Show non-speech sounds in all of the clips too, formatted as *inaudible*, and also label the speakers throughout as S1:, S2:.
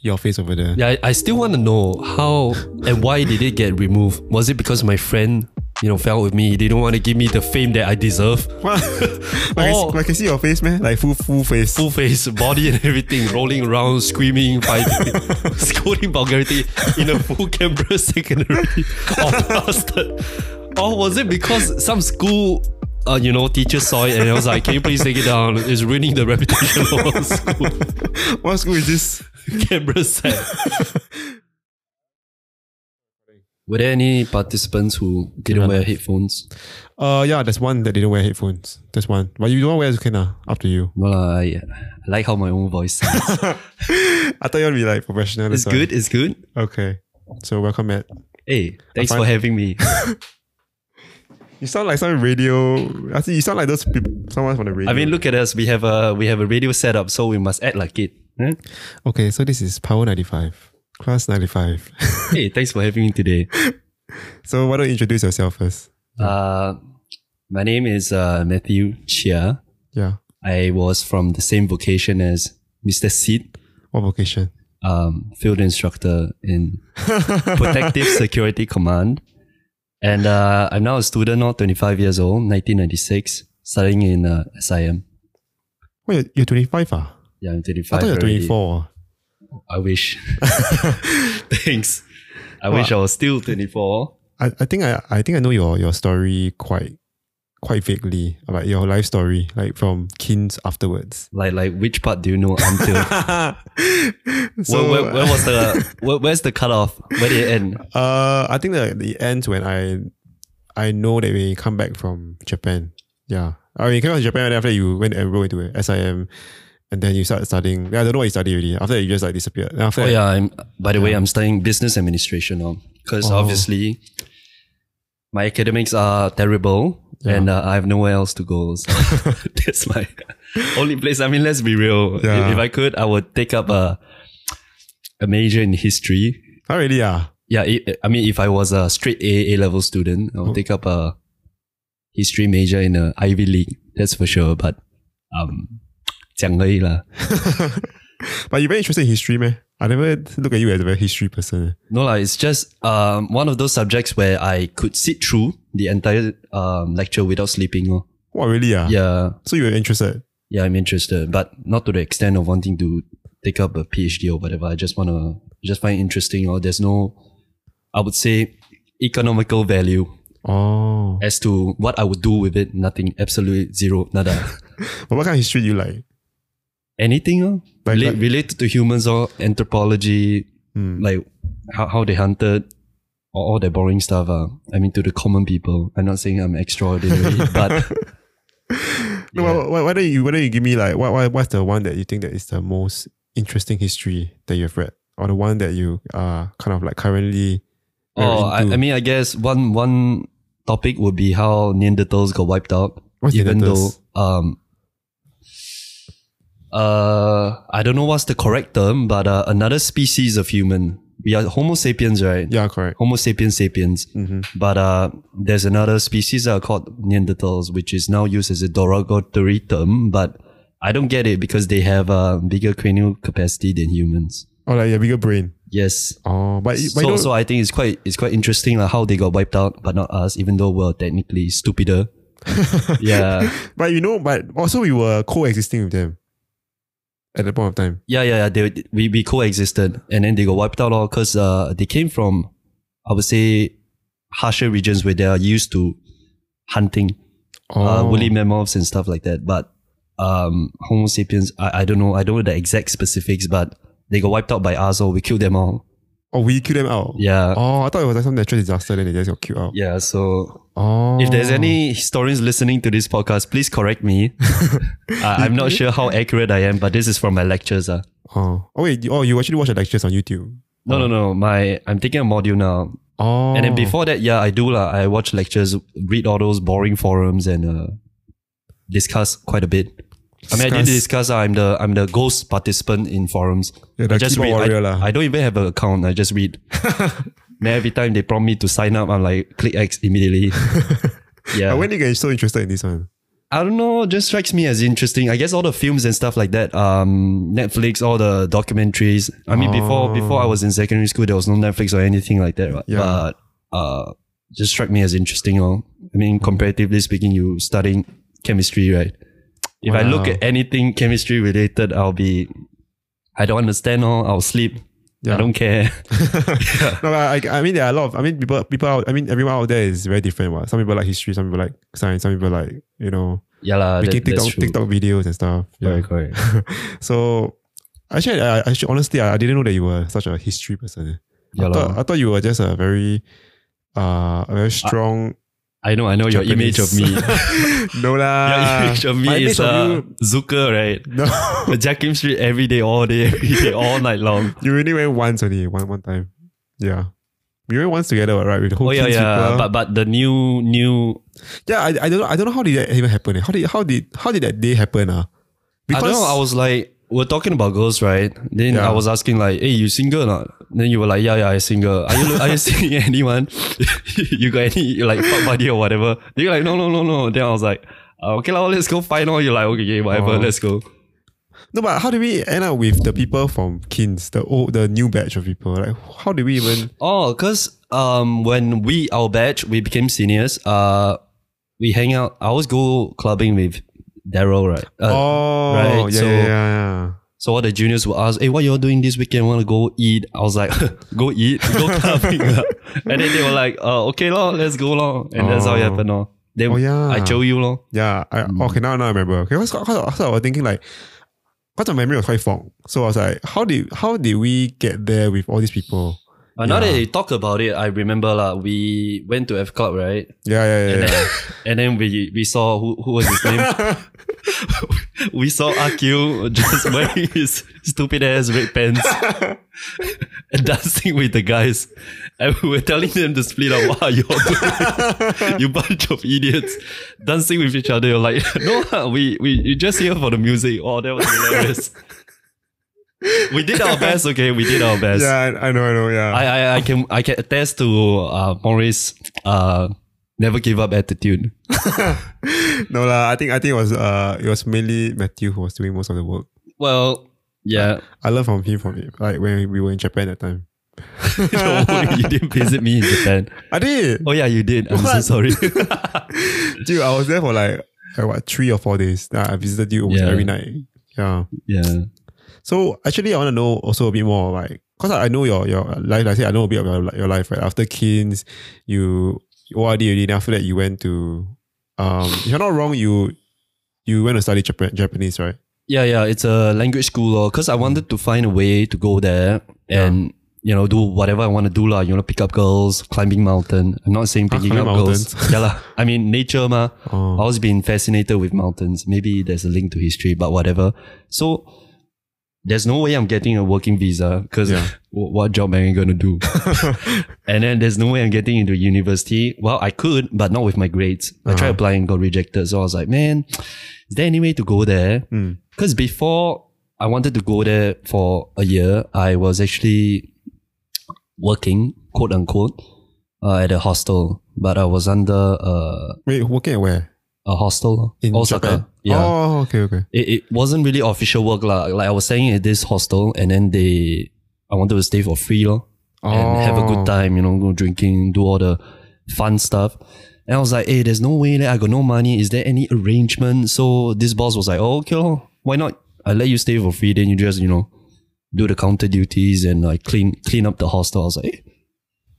S1: your face over there. *laughs*
S2: Yeah, I, I still want to know how and why did it get removed? Was it because my friend, you know, fell with me? He didn't want to give me the fame that I deserve.
S1: What? I, can,
S2: Oh.
S1: see- I can see your face, man. Like full full face. *laughs*
S2: Full face, body and everything, rolling around, screaming, fighting, *laughs* scolding vulgarity in a full Canberra *laughs* secondary or bastard. Or was it because some school, uh, you know, teacher saw it and I was like, can you please take it down? It's ruining the reputation of our *laughs* school.
S1: What school is this?
S2: Canberra set. *laughs* Were there any participants who didn't wear headphones?
S1: Uh yeah, there's one that didn't wear headphones. There's one. But you don't wear it's okay now. Up to you.
S2: Well, I, I like how my own voice sounds.
S1: I thought you would be like professional.
S2: *laughs* it's
S1: that's why.
S2: good, it's good.
S1: Okay. So welcome Matt.
S2: Hey, thanks
S1: I
S2: for
S1: find-
S2: having me.
S1: You sound like some radio I think you sound like those people someone from the radio.
S2: *laughs* I mean, look at us. We have a we have a radio setup, so we must act like it. Huh?
S1: Okay, so this is Power 95. Class 95.
S2: hey, thanks for having me today.
S1: *laughs* so why don't you introduce yourself first?
S2: *laughs* Uh, my name is uh, Matthew Chia.
S1: Yeah.
S2: I was from the same vocation as Mr. Sid,
S1: What vocation?
S2: um, field instructor
S1: *laughs*
S2: in Protective Security Command, and uh, I'm now a student, now 25 years old, 1996, studying in uh, SIM.
S1: Wait, you're, you're 25 ah?
S2: Yeah, I'm 25.
S1: I thought you're
S2: already.
S1: 24. *laughs*
S2: I wish. Thanks. I wish I was still 24.
S1: I, I think I, I think I know your, your story quite quite vaguely about your life story, like from kins
S2: *laughs*
S1: afterwards.
S2: Like, like which part do you know
S1: *laughs*
S2: until?
S1: so
S2: where, where, where
S1: *laughs*
S2: was the where, where's the cutoff? Where did it end?
S1: uh, I think the the ends when I I know that when you come back from Japan. Yeah, I mean, you came back to Japan and after you went and enrolled into SIM, and then you start studying. I don't know what you study already. After that, you just like disappeared. And after
S2: Oh
S1: that-
S2: yeah, I'm. By the way, I'm studying business administration now because
S1: Oh.
S2: obviously my academics are terrible
S1: Yeah.
S2: and uh, I have nowhere else to go.
S1: *laughs*
S2: So *laughs* that's my only place. I mean, let's be real. If-
S1: Yeah.
S2: If I could, I would take up a a major in history.
S1: not really. Yeah, *laughs*
S2: Yeah, it, I mean, if I was a straight A A level student, I would
S1: Hmm.
S2: take up a history major in a Ivy League. That's for sure. But um, 讲而已 lah.
S1: but you're very interested in history, man. I never look at you as a very history person.
S2: No lah, it's just um, one of those subjects where I could sit through the entire um, lecture without sleeping. Oh.
S1: What really? Yeah.
S2: Yeah,
S1: So you were interested.
S2: yeah, I'm interested, but not to the extent of wanting to take up a PhD or whatever. I just wanna just find it interesting. Or there's no, I would say, economical value
S1: Oh,
S2: as to what I would do with it. Nothing, absolutely zero, nada.
S1: but what kind of history do you like?
S2: anything oh?
S1: Like-
S2: Rela-
S1: like-
S2: related to humans or anthropology,
S1: Hmm.
S2: like how, how they hunted or all that boring stuff. Uh. I mean, to the common people. I'm not saying I'm
S1: *laughs*
S2: extraordinary, but
S1: No, why, why, why don't you why don't you give me like why, why what's the one that you think that is the most interesting history that you've read or the one that you are kind of like currently very
S2: oh, I,
S1: into?
S2: I mean, I guess one one topic would be how Neanderthals got wiped out,
S1: What's
S2: even
S1: Neanderthals?
S2: though um. Uh, I don't know what's the correct term, but uh, another species of human. We are Homo sapiens, right?
S1: yeah correct
S2: Homo sapiens sapiens.
S1: Mhm.
S2: But uh, there's another species uh, called Neanderthals, which is now used as a derogatory term. But I don't get it because they have a bigger cranial capacity than humans.
S1: or like a bigger brain
S2: Yes.
S1: oh but, but you
S2: So,
S1: know,
S2: so I think it's quite it's quite interesting like, how they got wiped out, but not us, even though we're technically stupider.
S1: *laughs*
S2: yeah,
S1: but you know but also we were coexisting with them at the point of time
S2: yeah, yeah. yeah. They, we we coexisted, and then they got wiped out all because uh, they came from, I would say, harsher regions where they are used to hunting. uh,
S1: oh
S2: woolly mammoths and stuff like that. But um, Homo sapiens, I, I don't know, I don't know the exact specifics, but they got wiped out by us, so we killed them all.
S1: oh we killed them out
S2: Yeah,
S1: oh I thought it was like some natural disaster then they just got killed out
S2: yeah. So
S1: oh
S2: if there's any historians listening to this podcast, please correct
S1: *laughs*
S2: me. I, I'm not sure how accurate I am, but this is from my lectures. Uh.
S1: oh oh wait you- oh you actually watch the lectures on YouTube
S2: No, no, no. My I'm taking a module now,
S1: oh
S2: and then before that, yeah, I do lah. I watch lectures, read all those boring forums, and uh, discuss quite a bit. I mean, I did discuss. uh, I'm the I'm the ghost participant in forums.
S1: Yeah, the
S2: I just
S1: keyboard
S2: read.
S1: warrior
S2: I,
S1: lah.
S2: I don't even have an account. I just
S1: *laughs*
S2: read. then every time they
S1: *laughs*
S2: prompt me to sign up, I'm like click X immediately. yeah.
S1: But when did you get so interested in this one
S2: I don't know, just strikes me as interesting. I guess all the films and stuff like that, um, Netflix, all the documentaries. I mean, before before I was in secondary school, there was no Netflix or anything like that, right?
S1: Oh. Yeah.
S2: But uh, just struck me as interesting. Oh, I mean,
S1: Mm-hmm.
S2: comparatively speaking, you studying chemistry, right? If I look
S1: Wow.
S2: at anything chemistry related, I'll be, I don't understand. Oh, I'll sleep.
S1: Yeah.
S2: I don't *laughs* care.
S1: *laughs* No, I, I- I mean there are a lot of I mean people people out, I mean everyone out there is very different. What some people like history, some people like science, some people like you know
S2: yeah lah. Ah, that-
S1: making
S2: that's
S1: TikTok
S2: true.
S1: TikTok videos and stuff.
S2: Correct,
S1: Like,
S2: correct.
S1: so actually, I, I- actually honestly, I, I didn't know that you were such a history person. eh.
S2: Yeah
S1: I
S2: lah.
S1: thought, uh, I thought you were just a very uh a very
S2: *laughs*
S1: strong.
S2: I know, I know your image of
S1: *laughs*
S2: me.
S1: no
S2: your
S1: lah.
S2: image of me
S1: Ah. My image
S2: is
S1: of
S2: uh,
S1: you-
S2: Zucker, right? *laughs*
S1: no,
S2: The Jack Kim Street every day, all day, *laughs* every day, all night
S1: *laughs*
S2: long.
S1: *laughs* you only went once only one one time. Yeah. We went once together, right? With the whole
S2: Oh yeah,
S1: King's
S2: yeah.
S1: people.
S2: But but the new new
S1: Yeah, I, I don't know I don't know how did that even happen. eh. How did how did how did that day happen? Ah,
S2: I don't know. I was like, we're talking about girls, right? Then
S1: Yeah.
S2: I was asking like, hey, you single or not? Then you were like, yeah, yeah, I single. Are you lo- are you *laughs* seeing anyone? you got any like fuck buddy or whatever? Then you're like, no, no, no, no. Then I was like, "Ah, okay, lah, let's go find out. You're like, okay, okay whatever,
S1: Oh.
S2: let's go.
S1: no, but how did we end up with the people from Kins, the old the new batch of people? Like how did we
S2: *sighs*
S1: even
S2: Oh, cause um, when we our batch we became seniors, uh, we hang out. I always go clubbing with Daryl, right? Uh,
S1: Oh
S2: right,
S1: yeah,
S2: so-
S1: yeah, yeah, yeah.
S2: So all the juniors will ask, "Hey, what you all doing this weekend? Want to go eat?" I was like, *laughs* "Go eat, go
S1: *laughs*
S2: clubbing." *laughs* lah." and then they were like, uh, "Okay, lor, let's go, lor." And that's how it
S1: Oh.
S2: happened, lor. Then
S1: Oh, yeah.
S2: I show you, lor.
S1: Yeah, I
S2: Hmm.
S1: okay now now I remember. Okay, because I was thinking like, because my memory was quite fog, so I was like, how did how did we get there with all these people?
S2: Uh, Now
S1: Yeah.
S2: that they talk about it, I remember lah. We went to F Club, right?
S1: Yeah, yeah, yeah.
S2: And,
S1: yeah.
S2: then, *laughs* and then we we saw who who was his name. we saw Akil just *laughs* wearing his stupid ass red pants and dancing with the guys. And we were telling them to split up. Wow, you're doing? you bunch of idiots dancing with each other. You're like, *laughs* no, lah, we we you just here for the music. Oh, that was hilarious. we did our best, okay? We did our best.
S1: yeah, I I know, I know, yeah.
S2: I, I I can I can attest to uh, Maurice's uh, never give up attitude.
S1: *laughs* no lah, I think I think it was uh it was mainly Matthew who was doing most of the work.
S2: Well, yeah, *laughs*
S1: I learned from him from it, like when we were in Japan that time. *laughs*
S2: No, *laughs* you didn't visit me in Japan.
S1: I did,
S2: *laughs* Oh yeah, you did. I'm so
S1: What?
S2: *laughs* sorry.
S1: dude. I was there for like, like what three or four days. Nah, I visited you almost
S2: Yeah.
S1: every night. Yeah.
S2: yeah,
S1: So actually, I want to know also a bit more, like, cause I I know your your life. Like I said I know a bit about your- your life. Right after Kins, you you ORD already. Then after that, you went to, um, if you're not wrong, you you went to study Japan, Japanese, right?
S2: yeah, yeah. It's a language school, because I wanted to find a way to go there and you know do whatever I want to do, lah. You know, pick up girls, climbing mountain. I'm not saying
S1: Huh,
S2: picking up
S1: climbing
S2: girls. yeah, lah. I mean nature, ma. I've
S1: Oh,
S2: always been fascinated with mountains. Maybe there's a link to history, but whatever. So there's no way I'm getting a working visa because *laughs*
S1: Yeah.
S2: what job am I going to do? and then there's no way I'm getting into university. Well, I could, but not with my grades. I tried applying, got rejected. So I was like, man, is there any way to go there?
S1: Hmm.
S2: Because before I wanted to go there for a year, I was actually working, quote unquote, uh, at a hostel, but I was under uh,
S1: wait, working at where?
S2: a hostel
S1: In
S2: Osaka.
S1: Japan?
S2: Yeah.
S1: Oh, okay, okay.
S2: It, it wasn't really official work lah. Like I was staying at this hostel and then they I wanted to stay for free lor
S1: Oh.
S2: and have a good time, you know, go drinking, do all the fun stuff. And I was like, hey, there's no way that I got no money. Is there any arrangement? So this boss was like, oh, okay, lor. why not? I let you stay for free, then you just, you know, do the counter duties and like clean clean up the hostel. I was like, eh,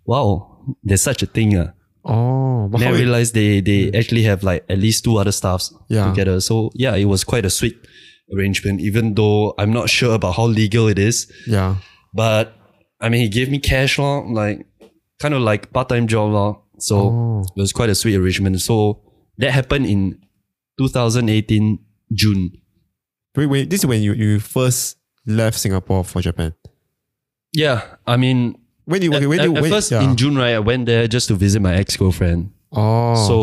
S2: wow, there's such a thing. ah.
S1: Oh, but
S2: Then
S1: how
S2: I
S1: it-
S2: realized they they actually have like at least two other staffs
S1: Yeah.
S2: together. So yeah, it was quite a sweet arrangement, even though I'm not sure about how legal it is.
S1: yeah.
S2: But I mean he gave me cash law, like kind of like part-time job law. So
S1: Oh.
S2: it was quite a sweet arrangement. So that happened in 2018 June.
S1: Wait, wait. This is when you, you first left Singapore for Japan.
S2: Yeah. I mean
S1: When you okay,
S2: at,
S1: when you
S2: at- at
S1: when,
S2: first
S1: yeah.
S2: in June, right, I went there just to visit my ex-girlfriend.
S1: oh,
S2: so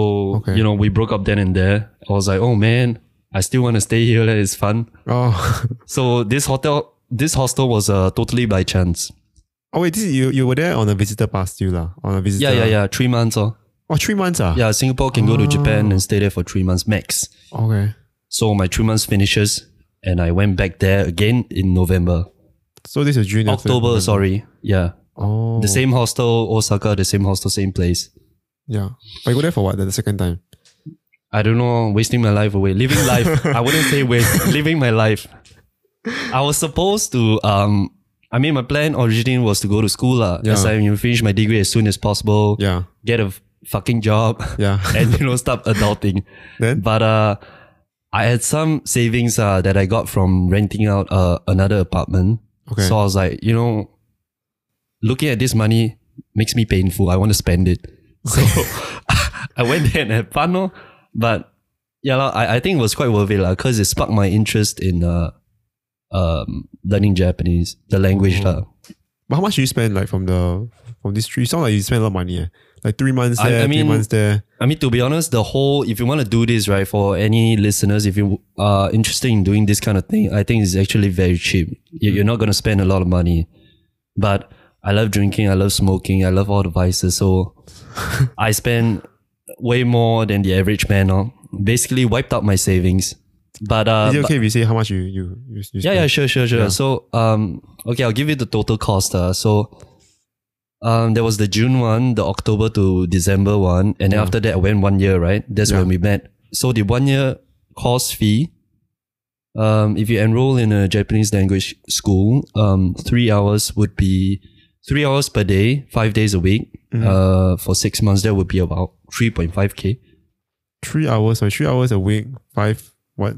S1: okay.
S2: you know, we broke up then and there. I was like, oh man, I still want to stay here. That is fun.
S1: oh, *laughs*
S2: So this hotel, this hostel was uh, totally by chance.
S1: oh wait. This is, you you were there on a visitor pass, you lah, on a visitor.
S2: Yeah, yeah, yeah. Three months, oh.
S1: Oh, three months ah.
S2: Yeah, Singapore can go to Japan and stay there for three months max.
S1: Okay.
S2: So my three months finishes, and I went back there again in November,
S1: So this is June after-
S2: October. Sorry, yeah,
S1: Oh.
S2: the same hostel, Osaka, the same hostel, same place.
S1: Yeah. But you go there for what? The the second time.
S2: I don't know, wasting my life away, living
S1: *laughs*
S2: life. I wouldn't say waste, living my life. I was supposed to. Um, I mean, my plan originally was to go to school, lah.
S1: Yeah.
S2: As I you know, finish my degree as soon as possible,
S1: Yeah.
S2: get a f- fucking job, *laughs*
S1: Yeah. *laughs*
S2: and you know, stop adulting.
S1: Then?
S2: But uh, I had some savings uh, that I got from renting out uh, another apartment.
S1: Okay.
S2: So I was like, you know, looking at this money makes me painful. I want to spend it. So *laughs* I went there and had fun, no? but yeah, lah, I, I think it was quite worth it because it sparked my interest in uh, um, learning Japanese, the language.
S1: Oh.
S2: lah.
S1: But how much do you spend like from the from these three? You sound like you spend a lot of money. Eh? Like three months
S2: I-
S1: there,
S2: I mean-
S1: three months there.
S2: I mean, to be honest, the whole, if you want to do this, right, for any listeners, if you are interested in doing this kind of thing, I think it's actually very cheap. You- You're not going to spend a lot of money. But I love drinking, I love smoking, I love all the vices. So *laughs* I spend way more than the average man. Oh. Basically, wiped out my savings. But, uh,
S1: Is it
S2: but-
S1: okay if you say how much you you you, you
S2: yeah,
S1: spend?
S2: yeah, sure, sure, sure. So, um, okay, I'll give you the total cost. Uh. So, um, there was the June one, the October to December one, and then after that, I went one year, right? That's when we met. So the one year course fee, um, if you enroll in a Japanese language school, um, three hours would be three hours per day, five days a week. Uh, for six months, that would be about three point five k.
S1: Three hours, sorry, three hours a week, five what?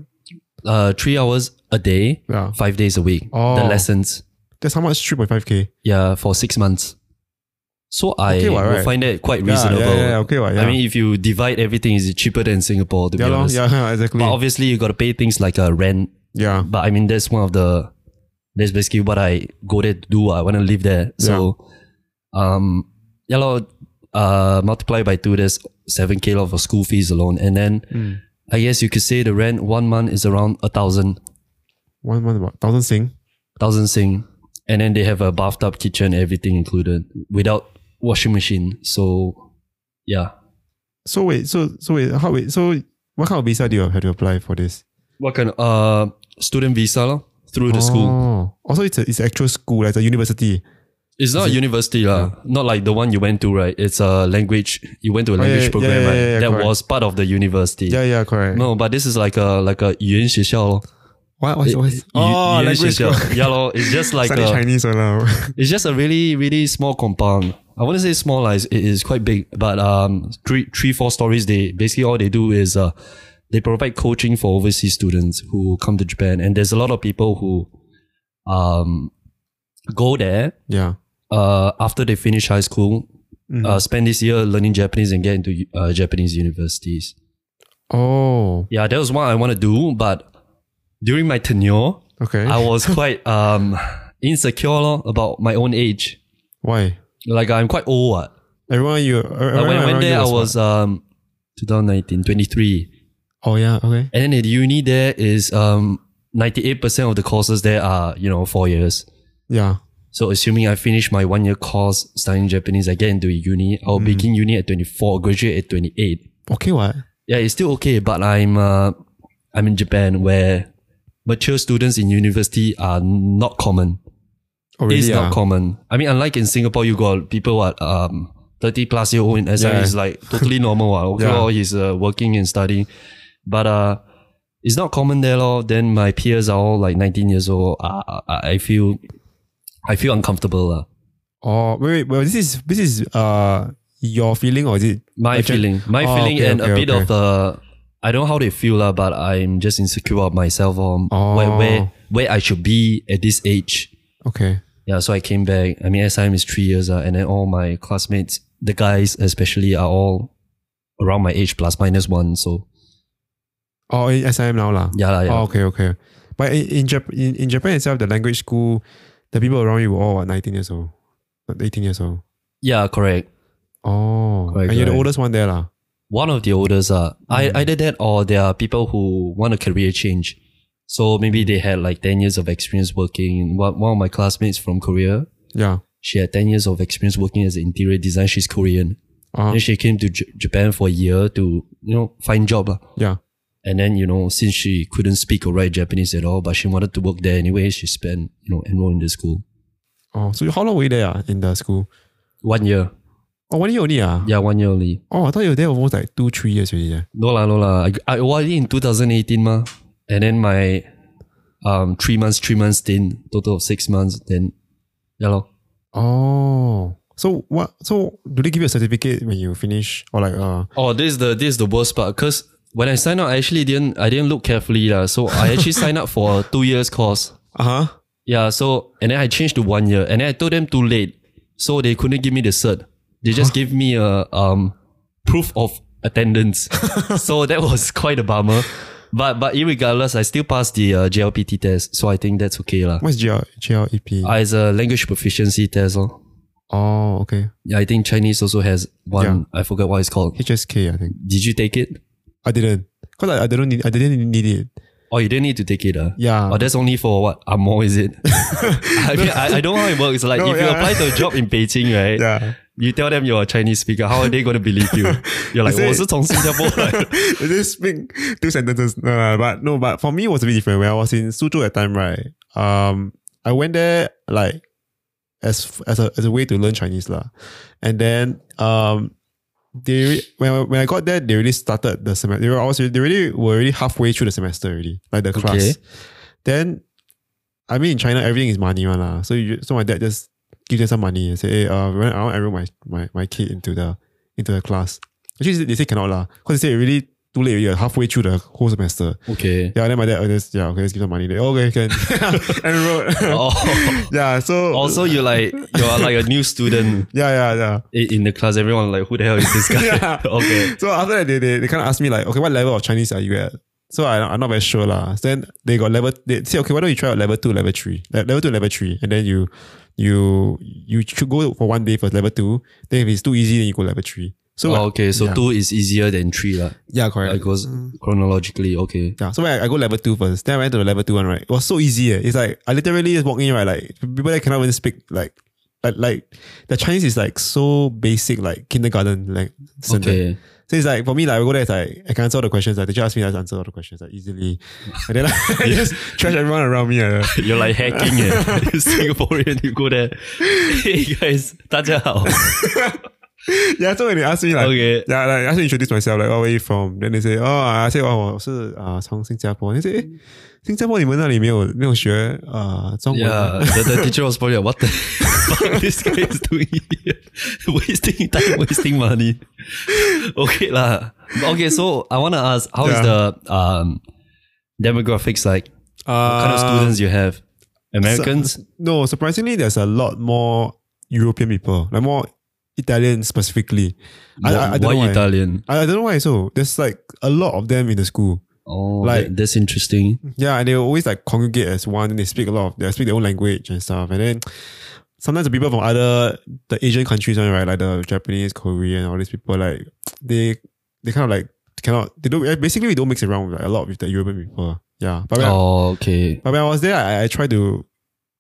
S2: Uh, three hours a day,
S1: Yeah.
S2: five days a week. The
S1: Oh.
S2: lessons.
S1: That's how much? Three point five K.
S2: Yeah, for six months. So I
S1: Okay what,
S2: will
S1: right?
S2: find that quite
S1: Yeah,
S2: reasonable.
S1: yeah, yeah, okay what, yeah.
S2: I mean, if you divide everything, it's cheaper than Singapore, to
S1: Yeah,
S2: be
S1: lor,
S2: honest.
S1: yeah, *laughs* yeah, exactly.
S2: But obviously, you got to pay things like uh, rent.
S1: yeah.
S2: But I mean, that's one of the, that's basically what I go there to do. I want to live there. So, um, yeah, lor, uh, multiply by two, that's 7K lor for school fees alone. And then
S1: Mm.
S2: I guess you could say the rent one month is around a thousand,
S1: One month about thousand sing.
S2: thousand sing, and then they have a bathtub, kitchen, everything included, without washing machine. So, yeah.
S1: So wait, so so wait, how wait, so what kind of visa do you have to apply for this?
S2: What kind? Of, uh, student visa lor, through the school.
S1: Oh. Also it's a, it's actual school, like it's a university.
S2: It's not university lah. Not like the one you went to, right? It's a language. You went to a
S1: Oh, yeah,
S2: language
S1: yeah,
S2: program,
S1: yeah,
S2: right?
S1: yeah, yeah,
S2: that
S1: correct.
S2: was part of the university.
S1: Yeah, yeah, correct.
S2: No, but this is like a like a 语言学校. lor.
S1: What what's, what's Oh,
S2: Yu-
S1: language school.
S2: 语言学校. Yeah, lor.
S1: *laughs*
S2: It's just *laughs* like
S1: Study
S2: a,
S1: Chinese or no?
S2: It's just a really, really small compound. I wouldn't say small, like, it is quite big, but um, three, three, four stories. They basically all they do is uh, they provide coaching for overseas students who come to Japan, and there's a lot of people who um go there
S1: *laughs* yeah. Mm.
S2: uh after they finish high school, uh, spend this year learning Japanese and get into uh, Japanese universities.
S1: Oh.
S2: Yeah, that was one I want to do, but during my tenure,
S1: Okay.
S2: I was quite um insecure lor, about my own age.
S1: Why?
S2: Like I'm quite old. What?
S1: Everyone you er, everyone
S2: when I went
S1: around you
S2: there, I
S1: what?
S2: was um 2019, 23.
S1: Oh yeah, okay.
S2: And then at uni there is um 98% of the courses there are, you know, four years.
S1: Yeah.
S2: So assuming I finish my one year course studying Japanese, I get into uni, I'll begin uni at 24, graduate at 28.
S1: Okay what?
S2: Yeah, it's still okay, but I'm uh, I'm in Japan where mature students in university are not common.
S1: Oh really?
S2: it's
S1: yeah.
S2: not common. ah. I mean, unlike in Singapore, you got people what um thirty plus year old in SI
S1: Yeah.
S2: is like totally normal. What. Okay,
S1: *laughs* Yeah.
S2: lor, he's uh, working and studying, but uh, it's not common there, lor. Then my peers are all like nineteen years old. Uh, I- I feel, I feel uncomfortable. ah. lah.
S1: Oh wait, wait, well this is this is uh your feeling or is it
S2: My
S1: Okay.
S2: feeling, my
S1: Oh,
S2: feeling,
S1: okay,
S2: and a
S1: okay,
S2: bit of the. I don't know how they feel, lah, but I'm just insecure of myself on
S1: Oh.
S2: where, where where I should be at this age.
S1: okay.
S2: Yeah, so I came back. I mean, SIM is three years, uh, and then all my classmates, the guys especially, are all around my age, plus minus one. So
S1: Oh in SIM now lah.
S2: yeah, lah, Ah, yeah.
S1: Oh, okay, okay. But in in, Jap- in in Japan itself, the language school, the people around you were all what, 19 years old, not 18 years old.
S2: yeah, correct.
S1: Oh,
S2: Correct,
S1: and you're the oldest
S2: correct.
S1: one there, lah.
S2: One of the oldest, uh, I either that or there are people who want a career change. So maybe they had like ten years of experience working. One one of my classmates from Korea,
S1: Yeah.
S2: she had ten years of experience working as an interior design. She's Korean.
S1: Uh-huh.
S2: Then she came to J- Japan for a year to you know find job uh. lah.
S1: Yeah.
S2: And then you know since she couldn't speak or write Japanese at all, but she wanted to work there anyway, she spent you know enrolled in the school
S1: Oh, so how long were you there ah, in the school?
S2: one year.
S1: Oh, one year only ah.
S2: Yeah, one year only.
S1: Oh, I thought you were there almost like two, three years already. Yeah.
S2: No lah, no lah. I, I OID in 2018 mah. And then my um three months, three months stint, total of six months, then yeah lor.
S1: Oh. So what? So do they give you a certificate when you finish or like uh?
S2: Oh, this is the this is the worst part because when I signed up, I actually didn't I didn't look carefully lah. So I actually *laughs* signed up for a two years course.
S1: Uh huh.
S2: Yeah, so and then I changed to one year, and then I told them too late, so they couldn't give me the cert. They just gave me a um proof of
S1: *laughs*
S2: attendance. so that was quite a bummer. But but irregardless, I still passed the uh, JLPT test, so I think that's okay lah.
S1: What's GL, GLEP?
S2: Uh, it's a language proficiency test. lor.
S1: oh, okay.
S2: Yeah, I think Chinese also has one. I forgot what it's called.
S1: HSK, I think.
S2: Did you take it?
S1: I didn't. Cause I, I don't need. I didn't need it.
S2: Oh, you didn't need to take it, uh?
S1: Yeah.
S2: Oh, that's only for what? Amor,
S1: *laughs*
S2: is it? *laughs* I mean, I, I don't know how it works. Like,
S1: No,
S2: if you
S1: yeah.
S2: apply to a job in Beijing, right?
S1: Yeah.
S2: You tell them you're a Chinese speaker. How are they going to believe you? You're like, "Oh,
S1: Is it- *laughs*
S2: 我是从新加坡来。
S1: I just speak two sentences. No, no, but no, but for me it was a bit different. When I was in Suzhou at time, right? Um, I went there like as as a as a way to learn Chinese lah, and then um. They re- when I, when I got there, they already started the semester. They were also they already were already halfway through the semester already, like the class.
S2: Okay.
S1: Then, I mean, in China, everything is money, one lah. So you so my dad just give them some money and say, hey, uh, when I want to enroll my, my, my kid into the into the class. Actually, they say cannot lah. Because they say really too late already, halfway through the whole semester.
S2: Okay.
S1: Yeah, then my dad, oh, just, yeah, okay, let's give them money. They, okay, can. enroll.
S2: Oh.
S1: *laughs* yeah, so.
S2: Also, you're like, you're like a new student
S1: yeah, yeah, yeah.
S2: i- in the class. Everyone like, who the hell is this guy?
S1: Yeah.
S2: *laughs* okay.
S1: So after that, they, they, they kind of asked me like, okay, what level of Chinese are you at? So I, I'm not very sure lah. So then they got level, they say, okay, why don't you try out level two, level three, Le- level two, level three. And then you, you, you should go for one day for level two. Then if it's too easy, then you go level three. So
S2: Oh, okay. So
S1: uh, yeah.
S2: two is easier than three, lah.
S1: yeah, correct.
S2: It goes chronologically. Okay.
S1: Yeah, so when I, I go level two first, then I went to the level two one, right? It was so easy. Eh. It's like I literally just walk in, right? Like people that cannot even speak like like like the Chinese is like so basic, like kindergarten, like sentence.
S2: Okay.
S1: So it's like for me, like I go there, it's like I can answer all the questions. Like teacher ask me, I just answer all the questions like easily, and then like, *laughs* I just trash everyone around me. eh.
S2: *laughs* You're like hacking it. Singaporean, you go there. *laughs* Hey guys, 大家好.
S1: yeah, so when they ask me like,
S2: Okay.
S1: yeah, like I ask me to introduce myself, like oh, where you from? Then they say, oh, I say, oh, 我是啊从新加坡. They say, 诶，新加坡你们那里没有没有学啊中文
S2: Yeah, the,
S1: *laughs*
S2: the teacher was probably like, what the *laughs* fuck this guy is doing here? *laughs* wasting time, wasting money. Okay lah. Okay, so I want to ask, how is
S1: Yeah.
S2: the um, demographics like? What kind of
S1: Uh,
S2: students you have? Americans?
S1: No, surprisingly, there's a lot more European people, like more Italian specifically. I, I, I don't
S2: Why
S1: know why.
S2: Italian?
S1: I, I don't know why. So there's like a lot of them in the school.
S2: Oh,
S1: Like-
S2: that- that's interesting.
S1: Yeah, and they always like congregate as one. And they speak a lot. Of, they speak their own language and stuff. And then sometimes the people from other the Asian countries, one, right, like the Japanese, Korean, all these people, like they they kind of like cannot. They don't eh, basically we don't mix around with, like, a lot with the European people. Yeah, but when I-
S2: Oh, okay.
S1: But when I was there, I, I tried to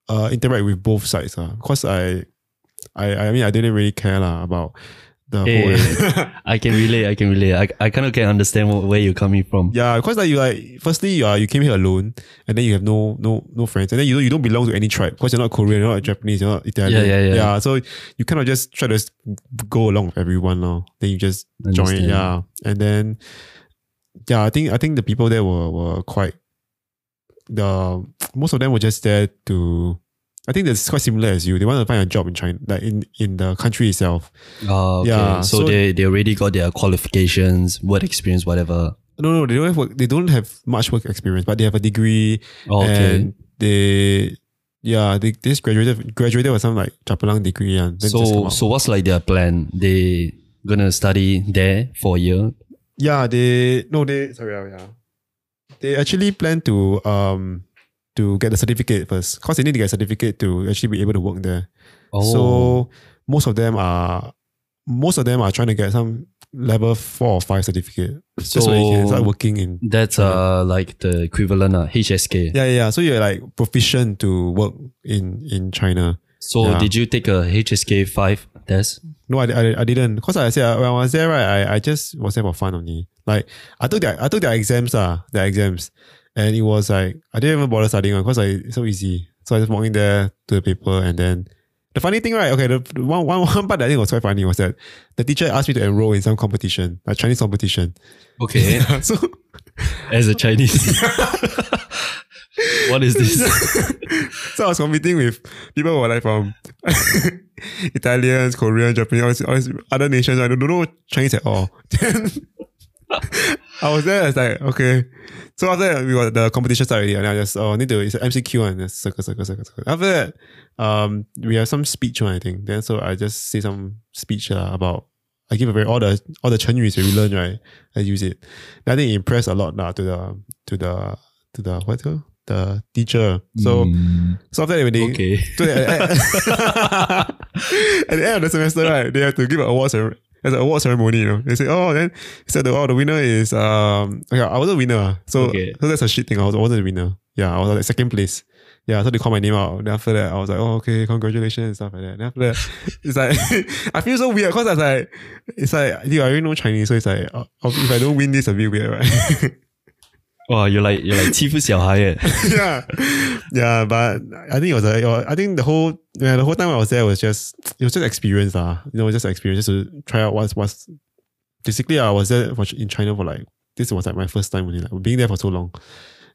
S1: uh, interact with both sides. Uh, Cause I, I, I mean, I didn't really care lah about the
S2: Hey. *laughs*
S1: whole.
S2: I can relate. I can relate. I, I kind of can understand wh- where you're coming from.
S1: yeah, because like you like, firstly, you are you came here alone, and then you have no no no friends, and then you don't, you don't belong to any tribe because you're not Korean, you're not Japanese, you're not Italian.
S2: Yeah, yeah, yeah.
S1: so you kind of just try to s- go along with everyone now. Then you just join,
S2: Understand.
S1: yeah, and then yeah, I think I think the people there were were quite the most of them were just there to. I think that's quite similar as you. They want to find a job in China, like in, in the country itself.
S2: Oh, okay.
S1: Yeah,
S2: so,
S1: so-
S2: they, they already got their qualifications, work experience, whatever.
S1: No, no, they don't have work, they don't have much work experience, but they have a degree.
S2: Oh, okay.
S1: and they yeah they, they just graduated graduated with some like chapalang degree and then just come
S2: so
S1: out.
S2: so what's like their plan? They gonna study there for a year.
S1: yeah they no they sorry yeah, yeah they actually plan to um to get the certificate first because they need to get a certificate to actually be able to work there
S2: Oh.
S1: so most of them are most of them are trying to get some level four or five certificate so just so you can start working in
S2: that's uh like the equivalent uh, HSK.
S1: yeah yeah yeah. so you're like proficient to work in in China
S2: So
S1: Yeah.
S2: did you take a HSK five? There's
S1: No, I, I, I didn't. Because I said when I was there, right, I, I just was there for fun only. Like I took their I took their exams, uh, their exams. And it was like I didn't even bother studying because I it's so easy. So I just walked in there to the paper and then the funny thing, right? Okay, the the one, one, one part that I think was quite funny was that the teacher asked me to enroll in some competition, a Chinese competition.
S2: okay.
S1: *laughs* So
S2: *laughs* As a
S1: *laughs*
S2: Chinese, what is this?
S1: so I was competing with people who were like from *laughs* Italians, Korean, Japanese, all these- all these other nations. I don't, don't know Chinese at all. *laughs* Then I was there. I was like, okay. So after that, we got the competition started already, and I just oh, need to it's an MCQ and just circle, circle, circle, circle. After that, um, we have some speech one I think. Then so I just say some speech uh, about. I give a very all the all the 成语s that we learn right. I use it. Then I think it impressed a lot now to the to the to the what the, the teacher. So
S2: Mm,
S1: so after that, when they
S2: okay.
S1: so at,
S2: *laughs*
S1: at, at the end of the semester, right, they have to give an award ceremony. There's an award ceremony, you know. They say, oh, then he said, oh, the winner is um. Okay, I was a winner, so
S2: Okay.
S1: so that's a shit thing. I was I wasn't the winner. Yeah, I was like second place. Yeah, so they call my name out. Then after that, I was like, oh, okay, congratulations and stuff like that. Then after that, *laughs* it's like I feel so weird because I was like, it's like dude, I already know Chinese, so it's like uh, if I don't win this, a bit weird, right?
S2: Wow, you're like you're like 欺负小孩 eh?
S1: *laughs* yeah, yeah. But I think it was a, I think the whole yeah, the whole time I was there was just it was just experience lah. You know, just experience just to try out what's what's. Basically, I was there for, in China for like this was like my first time really, like being there for so long.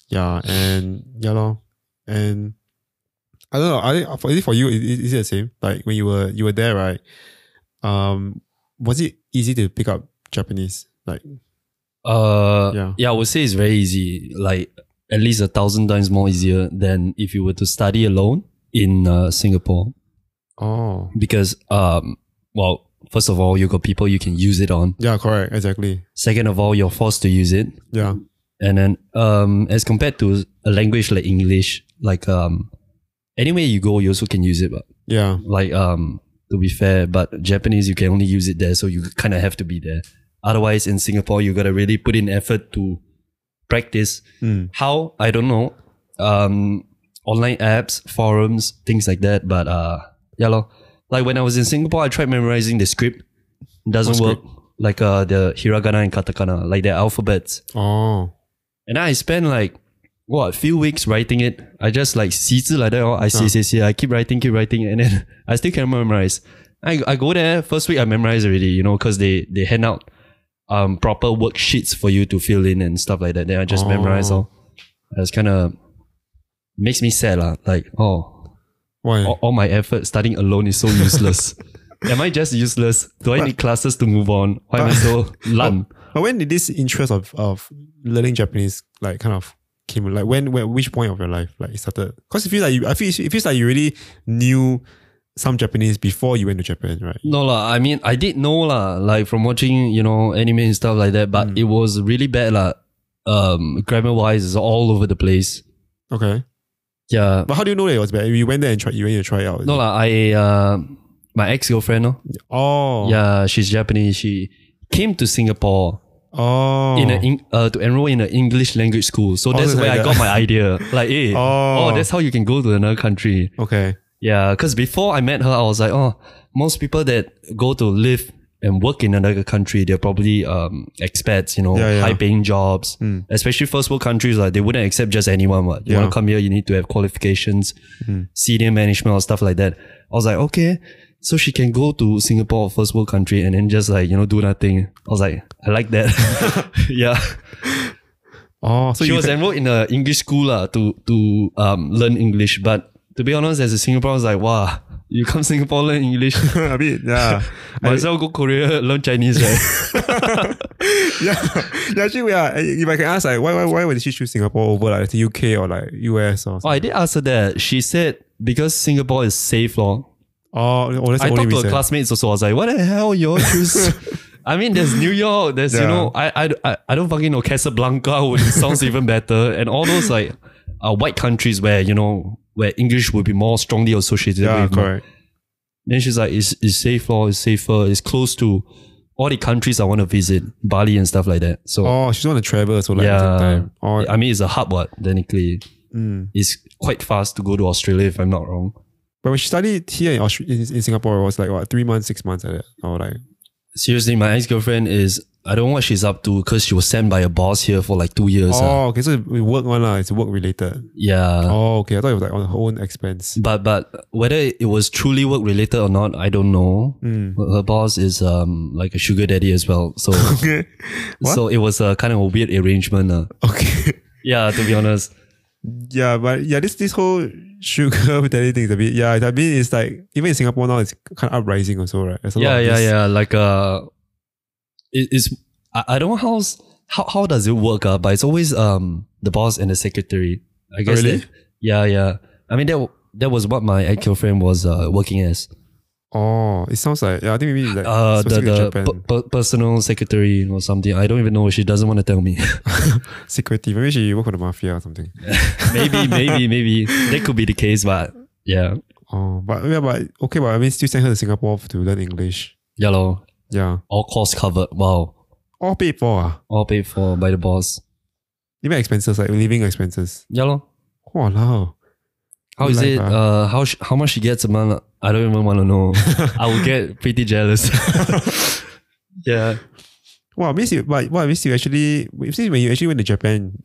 S1: Yeah, and yeah, lor. and I don't know. I think for, is it for you? Is, is is it the same? Like when you were you were there, right? Um, was it easy to pick up Japanese? Like
S2: Uh,
S1: Yeah.
S2: I would say it's very easy. Like at least a thousand times more easier than if you were to study alone in uh, Singapore.
S1: oh
S2: Because um, well, first of all, you got people you can use it on.
S1: yeah, correct, exactly.
S2: Second of all, you're forced to use it.
S1: Yeah,
S2: And then um, as compared to a language like English, like um, anywhere you go, you also can use it. But
S1: yeah,
S2: like um to be fair but japanese you can only use it there so you kind of have to be there otherwise in singapore you gotta really put in effort to practice
S1: Mm.
S2: how i don't know um online apps forums things like that but uh yeah lor. like when i was in singapore i tried memorizing the script doesn't
S1: What
S2: work like uh the hiragana and katakana like their alphabets
S1: oh.
S2: and I spent like what few weeks writing it. I just like 习字 like that. Or I see, see, see. I keep writing, keep writing, and then *laughs* I still can't memorize. I, I go there first week. I memorize already, you know, because they they hand out um proper worksheets for you to fill in and stuff like that. Then I just memorize all. It's kind of makes me sad lah. Like oh,
S1: Why?
S2: all, all my effort studying alone is so useless. am I just useless? Do I need classes to move on? Why am I so lum?
S1: But when did this interest of, of learning Japanese like kind of came? Like when, when which point of your life like it started? Because it feels like you, I feel it feels like you really knew some Japanese before you went to Japan, right?
S2: No lah. I mean, I did know lah. Like from watching, you know, anime and stuff like that.
S1: Mm.
S2: But it was really bad lah. Um, grammar wise, it's all over the place.
S1: Okay,
S2: Yeah.
S1: but how do you know that it was bad? You went there and tried. You went to try it out.
S2: No lah. I uh, my ex girlfriend. No.
S1: Oh.
S2: Yeah, she's Japanese. She came to Singapore
S1: Oh.
S2: in a Eng- uh, to enroll in an English language school. So that's
S1: so it's
S2: where
S1: like
S2: I
S1: that.
S2: got my idea. Like,
S1: *laughs*
S2: hey,
S1: Oh.
S2: oh, that's how you can go to another country.
S1: okay.
S2: Yeah, because before I met her, I was like, oh, most people that go to live and work in another country, they're probably um, expats, you know,
S1: Yeah, yeah.
S2: high paying jobs.
S1: Mm.
S2: Especially first world countries, like they wouldn't accept just anyone. What you
S1: Yeah.
S2: want to come here, you need to have qualifications,
S1: Mm.
S2: senior management or stuff like that. I was like, okay, so she can go to Singapore, first world country, and then just like you know do nothing. I was like, I like that. *laughs* yeah,
S1: Oh, so
S2: she
S1: you
S2: was enrolled in a English school lah to to um, learn English. But to be honest, as a Singaporean, I was like, wow, you come *laughs* Singapore learn English,
S1: *laughs* a bit, yeah,
S2: might as well go Korea *laughs* learn Chinese, right?
S1: yeah, yeah. Actually, yeah. If I can ask, like, why, why, why would she choose Singapore over like the UK or like US or?
S2: oh, I did ask her that. She said because Singapore is safe, law.
S1: Oh, oh, that's the only
S2: I talked to her
S1: reason.
S2: classmates also. I was like, what the hell you all choose? *laughs* I mean, there's New York. There's you
S1: Yeah.
S2: know, I, I I I don't fucking know Casablanca, which *laughs* sounds even better, and all those like uh, white countries where you know where English would be more strongly associated
S1: yeah,
S2: with. more-
S1: correct.
S2: Then she's like, it's, it's safe, lor, it's safer, it's close to all the countries I want to visit, Bali and stuff like that. So,
S1: Oh, she's want to travel, so like
S2: Yeah.
S1: yeah. time. Oh,
S2: I mean, it's a hub, what, technically.
S1: mm.
S2: It's quite fast to go to Australia, if I'm not wrong.
S1: But when she studied here in, Austra- in, in Singapore, it was like what three months, six months at it. Or like Oh,
S2: Seriously, my ex girlfriend is. I don't know what she's up to because she was sent by a boss here for like two years. ah.
S1: oh, okay, so we work one lah. It's work related.
S2: Yeah.
S1: oh, okay. I thought it was like on her own expense.
S2: But but whether it was truly work related or not, I don't know.
S1: Mm.
S2: Her boss is um like a sugar daddy as well, so
S1: *laughs* Okay.
S2: so it was a kind of a weird arrangement. Uh.
S1: Okay. *laughs*
S2: Yeah, to be honest,
S1: Yeah, but yeah, this this whole sugar *laughs* daddy thing is a bit yeah. I mean, it's like even in Singapore now, it's kind of uprising also, right? There's a lot
S2: yeah
S1: of
S2: yeah
S1: this-
S2: yeah. Like uh, it, it's I, I don't know how's how how does it work? Uh, but it's always um the boss and the secretary. I guess.
S1: Oh, really?
S2: that- yeah yeah. I mean that that was what my ex girlfriend was uh, working as.
S1: Oh, it sounds like yeah. I think maybe it's like
S2: Uh, the
S1: specific to
S2: the
S1: Japan.
S2: per- per- personal secretary or something. I don't even know. She doesn't want to tell me. *laughs*
S1: security. Maybe she work for the mafia or something.
S2: maybe, maybe, maybe that could be the case, but yeah,
S1: Oh, but yeah, but okay, but I mean, still send her to Singapore to learn English.
S2: yeah, lor.
S1: Yeah,
S2: all costs covered. Wow,
S1: all paid for. Ah.
S2: all paid for by the boss.
S1: Even expenses like living expenses.
S2: Yeah, lor.
S1: Wow,
S2: How is
S1: Like,
S2: it? Uh, how sh- how much she gets a month? I don't even want to
S1: *laughs*
S2: know. I will get pretty jealous. yeah,
S1: wow. Means you, but what means you actually since when you actually went to Japan,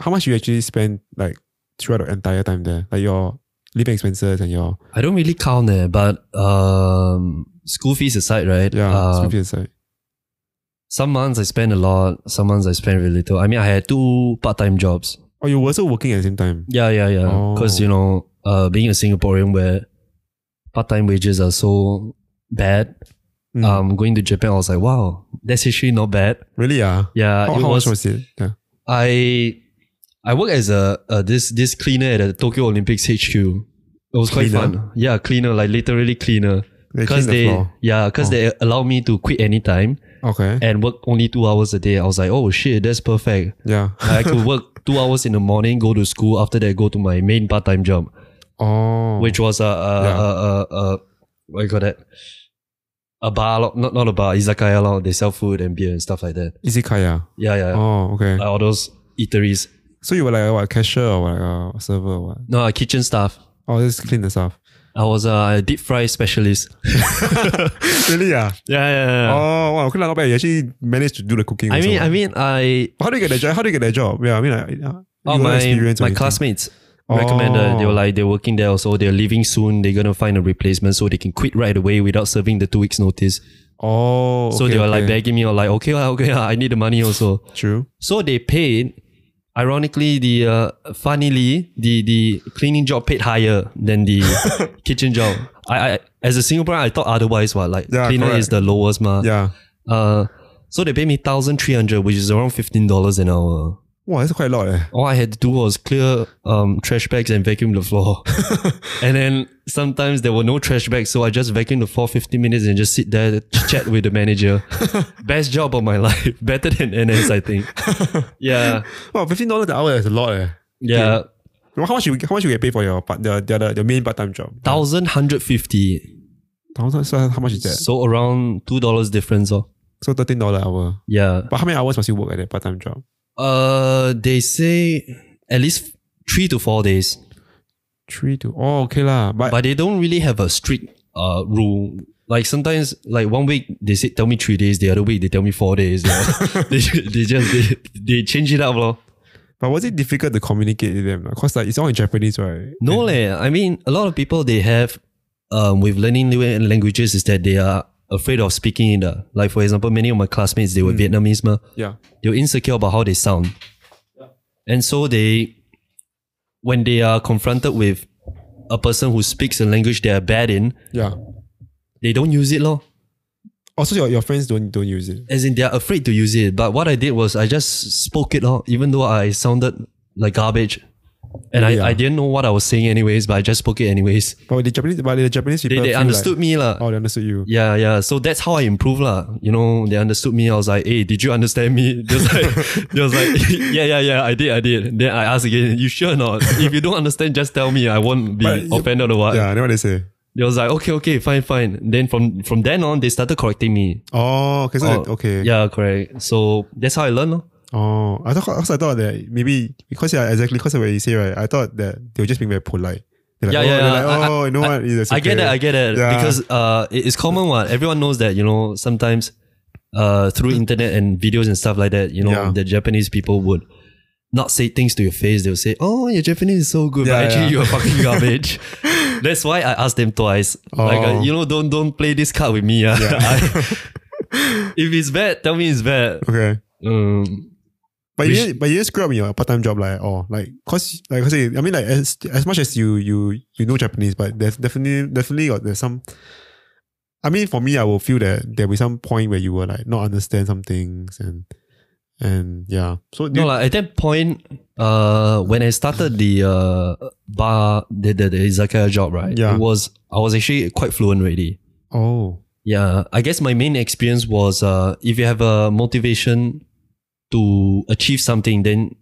S1: how much you actually spend like throughout the entire time there, like your living expenses and your
S2: I don't really count there, but um, school fees aside, right?
S1: yeah,
S2: Uh,
S1: school fees aside.
S2: some months I spend a lot. Some months I spend very little. I mean, I had two part time jobs.
S1: Oh, you were also working at the same time.
S2: Yeah, yeah, yeah. Because
S1: Oh.
S2: you know, uh, being a Singaporean where part time wages are so bad,
S1: Mm.
S2: um, going to Japan, I was like, wow, that's actually not bad.
S1: really? Yeah.
S2: Yeah,
S1: How,
S2: uh, it
S1: how
S2: was,
S1: much was it? Yeah.
S2: I I work as a, a this this cleaner at the Tokyo Olympics HQ. It was quite
S1: Cleaner?
S2: fun. Yeah, cleaner, like literally cleaner.
S1: They clean
S2: Because
S1: the
S2: they,
S1: floor.
S2: yeah, because
S1: Oh.
S2: they allow me to quit anytime
S1: Okay.
S2: and work only two hours a day. I was like, oh shit, that's perfect.
S1: Yeah.
S2: I could
S1: *laughs*
S2: work two hours in the morning, go to school. After that, go to my main part time job.
S1: Oh.
S2: which was a, a,
S1: Yeah.
S2: a, a, a what you call that? A bar, lo- not not a bar, izakaya. Lo. They sell food and beer and stuff like that.
S1: Izikaya.
S2: Yeah, yeah, Uh,
S1: Oh, okay.
S2: like all those eateries.
S1: So you were like a what, cashier or like a server or what?
S2: No, uh, kitchen staff.
S1: Oh, just clean the stuff. *laughs*
S2: I was a deep fry specialist.
S1: really? Yeah.
S2: Yeah, yeah, yeah.
S1: Oh, wow. Okay, lah, not bad. You actually managed to do the cooking.
S2: I
S1: also.
S2: mean, I mean, I
S1: how do you get the job? How do you get the job? Yeah, I mean, like, uh,
S2: oh
S1: you got
S2: my
S1: experience or
S2: my
S1: anything?
S2: classmates recommended. They were
S1: Oh.
S2: like they're working there, also they're leaving soon. They're gonna find a replacement so they can quit right away without serving the two weeks notice.
S1: Oh,
S2: so
S1: okay,
S2: they were like
S1: okay.
S2: begging me, or like, okay, lah, okay, lah, I need the money also.
S1: True.
S2: So they paid. Ironically, the uh, funnily the the cleaning job paid higher than
S1: *laughs*
S2: the kitchen job. I, I as a Singaporean, I thought otherwise. What like
S1: Yeah,
S2: cleaner
S1: correct.
S2: is the lowest, ma.
S1: Yeah.
S2: Uh, so they paid me thousand three hundred, which is around fifteen dollars an hour.
S1: Wow, that's quite a lot. Eh.
S2: All I had to do was clear um, trash bags and vacuum the floor. *laughs* and then sometimes there were no trash bags, so I just vacuum the floor 15 minutes and just sit there chat with the manager. *laughs* Best job of my *laughs* life, better than NS, I think. Yeah.
S1: Wow, fifteen dollars an hour is a lot. Eh.
S2: Yeah,
S1: Well, How much you how much you get paid for your part the the, other the main part time job?
S2: thousand hundred fifty.
S1: Thousand. So how much is that?
S2: So around two dollars difference. Oh,
S1: So thirteen dollar hour.
S2: yeah.
S1: But how many hours must you work at that part time job?
S2: Uh, they say at least three to four days,
S1: Three to oh okay lah. But,
S2: but they don't really have a strict uh rule. Like sometimes, like one week they say tell me three days, the other week they tell me four days. Yeah. *laughs* they they just they, they change it up, lor.
S1: but was it difficult to communicate with them? Because like it's all in Japanese, right?
S2: No leh. I mean, a lot of people they have um with learning new languages is that they are afraid of speaking it. uh. Like for example, many of my classmates they were Vietnamese, mah.
S1: Yeah.
S2: they're insecure about how they sound. And so they, when they are confronted with a person who speaks a language they are bad in,
S1: Yeah.
S2: they don't use it lor.
S1: Also, your, your friends don't don't use it.
S2: As in they are afraid to use it. But what I did was I just spoke it lor, even though I sounded like garbage. And
S1: Really,
S2: I, I
S1: ah?
S2: didn't know what I was saying anyways, but I just spoke it anyways.
S1: But the Japanese, but the Japanese people
S2: They, they
S1: feel
S2: understood me lah.
S1: Like, oh, they understood you.
S2: Yeah, yeah. So that's how I improved, lah. You know, they understood me. I was like, "Hey, did you understand me?" *laughs* They was like, they was like, *laughs* "Yeah, yeah, yeah. I did, I did." Then I asked again, "You sure or not? If you don't understand, just tell me. I won't be
S1: But-
S2: offended or what."
S1: Yeah, I know what they say.
S2: They was like, "Okay, okay, fine, fine." Then from from then on, they started correcting me.
S1: Oh, okay, so
S2: Oh,
S1: that- okay.
S2: Yeah, correct. So that's how I learned. lor.
S1: Oh, I thought, also I thought that maybe because yeah, exactly because of what you say, right? I thought that they were just being very polite. They're like,
S2: Yeah,
S1: oh,
S2: yeah,
S1: they're
S2: yeah.
S1: like,
S2: I-
S1: oh, you know what? It's
S2: I get
S1: okay.
S2: it. I get it.
S1: Yeah.
S2: Because uh, it- it's common. What everyone knows that you know sometimes uh, through internet and videos and stuff like that, you know
S1: Yeah.
S2: the Japanese people would not say things to your face. They'll say, "Oh, your Japanese is so good,"
S1: Yeah,
S2: but actually
S1: yeah.
S2: you're fucking
S1: *laughs*
S2: garbage. That's why I asked them twice. Like
S1: Oh.
S2: uh, you know, don't don't play this card with me. ah. *laughs* I- if it's bad, tell me it's bad.
S1: Okay.
S2: Um,
S1: But
S2: We
S1: you, didn't- but you didn't screw up in your part time job like at all. Like cause like I say, I mean like as as much as you you you know Japanese, but there's definitely definitely got there's some I mean for me I will feel that there'll be some point where you will like not understand some things and and yeah. So do
S2: No,
S1: you-
S2: like at that point, uh, when I started the uh bar, the the, the izakaya job, right?
S1: Yeah.
S2: it was I was actually quite fluent already.
S1: oh
S2: Yeah, I guess my main experience was uh, if you have a motivation to achieve something, then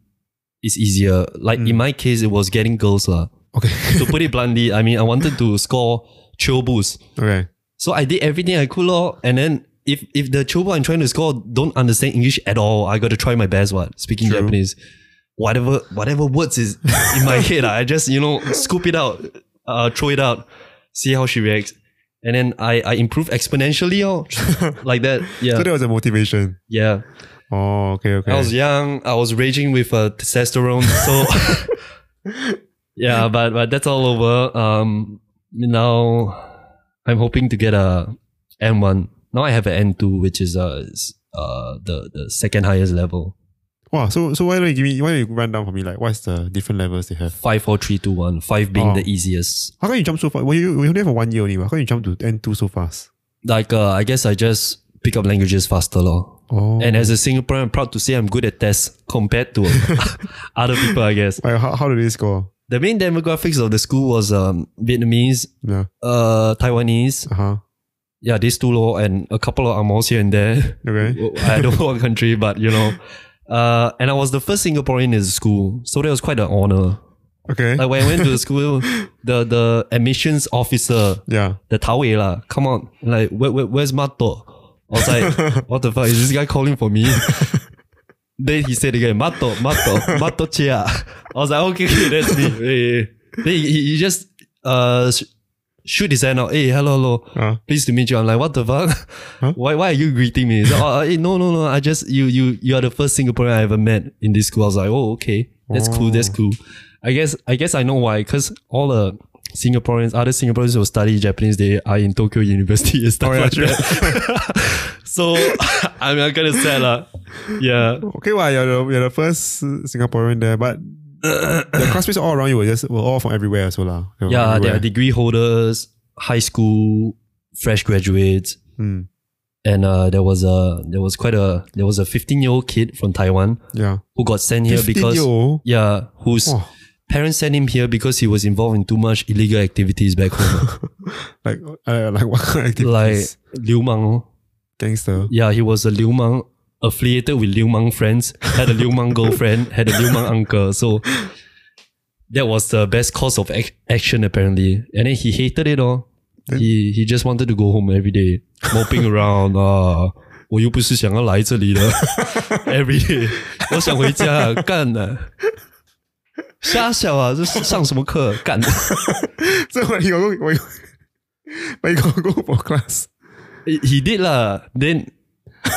S2: it's easier. Like in my case, it was getting girls lah.
S1: okay. *laughs*
S2: to put it bluntly, I mean, I wanted to score chobus,
S1: okay.
S2: so I did everything I could, lor. And then. If, if the chobu I'm trying to score don't understand English at all, I got to try my best. What speaking
S1: True.
S2: Japanese, whatever whatever words is in my head, I just you know scoop it out, uh, throw it out, see how she reacts, and then I I improve exponentially, oh, like that. Yeah,
S1: So that was a motivation.
S2: yeah.
S1: Oh, okay, okay.
S2: I was young. I was raging with uh, testosterone. So *laughs* yeah, but but that's all over. Um, now I'm hoping to get a N one. Now I have an N two, which is uh, is, uh the the second highest level.
S1: wow, so so why don't you give me why don't you run down for me like what's the different levels they have?
S2: Five, four, three, two, one. Five being
S1: Oh.
S2: the easiest.
S1: How can you jump so far? Well you we only have one year only, but how can you jump to N two so fast?
S2: Like uh, I guess I just pick up languages faster, lor.
S1: Oh
S2: And as a Singaporean, I'm proud to say I'm good at tests compared to *laughs* other people. I guess
S1: Like, how, how do they score?
S2: the main demographics of the school was um, Vietnamese,
S1: Yeah.
S2: uh, Taiwanese,
S1: Uh huh.
S2: yeah, these two law and a couple of Amos here and there.
S1: Okay.
S2: *laughs* I don't know what country, but you know. Uh, and I was the first Singaporean in the school, so that was quite an honor.
S1: Okay.
S2: Like when I went to the school, the the admissions officer,
S1: yeah.
S2: the Tao Wei lah, come on, like where, where, where's Mato? I was like, what the fuck is this guy calling for me? then he said again, Mato, Mato, Mato Chia. I was like, okay, okay, that's me. Hey, hey. Then he, he- he just uh sh- shoot his hand out. Hey, hello, hello
S1: Uh,
S2: pleased to meet you. I'm like, what the fuck?
S1: Huh?
S2: *laughs* Why why are you greeting me? He's like, "Oh, eh, no, no, no. I just you you you are the first Singaporean I ever met in this school. I was like, oh okay. That's cool, that's
S1: Oh.
S2: cool. I guess I guess I know why, because all the Singaporeans, other Singaporeans who study Japanese, they are in Tokyo University and stuff
S1: Oh, yeah,
S2: like
S1: true.
S2: that. *laughs* so I mean I'm kinda sad lah. Yeah.
S1: okay, well, you're the, you're the first uh, Singaporean there,
S2: *coughs*
S1: but the classmates all around you were just were all from everywhere as well. lah. They were
S2: Yeah, they
S1: everywhere.
S2: are degree holders, high school, fresh graduates.
S1: Hmm.
S2: And uh, there was a there was quite a there was a 15 year old kid from Taiwan
S1: yeah.
S2: who got sent here
S1: 15
S2: because
S1: year old.
S2: yeah, whose
S1: Wow.
S2: parents sent him here because he was involved in too much illegal activities back home,
S1: Like, uh, *laughs* like what kind of
S2: like
S1: activities?
S2: Liu Mang. oh.
S1: Gangster.
S2: Yeah, he was a Liu Mang affiliated with Liu Mang friends, had a Liu Mang girlfriend, *laughs* had a Liu Mang uncle. So that was the best course of ac- action apparently, and then he hated it all. He he just wanted to go home every day, moping *laughs* around. Ah, 我又不是想要来这里的。every day，我想回家，干的。瞎小啊，这是上什么课？干。
S1: *laughs* So when you go, when you, *laughs* when you go, go for class.
S2: He he did lah. Then,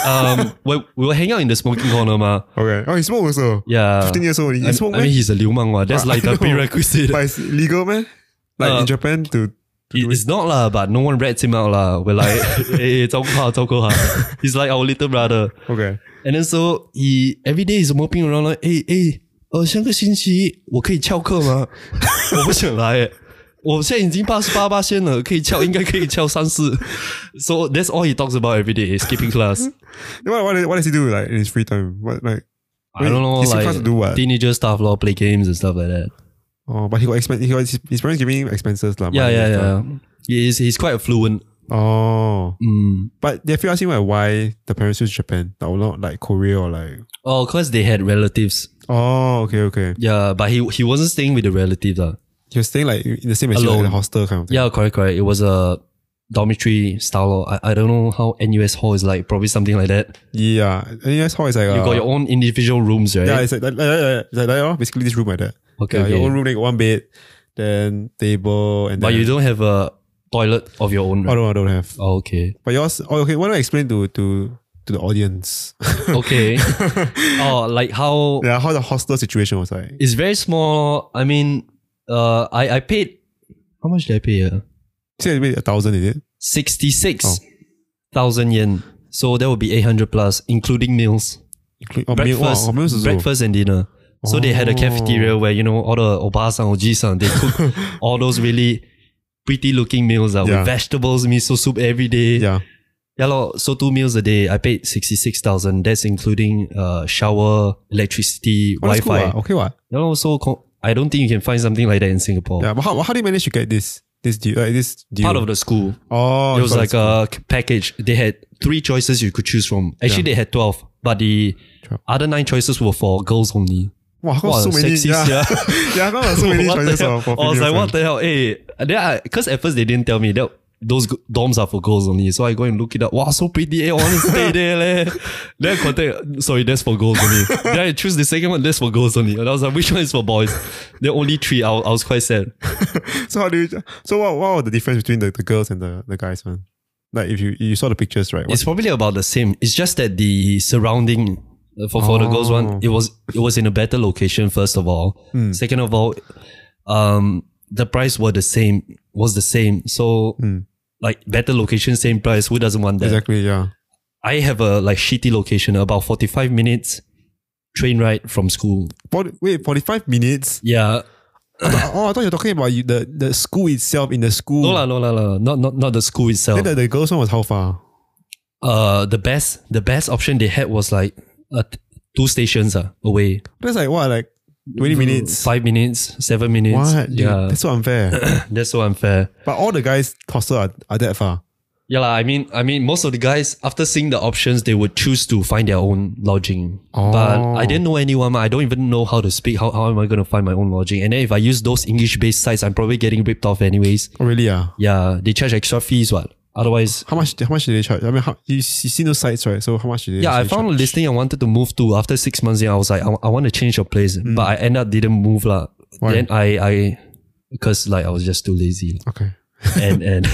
S2: um, we we were hanging out in the smoking corner, ma.
S1: Okay. Oh, he smoke also.
S2: Yeah.
S1: 15 years old. He
S2: I,
S1: smoke,
S2: I mean,
S1: man.
S2: he's a liu mang, That's
S1: I
S2: like the
S1: *laughs* know.
S2: prerequisite.
S1: But it's legal, man. Like
S2: Uh,
S1: in Japan to.
S2: It- It's not lah, but no one rats him out lah. We're like, *laughs* eh, hey, hey, 照顾他，照顾他。He's like our little brother.
S1: Okay.
S2: And then so he every day is moping around like, hey, hey, uh, 呃，上个星期我可以翘课吗？ *laughs* 我不想 *laughs* 来、欸，我现在已经八十八八线了，可以翘，应该可以翘三四。So *laughs* that's all he talks about every day, is skipping class.
S1: Then What, what, what does he do like in his free time? What like?
S2: I don't know,
S1: He's in class to do
S2: like
S1: what?
S2: teenager stuff, lor, play games and stuff like that.
S1: Oh, but he got expense. He got his, his parents giving him expenses, lah.
S2: Yeah,
S1: money
S2: yeah,
S1: and stuff.
S2: yeah. He is, he's quite fluent.
S1: Oh,
S2: Mm.
S1: but if you ask him like why the parents choose Japan, or not like Korea or like.
S2: Oh, cause they had relatives.
S1: Oh, okay, okay.
S2: Yeah, but he he wasn't staying with the relatives. lah.
S1: He was staying like in the same as you, like,
S2: Alone.
S1: in a hostel kind of thing.
S2: Yeah, correct, correct. It was a dormitory style. lor. I, I don't know how NUS hall is like, probably something like that.
S1: Yeah, and that's how it's like.
S2: You
S1: uh,
S2: got your own individual rooms, right?
S1: Yeah, it's like like, like, like, like, like, that, oh, basically this room like that.
S2: Okay,
S1: Yeah,
S2: okay.
S1: your own room, like one bed. then table, and
S2: But
S1: then.
S2: you don't have a toilet of your own,
S1: oh,
S2: right?
S1: no, I don't have.
S2: Oh, okay.
S1: But yours, oh, okay, why don't I explain to, to, to the audience
S2: Okay. oh, like how
S1: *laughs* yeah, how the hostel situation was like?
S2: it's very small. I mean, uh, I, I paid, how much did I pay? Uh?
S1: You said maybe a thousand, is it?
S2: 66,000 yen. So that would be 800 plus, including meals.
S1: Inclu- oh, meal-
S2: breakfast,
S1: oh, meals also. Oh.
S2: breakfast and dinner. So they had a cafeteria where you know all the obasan ojisan they
S1: *laughs*
S2: cook all those really pretty looking meals uh,
S1: Yeah.
S2: with vegetables, miso soup every day.
S1: Yeah.
S2: Yeah, lor, so two meals a day. I paid sixty six thousand. That's including uh, shower, electricity,
S1: Oh,
S2: Wi
S1: that's cool,
S2: Fi.
S1: ah. Okay, what?
S2: Yeah, lor, so co- I don't think you can find something like that in Singapore.
S1: Yeah, but how, how do you manage to get this this deal? Like this deal?
S2: Part of the school.
S1: oh,
S2: it was
S1: got
S2: like uh, a c- package. They had three choices you could choose from. Actually, they had twelve, but the
S1: Twelve.
S2: other nine choices were for girls only.
S1: wow, how come
S2: Wow,
S1: so many?
S2: sexist,
S1: yeah,
S2: yeah.
S1: *laughs* yeah, how come so many
S2: *laughs* What the
S1: choices
S2: hell?
S1: for, for
S2: I was
S1: females,
S2: like,
S1: man?
S2: what the hell? Hey, and then I, cause at first they didn't tell me that those g- dorms are for girls only. So I go and look it up. Wow, so pretty. eh, I want to stay there. leh. Then I contact, sorry, that's for girls only. then I choose the second one, that's for girls only. And I was like, which one is for boys? There are only three. I, wa- I was quite sad.
S1: So how do you? So what? What was the difference between the, the girls and the, the guys, man? Like if you you saw the pictures, right? What,
S2: It's probably about the same. It's just that the surrounding uh, for, for the girls
S1: Oh.
S2: one, it was it was in a better location, first of all.
S1: Hmm.
S2: Second of all, um the price were the same was the same. So
S1: Hmm.
S2: like better location, same price. Who doesn't want that?
S1: exactly, yeah.
S2: I have a like shitty location, about forty five minutes train ride from school.
S1: Forty wait, forty five minutes. *laughs*
S2: Yeah.
S1: oh, I thought you were talking about you, the the school itself in the school.
S2: No la no la no, not not not the school itself.
S1: Then the, the girls one was how far?
S2: uh the best the best option they had was like uh, t- two stations uh, away.
S1: That's like what, like twenty minutes.
S2: Mm, Five minutes, seven minutes.
S1: What? Dude,
S2: Yeah.
S1: That's so
S2: *laughs*
S1: unfair.
S2: That's so unfair.
S1: but all the guys hostel are, are that far.
S2: Yeah, lah. I mean, I mean, most of the guys after seeing the options, they would choose to find their own lodging. But
S1: Oh.
S2: I didn't know anyone. mah. I don't even know how to speak. How, how am I gonna find my own lodging? And then if I use those English based sites, I'm probably getting ripped off anyways.
S1: Oh, really? Yeah.
S2: Yeah, they charge extra fees. What? Otherwise,
S1: How much? How much did they charge? I mean, how, you you seen those sites, right? So how much did they?
S2: yeah. I
S1: actually
S2: found a
S1: charge?
S2: listing I wanted to move to after six months. In I was like, I, I want to change of place, but I end up didn't move lah.
S1: Mm. Why?
S2: Then I I because like I was just too lazy.
S1: Okay.
S2: and and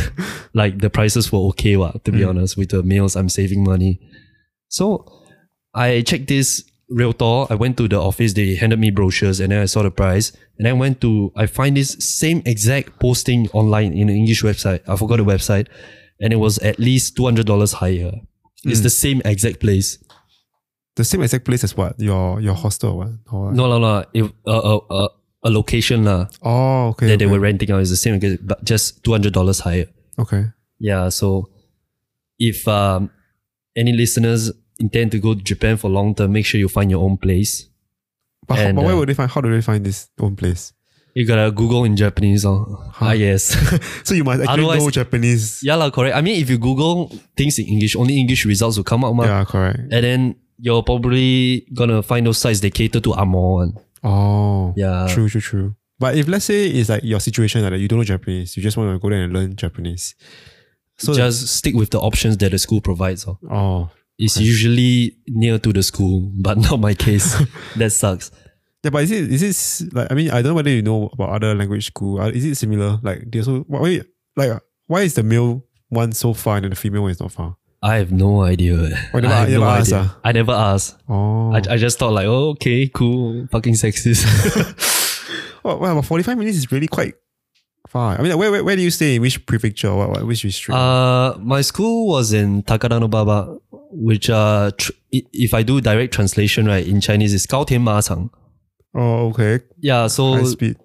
S2: like the prices were okay wa, to be honest with the meals i'm saving money so i checked this realtor i went to the office they handed me brochures and then i saw the price and then went to i find this same exact posting online in an english website i forgot the website and it was at least $200 higher it's the same exact place
S1: The same exact place as what your your hostel or what? Or what?
S2: no no no it, uh, uh, uh, a location lah
S1: Oh, okay.
S2: that
S1: okay.
S2: they were renting out is the same exact- but just $200 higher
S1: okay.
S2: Yeah, so if um, any listeners intend to go to Japan for long term, make sure you find your own place.
S1: But, how,
S2: And,
S1: but where
S2: uh,
S1: would they find? How do they find this own place?
S2: You gotta Google in Japanese, oh. Ah, yes. *laughs*
S1: So you must actually
S2: Otherwise-
S1: know Japanese.
S2: yeah, lah, correct. I mean, if you Google things in English, only English results will come out, mah.
S1: Yeah, correct.
S2: And then you're probably gonna find those sites they cater to Amor one.
S1: Oh,
S2: Yeah.
S1: True, true, true. But if let's say it's like your situation like that you don't know Japanese, you just want to go there and learn Japanese. So
S2: Just stick with the options that the school provides. Oh.
S1: oh
S2: It's usually near to the school, but *laughs* not my
S1: *laughs*
S2: case. that sucks.
S1: yeah, but is it is it s- like I mean I don't know whether you know about other language school. Uh, Is it similar? Like they also why why- like uh, why is the male one so far and the female one is not far?
S2: I have no idea. eh.
S1: Oh, you
S2: I
S1: never-
S2: have
S1: you
S2: no
S1: never ask,
S2: idea.
S1: ah?
S2: I never asked.
S1: Oh,
S2: I, I just thought like, oh, okay, cool, fucking sexist. *laughs*
S1: Oh. *laughs* well, well, forty five minutes is really quite far. I mean, like, where, where where do you stay? Which prefecture? What, what which district?
S2: uh, my school was in Takaranobaba, which uh, tr- i- if I do direct translation right in Chinese is Gao Tian Ma Chang.
S1: oh, okay,
S2: Yeah, so
S1: high
S2: so
S1: speed.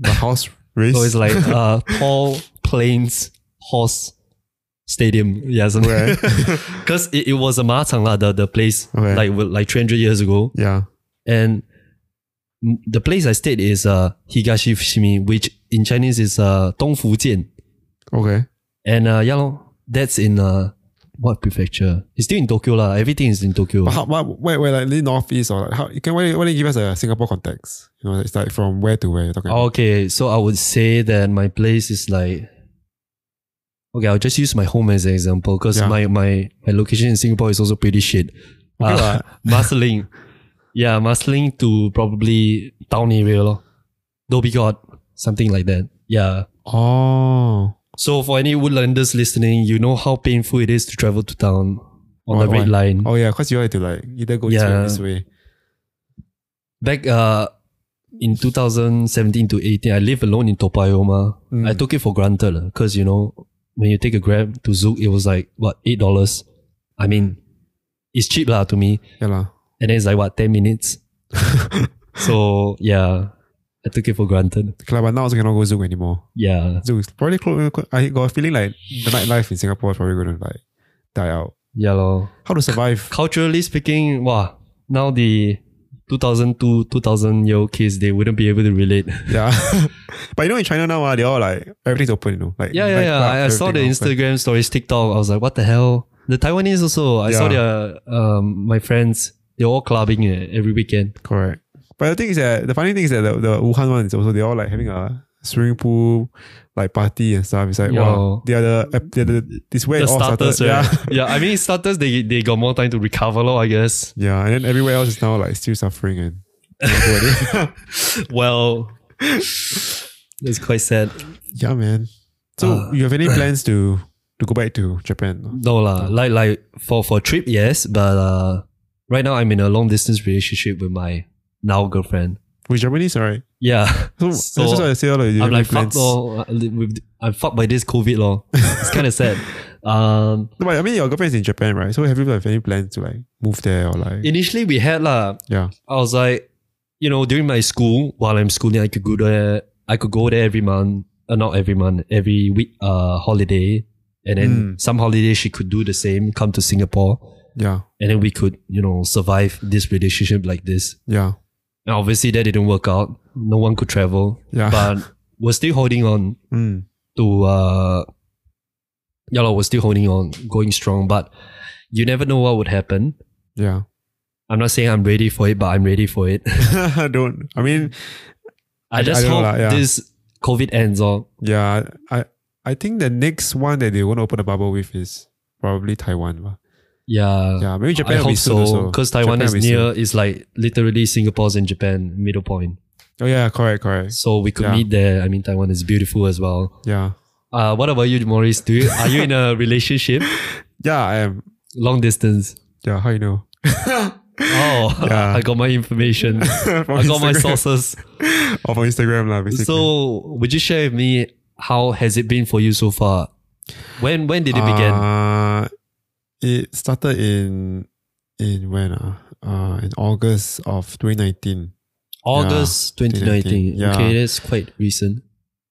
S1: The house race.
S2: it's like uh, tall plains horse stadium. Yeah,
S1: Right.
S2: because it, it was a Ma Chang lah, the the place
S1: Okay.
S2: *laughs* like with- like three hundred years ago.
S1: yeah.
S2: and m- the place I stayed is uh, Higashi Fushimi, which in Chinese is uh, Dongfujian.
S1: Okay.
S2: And uh, yeah, lor, that's in uh, what prefecture? It's still in Tokyo lah. Everything is in Tokyo.
S1: But how, what, where, where, like, the northeast or like, how, you can, why, why don't you give us a Singapore context? You know, it's like from where to where you're talking about.
S2: Okay, so I would say that my place is like. Okay, I'll just use my home as an example because
S1: Yeah.
S2: my, my my location in Singapore is also pretty shit. *laughs* Uh, Marsiling, yeah, Marsiling to probably town area, lor. Dhoby Ghaut. something like that. Yeah.
S1: Oh,
S2: So for any Woodlanders listening, you know how painful it is to travel to town on
S1: Why-
S2: the red
S1: why?
S2: line.
S1: oh yeah, because you had to like either go this way
S2: Yeah.
S1: or this way.
S2: Back uh in 2017 to 18, I lived alone in Topayoma.
S1: Mm.
S2: I took it for granted because you know when you take a grab to Zook, it was like what eight dollars. I mean, it's cheap lah to me,
S1: Yeah lah.
S2: and then it's like what ten minutes. so yeah, I took it for granted.
S1: Okay, lah, but now also cannot go Zoom anymore.
S2: Yeah,
S1: Zoom is probably close. I got a feeling like the nightlife in Singapore is probably gonna like die out.
S2: yeah lor.
S1: How to
S2: *laughs*
S1: survive?
S2: Culturally speaking, wow, now the 2002 2000 year old kids they wouldn't be able to relate.
S1: yeah, *laughs* but you know in China now, ah, they all like everything's open. You know, like
S2: Yeah, yeah,
S1: like,
S2: yeah.
S1: clubs,
S2: I, I saw the
S1: everything open.
S2: Instagram stories, TikTok. I was like, what the hell? The Taiwanese also. I
S1: Yeah.
S2: saw their um my friends. They're all clubbing eh, every weekend.
S1: Correct. But the thing is that the funny thing is that the, the Wuhan one is also they all like having a swimming pool, like party and stuff. It's like
S2: Yo.
S1: wow, they are the they are the this way
S2: The
S1: it all
S2: starters,
S1: started.
S2: right?
S1: Yeah. *laughs*
S2: *laughs* yeah. I mean, starters. They they got more time to recover, lor, I
S1: *laughs*
S2: guess.
S1: Yeah, and then everywhere else is now like still suffering and
S2: Well, it's quite sad.
S1: yeah, man. So
S2: Uh.
S1: you have any plans to to go back to Japan?
S2: No lah. Like like for for trip, yes, but uh, right now I'm in a long distance relationship with my now girlfriend.
S1: With Japanese, alright.
S2: Yeah.
S1: So,
S2: So,
S1: that's just what I say. Like, you have
S2: I'm like
S1: no
S2: fucked
S1: plans. No,
S2: lor. With- I'm fucked by this COVID law. It's kind of sad. Um,
S1: but I mean, your girlfriend is in Japan, right? So have you like any plans to like move there or like
S2: initially we had lah.
S1: yeah?
S2: I was like, you know, during my school while I'm schooling, I could go there. I could go there every month, uh, not every month, every week, uh, holiday, and then some holiday she could do the same, come to Singapore,
S1: Yeah,
S2: and then we could, you know, survive this relationship like this.
S1: yeah,
S2: And obviously, that didn't work out. No one could travel,
S1: yeah.
S2: but we're still holding on
S1: *laughs* Mm,
S2: to uh yeah, like, we're still holding on, going strong, but you never know what would happen.
S1: yeah. *laughs*
S2: I'm not saying I'm ready for it, but I'm ready for it.
S1: Don't. I mean,
S2: *laughs* I just
S1: don't know
S2: hope
S1: lah, yeah.
S2: this COVID ends oh. or
S1: Yeah, I I think the next one that they want to open a bubble with is probably Taiwan. But
S2: yeah.
S1: yeah, maybe Japan
S2: Uh, I
S1: will be
S2: hope
S1: soon
S2: so
S1: also.
S2: because Taiwan
S1: Japan
S2: is
S1: will be
S2: near. It's like literally Singapore's in Japan middle point,
S1: soon. Oh yeah, correct, correct.
S2: so we could
S1: Yeah.
S2: meet there. I mean, Taiwan is beautiful as well.
S1: Yeah,
S2: Uh, what about you, Maurice? Do you, are you in
S1: *laughs*
S2: a relationship,
S1: yeah, I am.
S2: long distance?
S1: Yeah, how you know? *laughs*
S2: Oh,
S1: Yeah.
S2: *laughs* I got my information. I
S1: I
S2: got
S1: *laughs*
S2: my sources.
S1: Off on Oh, Instagram lah, basically.
S2: So, would you share with me how has it been for you so far? When when did it begin?
S1: Uh, it started in in when uh, uh in August of 2019.
S2: August 2019.
S1: 2019, yeah.
S2: Okay, that's quite recent.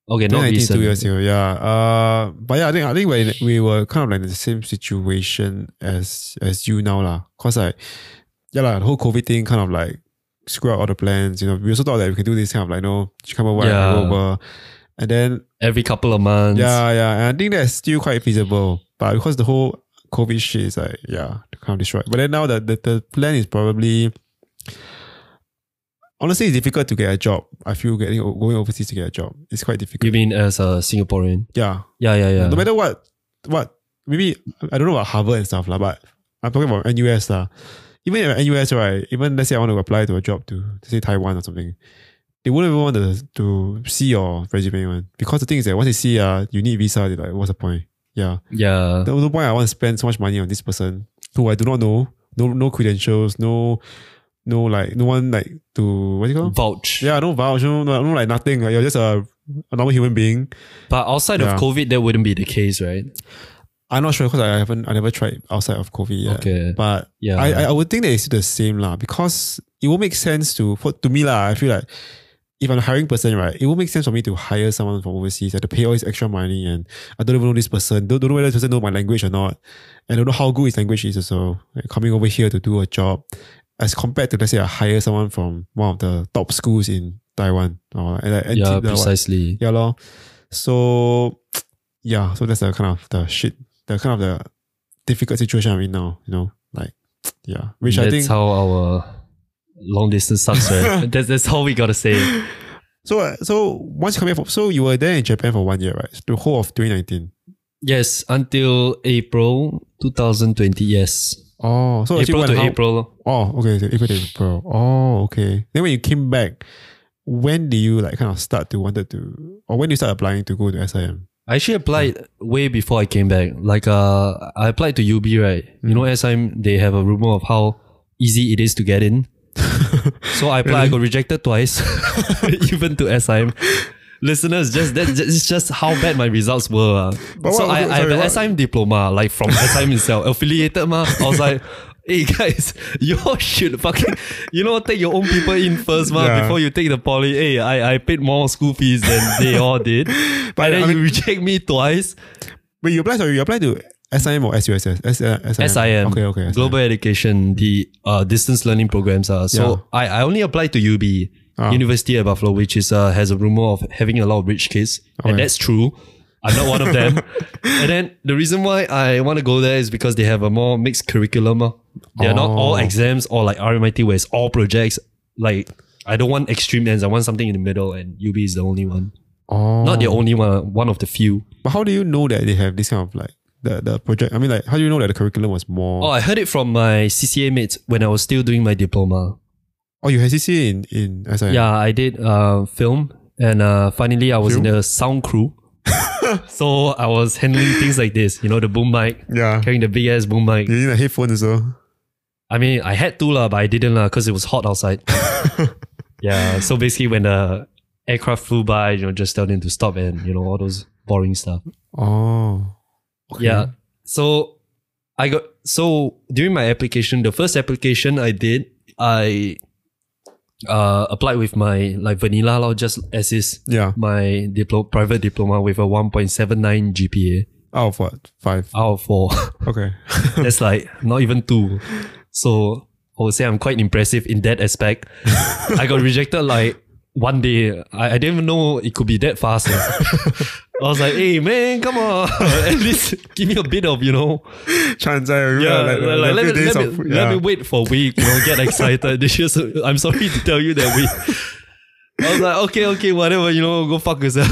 S2: Okay, not
S1: 2019,
S2: recent.
S1: two years ago. Yeah. Uh, but yeah, I think I think we we were kind of like in the same situation as as you now lah. Cause like yeah lah, the whole COVID thing kind of like screw out all the plans. You know, we also thought that we could do this kind of like no, you come over,
S2: Yeah.
S1: I come over, and then
S2: Every couple of months.
S1: yeah, yeah, and I think that's still quite feasible. But because the whole COVID shit is like yeah, kind of destroyed. But then now the the, the plan is probably. Honestly, it's difficult to get a job. I feel getting going overseas to get a job is quite difficult.
S2: You mean as a Singaporean?
S1: yeah,
S2: Yeah, yeah, yeah.
S1: no matter what, what maybe I don't know about Harvard and stuff lah, but I'm talking about NUS lah. Even at NUS, right? Even let's say I want to apply to a job to, to say Taiwan or something, they wouldn't even want to, to see your resume one because the thing is that once they see uh, you need visa, they're like, what's the point? Yeah,
S2: yeah.
S1: the no point. I want to spend so much money on this person who I do not know, no no credentials, no no like no one like to what do you
S2: *laughs*
S1: call?
S2: Vouch.
S1: Yeah, no vouch, no, no, no like nothing. Like, you're just a, a normal human being.
S2: But outside
S1: Yeah.
S2: of COVID, that wouldn't be the case, right?
S1: I'm not sure because I haven't I never tried outside of COVID yet.
S2: Okay.
S1: But
S2: Yeah.
S1: I, I I would think that it's still the same lah because it will make sense to for, to me lah. I feel like if I'm a hiring person, right, it will make sense for me to hire someone from overseas. I have to pay all this extra money, and I don't even know this person. Don't, don't know whether this person know my language or not, and I don't know how good his language is. Also, Like, coming over here to do a job, as compared to let's say I hire someone from one of the top schools in Taiwan or and, and
S2: yeah,
S1: the- what-
S2: precisely.
S1: yeah, lor. So yeah, so that's the kind of the shit, the kind of the difficult situation I'm in now. You know, like yeah, which
S2: that's
S1: I think.
S2: how our long distance
S1: *laughs*
S2: sucks, right? that's, that's how we got to say it.
S1: so uh, so once you come here, for, so you were there in Japan for one year, right? The whole of 2019.
S2: Yes, until April 2020. Yes.
S1: Oh, so actually
S2: April
S1: when
S2: to
S1: how-
S2: April.
S1: Oh, okay, so April to April. Oh, okay. Then when you came back, when do you like kind of start to wanted to, or when do you start applying to go to SIM?
S2: I actually applied way before I came back. Like uh, I applied to UB, right? You know, SIM they have a rumor of how easy it is to get in. so I applied. I got rejected twice, *laughs* even to SIM. Listeners, just that that- it's just how bad my results were. ah.
S1: But
S2: so
S1: what-
S2: I, I have
S1: sorry,
S2: an
S1: what-
S2: SIM diploma, like from *laughs* SIM itself, affiliated. Ma, I was like. *laughs* Hey guys, *laughs* you all should fucking, you know, take your own people in first, ma,
S1: Yeah.
S2: before you take the poly. Hey, I, I paid more school fees than
S1: *laughs*
S2: they all did.
S1: But
S2: and then
S1: I mean-
S2: you reject me twice.
S1: Wait, you apply, sorry, you apply to SIM or SUSS? S- uh, SIM.
S2: SIM,
S1: Okay, okay. SIM.
S2: Global Education, the uh, distance learning programs are. So I, I only applied to UB,
S1: Ah.
S2: University at Buffalo, which is uh, has a rumor of having a lot of rich kids,
S1: Oh,
S2: and that's true. I'm not one
S1: *laughs*
S2: of them. and then the reason why I want to go there is because they have a more mixed curriculum. ah. They are not
S1: Oh.
S2: all exams or like RMIT where it's all projects. Like I don't want extreme ends. I want something in the middle, and UB is the only one.
S1: Oh.
S2: Not the only one. One of the few.
S1: But how do you know that they have this kind of like the, the project? I mean, like, how do you know that the curriculum was
S2: Oh,
S1: more? Oh,
S2: I heard it from my CCA mates when I was still doing my diploma.
S1: Oh, you had CC in, in SIM?
S2: Yeah, I did uh, film, and uh, finally I was in the sound *laughs* crew. so I was handling things like this, you know, the boom mic,
S1: Yeah.
S2: carrying the big ass boom mic.
S1: You need a headphone as well.
S2: I mean, I had to lah, but I didn't lah because it was hot *laughs* outside. yeah, so basically when the aircraft flew by, you know, just tell them to stop and you know all those boring stuff.
S1: Oh. Okay.
S2: Yeah. So I got so during my application, the first application I did, I uh applied with my like vanilla law just as is
S1: Yeah.
S2: my diplo- private diploma with a 1.79 GPA
S1: Out of what? Five.
S2: out of four. *laughs*
S1: Okay. *laughs*
S2: That's like not even two. So I would say I'm quite impressive in that aspect. I got rejected like one day. I, I didn't even know it could be that fast. eh. I was like, hey man, come on. *laughs* At least give me a bit of, you know,
S1: Chance I
S2: yeah,
S1: Uh, like,
S2: like,
S1: the- the
S2: let,
S1: few
S2: me,
S1: days
S2: let, me,
S1: of-
S2: let
S1: yeah.
S2: me wait for a week, you know, get excited. This just, I'm sorry to tell you that we. I was like, okay, okay, whatever, you know, go fuck yourself.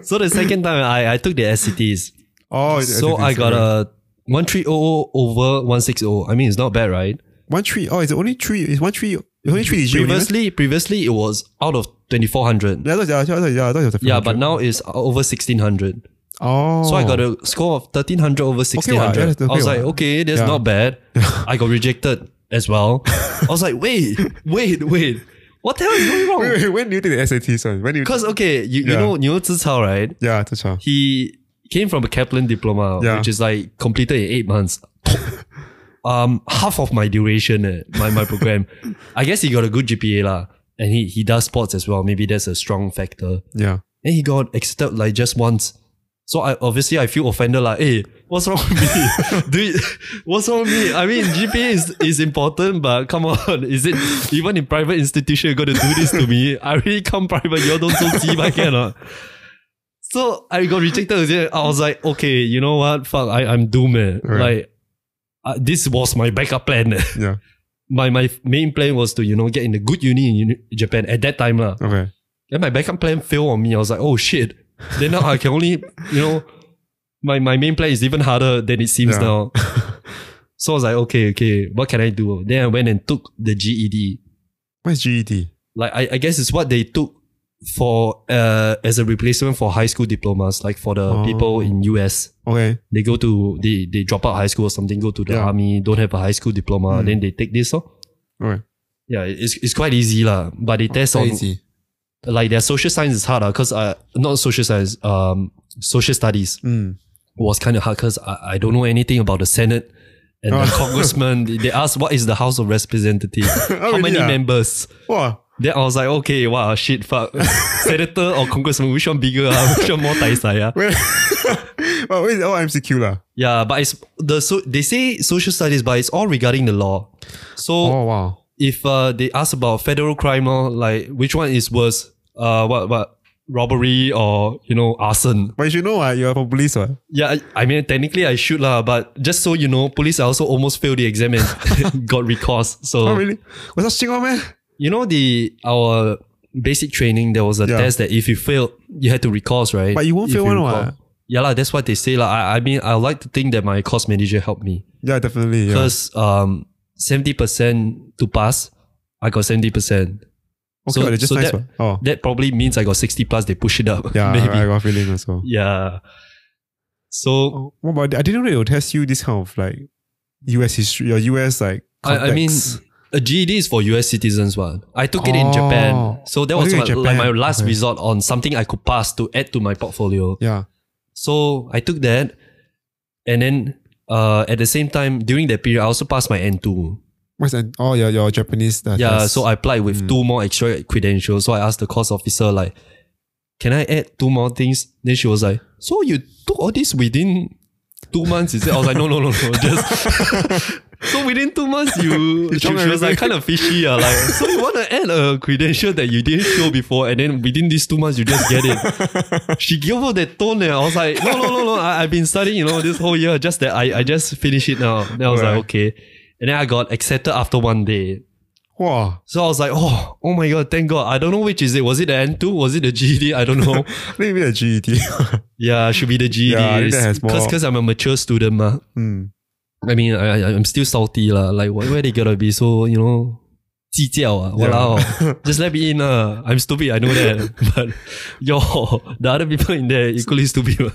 S2: *laughs* so the second time I, I took the SCTs.
S1: Oh,
S2: So I got a 1300 over 160. oh. I mean, it's not bad, right?
S1: one tree. Oh, it's only three. It's one tree. It's only three. is you, man.
S2: Previously, previously it was out of 2400.
S1: Yeah, I thought- yeah, I thought- yeah, I thought it was a
S2: Yeah, but
S1: 500.
S2: now it's over 1600.
S1: oh,
S2: So I got a score of 1300 over
S1: what? Yeah,
S2: 1600.
S1: that's okay
S2: I was
S1: what.
S2: like, okay, that's
S1: Yeah.
S2: not bad. I got rejected as
S1: *laughs*
S2: well. I was like, wait, wait, wait. What the hell is
S1: *laughs*
S2: going
S1: Wait, *laughs*
S2: wrong?
S1: wait, when do you take the SAT, son? When do you?
S2: Because, okay, you, you
S1: Yeah.
S2: know, you know Zi Cao, right?
S1: Yeah, that's all.
S2: He came from a Kaplan diploma,
S1: Yeah.
S2: which is like completed in
S1: *laughs*
S2: eight months. um, half of my duration, eh, my, my program. I guess he got a good GPA lah. And he, he does sports as well. Maybe that's a strong factor.
S1: Yeah.
S2: And he got accepted like just once. So I obviously I feel offended like, hey, what's wrong
S1: *laughs*
S2: with me? Dude, what's wrong with me? I mean, GPA is, is important, but come on, *laughs* is it even in private institution you're gonna do this to me? I really come private, you all don't so cheap, I cannot. So I got rejected. again. I was like, okay, you know what? Fuck, I, I'm doomed. Man.
S1: Right.
S2: Like, uh, this was my backup plan. eh.
S1: Yeah.
S2: my my main plan was to you know get in a good uni in uni- Japan at that time lah.
S1: Okay.
S2: Then my backup plan failed on me. I was like, oh shit. Then now I can only, you know, my, my main plan is even harder than it seems
S1: Yeah.
S2: now. *laughs* so I was like, okay, okay, what can I do? Then I went and took the GED.
S1: Where's E GED?
S2: Like I, I guess it's what they took for uh as a replacement for high school diplomas, like for the
S1: Oh.
S2: people in US.
S1: Okay.
S2: They go to they they drop out high school or something, go to the
S1: Yeah.
S2: army, don't have a high school diploma,
S1: Mm.
S2: then they take this. Oh.
S1: Okay.
S2: Yeah, it's it's quite easy lah. But
S1: Oh,
S2: they test
S1: E
S2: on like their social science is hard because uh, not social science, um, social studies
S1: *laughs* Mm.
S2: was kind of hard because I, I don't know anything about the Senate and the
S1: Oh. *laughs*
S2: congressman. They- They asked what is the House of Representatives, how
S1: really,
S2: many
S1: ah?
S2: members.
S1: Wow.
S2: Then I was like, okay, wow, shit,
S1: *laughs*
S2: fuck, senator or congressman, which one bigger, ah? which one more tai sai, ah?
S1: Wait. but wait, oh, MCQ lah.
S2: Yeah, but it's the so they say social studies, but it's all regarding the law. So
S1: Oh. wow.
S2: if uh, they ask about federal crime, lor, like which one is worse, uh, what what robbery or you know arson,
S1: But you should know, uh, you're from police, what?
S2: Yeah, I, I mean, technically I should lah, but just so you know, police I also almost failed the exam and *laughs* got recourse. So
S1: Oh, really? Was that shit on, man?
S2: you know the our basic training there was a
S1: Yeah.
S2: test that if you failed you had to recourse, right?
S1: But you won't
S2: If
S1: fail one,
S2: recall.
S1: what?
S2: Yeah lah, that's what they say lah. I, I mean, I like to think that my course manager helped me
S1: Yeah, definitely. Yeah.
S2: because um seventy percent to pass, I got seventy percent.
S1: Okay,
S2: So-
S1: they're just
S2: so
S1: nice.
S2: that-
S1: one. oh,
S2: That probably means I got 60 plus, they push it up. *laughs*
S1: yeah,
S2: maybe.
S1: I, I got a feeling as well.
S2: Yeah. So
S1: Oh, what about I didn't know they would test you this kind of like US history or US like
S2: I, I mean,
S1: context.
S2: a GED is for US citizens one. I took it in
S1: Oh.
S2: Japan. So that
S1: Oh,
S2: was
S1: you
S2: my,
S1: in
S2: like my
S1: Japan.
S2: last
S1: Okay.
S2: resort on something I could pass to add to my portfolio.
S1: yeah,
S2: So I took that. And then uh, at the same time, during that period, I also passed my N2.
S1: what's that? Oh, your your Japanese. Uh,
S2: Yeah,
S1: test.
S2: so I applied with two more extra credentials. So I asked the course officer, like, can I add two more things? Then she was like, so you took all this within two months, is it? I was like, no, no, no, no, just... *laughs* so within two months, you... she,
S1: drop
S2: she was
S1: everything.
S2: like, kind of fishy. Uh, like, so you want to add a credential that you didn't show before and then within these two months, you just get it. she gave out that tone and I was like, no, no, no, no, I, I've been studying, you know, this whole year, just that I, I just finished it now. Then I was
S1: Right.
S2: like, okay. And then I got accepted after one day.
S1: wow.
S2: So I was like, oh, oh my god, thank God. I don't know which is it. Was it the N2? Was it the GED? I don't
S1: *laughs*
S2: know.
S1: Maybe the GET.
S2: yeah, should be the GED.
S1: Yeah, I think that has more-
S2: Because I'm a mature student, ma.
S1: *laughs* Hmm.
S2: I mean, I, I, I'm still salty, la. Like, why, why they gotta be so, you know, 计较啊,
S1: Yeah. *laughs*
S2: walao. Just let me in, uh. I'm stupid, I know that. but, yo, the other people in there equally stupid. ma.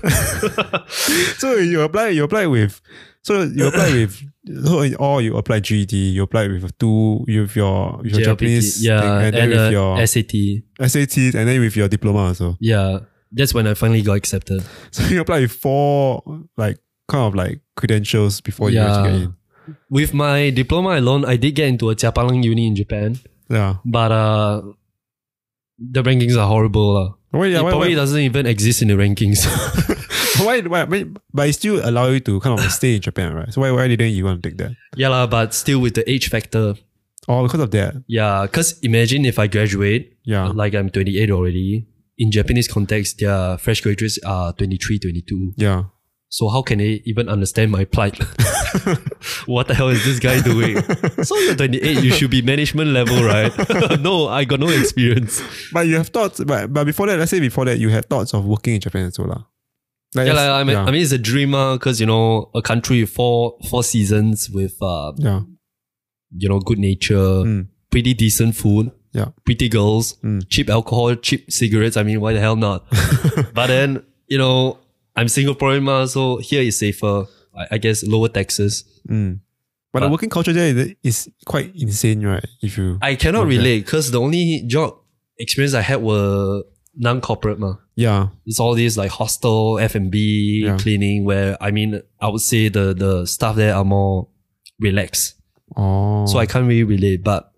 S1: So you apply, you apply with, so you apply with, so in all you apply GED, you apply with two, with your, with your Japanese,
S2: yeah,
S1: thing, and
S2: and,
S1: then with
S2: uh,
S1: your
S2: SAT.
S1: SATs, and then with your diploma also. *laughs*
S2: Yeah, that's when I finally got accepted.
S1: So you apply with four like kind of like credentials before you actually get in.
S2: With my diploma alone, I did get into a Japalang uni in Japan.
S1: Yeah.
S2: but uh the rankings are horrible lah.
S1: Why, yeah,
S2: it
S1: why,
S2: probably
S1: why,
S2: doesn't even exist in the rankings *laughs*
S1: why, why, why- but it still allow you to kind of stay in Japan, right? So why, why didn't you want to take that?
S2: yeah lah, but still with the age factor
S1: Oh, because of that.
S2: yeah because imagine if i graduate
S1: Yeah.
S2: like i'm 28 already in japanese context their fresh graduates are 23 22
S1: Yeah.
S2: so how can they even understand my plight *laughs* what the hell is this
S1: *laughs*
S2: guy doing so you're 28 you should be management level right *laughs* no i got no experience
S1: But you have thoughts, but, but before that, let's say before that, you had thoughts of working in Japan as well. lah. Like,
S2: yeah,
S1: that's-
S2: like, I, mean, I mean, it's a dreamer because you know a country with four four seasons with uh,
S1: yeah.
S2: you know good nature,
S1: Mm.
S2: pretty decent food,
S1: Yeah.
S2: pretty girls,
S1: Mm.
S2: cheap alcohol, cheap cigarettes. I mean, why the hell
S1: *laughs*
S2: not? but then you know I'm Singaporean, ma, so here is safer. I, I guess lower taxes.
S1: Mm. But, the
S2: But-
S1: working culture there is, is quite insane, right? If you
S2: I cannot
S1: Okay.
S2: relate because the only job experience I had were non corporate, ma.
S1: yeah
S2: it's all these like hostel F and B
S1: Yeah.
S2: cleaning where I mean I would say the the staff there are more relaxed.
S1: oh
S2: So I can't really relate. But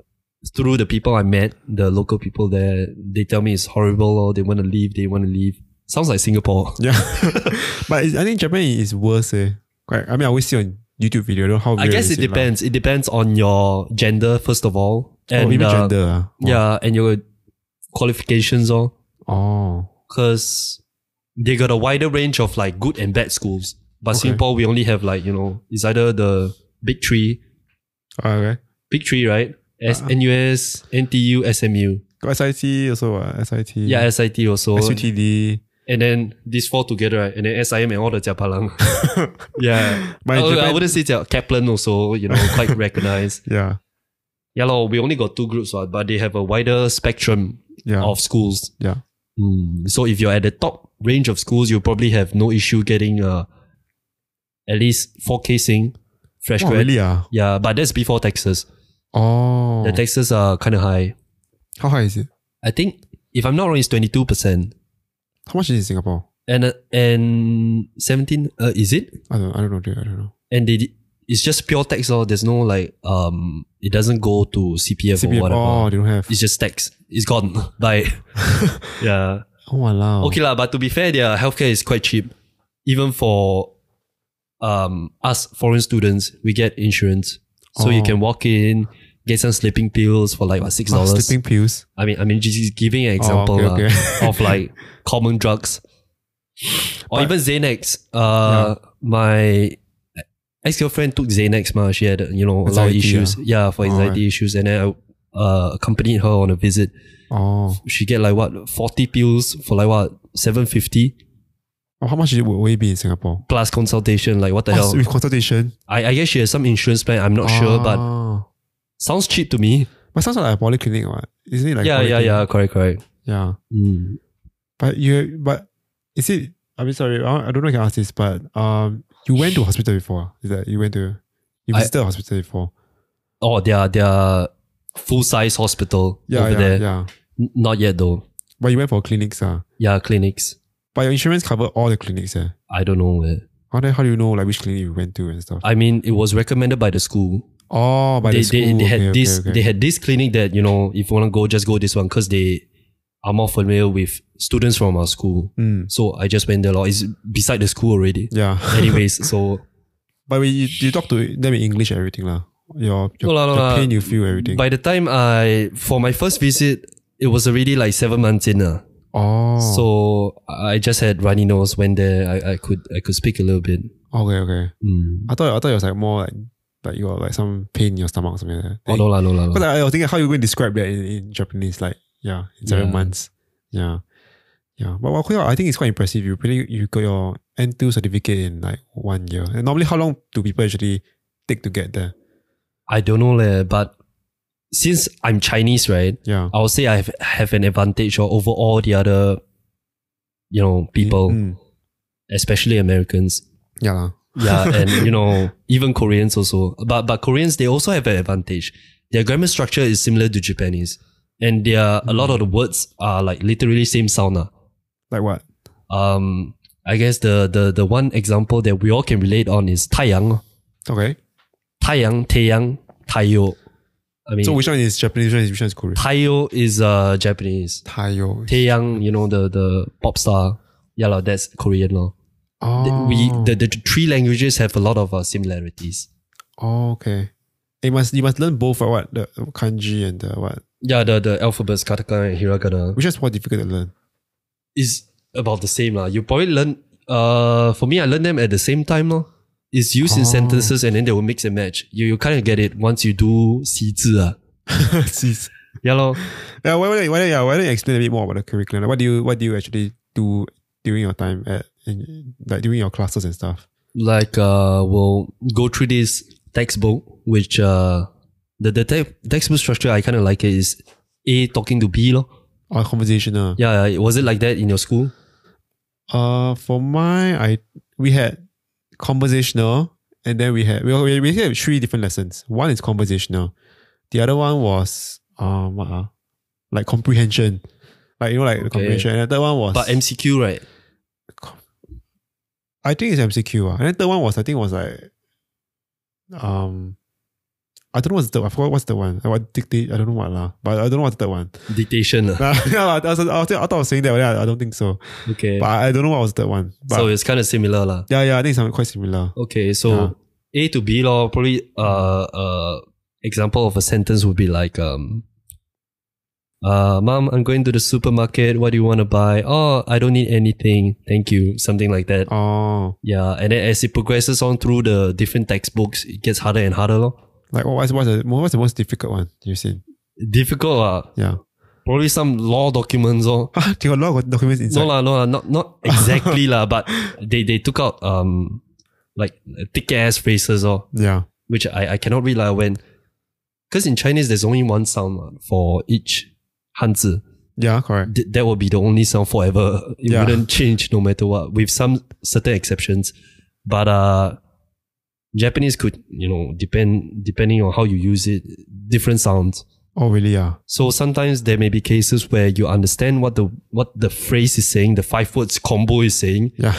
S2: through the people I met, the local people there, they tell me it's horrible or they want to leave, they want to leave. Sounds like Singapore. *laughs*
S1: yeah *laughs* but it's, I think Japan is worse. Eh. Quite, I mean, I always see on YouTube video. I don't know how
S2: I
S1: real
S2: guess
S1: is
S2: it
S1: lah.
S2: depends. It depends on your gender, first of all. And
S1: oh, even
S2: uh,
S1: gender. ah. Oh.
S2: Yeah, and your qualifications or
S1: Oh.
S2: because they got a wider range of like good and bad schools. But
S1: Okay.
S2: Singapore, we only have like, you know, it's either the big three,
S1: Okay.
S2: big three, right? S-
S1: Uh-uh.
S2: NUS, NTU, SMU.
S1: Got SIT also. Uh, SIT.
S2: Yeah, SIT also.
S1: SUTD.
S2: And then these four together, right? And then SIM and all
S1: *laughs*
S2: the Japalang. yeah.
S1: But in
S2: Oh, I, I
S1: Japan-
S2: wouldn't say Jap- Kaplan also, you know, quite recognized. *laughs*
S1: Yeah.
S2: Yeah, lor, we only got two groups, right? but they have a wider spectrum
S1: Yeah.
S2: of schools.
S1: Yeah.
S2: Mm, So if you're at the top range of schools, you probably have no issue getting uh, at least 4K Sing fresh
S1: Oh,
S2: grad.
S1: really? Ah.
S2: Yeah, but that's before taxes.
S1: Oh.
S2: The taxes are kind of high.
S1: how high is it?
S2: I think, if I'm not wrong, it's 22%.
S1: How much is it in Singapore?
S2: And uh, and 17, uh, is it?
S1: I don't. I don't know. Dude. I don't know.
S2: And they did- it's just pure tax. Or there's no like, um, it doesn't go to CPF, or
S1: CPF.
S2: whatever.
S1: Oh, they don't have.
S2: It's just tax. It's gone. *laughs*
S1: *laughs*
S2: Bye. yeah.
S1: Oh, wow.
S2: Okay lah, but to be fair, their healthcare is quite cheap, even for um us foreign students. We get insurance, so you
S1: Oh.
S2: can walk in, get some sleeping pills for like what six
S1: Ah,
S2: dollars.
S1: sleeping pills.
S2: I mean, I mean, just giving an example
S1: Oh, okay,
S2: lah,
S1: okay.
S2: of
S1: *laughs*
S2: like common drugs, or
S1: But-
S2: even Xanax. Uh, my ex girlfriend took Xanax. Ma, she had you know a lot of
S1: Anxiety,
S2: issues. Yeah, for anxiety issues, and then I uh accompanied her on a visit.
S1: Oh.
S2: She get like what forty pills for like what seven fifty.
S1: oh. How much it would it be in Singapore?
S2: plus consultation. Like what the
S1: Oh,
S2: hell?
S1: so with consultation.
S2: I, I guess she has some insurance plan. I'm not sure, but
S1: Ah.
S2: sounds cheap to me.
S1: But sounds like a polyclinic, what? Isn't it like
S2: yeah, yeah,
S1: polyclinic?
S2: yeah. Correct, correct. Mm.
S1: yeah. But you, but is it? I mean, sorry, I I don't know if I can ask this, but um, you went to hospital before. Is that you went to? You
S2: I-
S1: visited a hospital before.
S2: Oh, their their full size hospital
S1: Yeah,
S2: over
S1: yeah,
S2: there.
S1: yeah.
S2: N- Not yet though.
S1: But you went for clinics, ah.
S2: Yeah, clinics.
S1: But your insurance covered all the clinics, eh?
S2: I don't know where.
S1: How the how do you know like which clinic you went to and stuff?
S2: I mean, it was recommended by the school.
S1: oh, by
S2: they,
S1: the school.
S2: they, they had
S1: okay, okay,
S2: this
S1: okay.
S2: they had this clinic that you know if you want to go just go this one because they are more familiar with students from our school.
S1: Mm,
S2: So I just went there. Lot. It's beside the school already.
S1: *laughs* yeah.
S2: Anyways, so
S1: But we, you, you talk to them in English, everything lah. Your, your,
S2: No lah, no
S1: the
S2: lah.
S1: pain you feel, everything.
S2: by the time I for my first visit, it was already like seven months in. Uh.
S1: oh, so
S2: So I just had runny nose. Went there. I, I could I could speak a little bit.
S1: okay, okay.
S2: Mm.
S1: I thought I thought it was like more like like you got like some pain in your stomach or something like that.
S2: Oh, no, la, no, la, no.
S1: Because I was thinking how you going to describe that in, in Japanese, like yeah, in seven
S2: Yeah.
S1: months, yeah, yeah. But well, I think it's quite impressive. You pretty you got your N two certificate in like one year. And normally, how long do people actually take to get there?
S2: I don't know, leh, but since I'm Chinese, right?
S1: Yeah,
S2: I would say I have, have an advantage or over all the other, you know, people,
S1: Mm,
S2: especially Americans.
S1: yeah, lah.
S2: Yeah, and you know, even Koreans also. But but Koreans they also have an advantage. Their grammar structure is similar to Japanese, and their a lot of the words are like literally same sound. ah.
S1: like what?
S2: Um, I guess the the the one example that we all can relate on is 太阳,
S1: Okay,
S2: 太阳,太阳,太阳. I mean,
S1: so which one is Japanese? Which one is, which one is Korean?
S2: 太阳 is uh Japanese.
S1: Tayo.
S2: Taeyang, you know the the pop star. Yeah, lah, that's Korean law.
S1: Oh,
S2: We the, the three languages have a lot of uh, similarities.
S1: oh, okay. You must you must learn both uh, what the kanji and the what
S2: Yeah, the, the alphabets katakana and hiragana
S1: which is more difficult to learn. *laughs*
S2: is about the same lah. You probably learn. Uh, for me, I learned them at the same time lor. It's used in
S1: Oh.
S2: sentences and then they will mix and match. You you kind of get it once you do 习字 ah.
S1: Jeez.
S2: Yeah lor.
S1: Yeah, why, why, why, yeah, why don't you explain a bit more about the curriculum? Like, what do you what do you actually do during your time at in, like during your classes and stuff?
S2: Like uh, we'll go through this textbook, which uh, the the te- textbook structure I kind of like it is A talking to B lor.
S1: Or conversational?
S2: Yeah, yeah, was it like that in your school?
S1: Uh for mine I we had conversational and then we had we we we had three different lessons. One is conversational. The other one was um what, ah? like comprehension. Like you know like the
S2: Okay.
S1: comprehension. And the third one was
S2: But MCQ, right?
S1: I think it's MCQ. Ah, And then third one was I think was like um I don't know what's the I forgot what's the one. I what dictate I don't know what lah. But I don't know what's the third one. *laughs*
S2: Dictation. ah.
S1: Nah, yeah, I, was, I, was, I thought I was saying that, but then I, I don't think so.
S2: Okay.
S1: But I, I don't know what was the third one. But
S2: so it's kind of similar. lah.
S1: yeah, yeah, I think it's something quite similar.
S2: Okay, so A to B law, probably uh uh example of a sentence would be like um uh mom, I'm going to the supermarket, what do you want to buy? Oh, I don't need anything. Thank you. Something like that.
S1: Oh,
S2: Yeah. And then as it progresses on through the different textbooks, it gets harder and harder. Lor.
S1: like what was what's the, what's the most difficult one you've seen?
S2: Difficult uh,
S1: Yeah. *laughs*
S2: probably some law documents or
S1: Ah, they got a lot of documents inside.
S2: No lah, no lah, not not exactly lah. But they they took out um like thick ass phrases or
S1: Yeah.
S2: which I I cannot read lah when because in Chinese there's only one sound lah for each hanzi.
S1: Yeah, correct.
S2: Th- that will be the only sound forever. It
S1: Yeah.
S2: wouldn't change no matter what, with some certain exceptions. But uh, Japanese could you know depend depending on how you use it, different sounds.
S1: Oh, really? Yeah.
S2: So sometimes there may be cases where you understand what the what the phrase is saying, the five words combo is
S1: *laughs*
S2: saying,
S1: Yeah.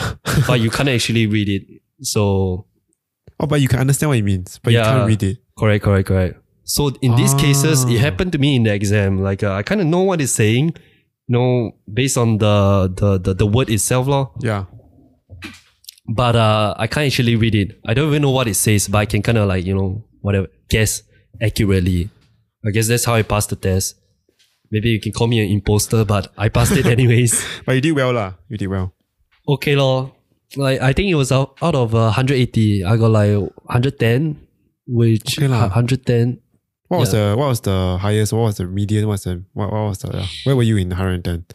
S2: but you can't actually read it. So
S1: oh, but you can understand what it means, but you
S2: Yeah.
S1: can't read it.
S2: correct, correct, correct. So in these cases, it
S1: Ah.
S2: happened to me in the exam. Like uh, I kind of know what it's saying, you know, based on the the the, the word itself, lor.
S1: Yeah.
S2: But uh, I can't actually read it. I don't even know what it says, but I can kind of like you know whatever guess accurately. I guess that's how I passed the test. Maybe you can call me an imposter, but I passed it *laughs* anyways.
S1: But you did well, lah. You did well.
S2: okay lor. Like I think it was out, out of uh, 180, I got like 110, which
S1: Okay lah.
S2: 110.
S1: What was the what was the highest? What was the median? What was the what, what was the yeah. where were you in 110?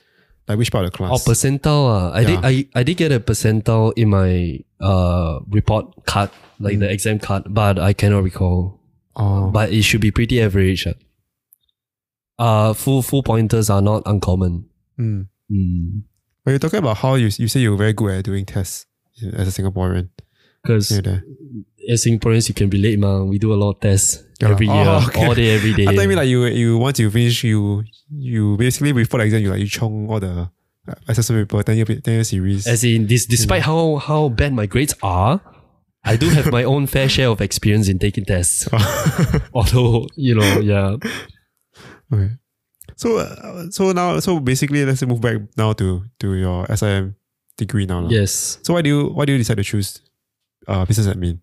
S1: Like which part of the class?
S2: Oh, percentile. Ah, I did. I, I did get a percentile in my uh report card,
S1: Mm.
S2: like the exam card, but I cannot recall.
S1: Oh,
S2: But it should be pretty average. ah. uh, full full pointers are not uncommon.
S1: Mm.
S2: Mm.
S1: But you're talking about how you you say you're very good at doing tests in- as a Singaporean.
S2: Because
S1: You're there.
S2: as Singaporeans, you can relate, man. We do a lot of tests
S1: Yeah.
S2: every
S1: Oh,
S2: year,
S1: okay.
S2: all day, every day.
S1: *laughs* I thought you mean like you you once you finish you you basically before the exam you like you chong all the uh, assessment paper ten year ten year series.
S2: As in this, despite how how bad my grades are, I do have my own fair share of experience in taking tests. *laughs* Although you know, yeah,
S1: *laughs* okay. So uh, so now so basically let's move back now to to your SIM degree now. lah.
S2: yes,
S1: So why do you why do you decide to choose uh business admin?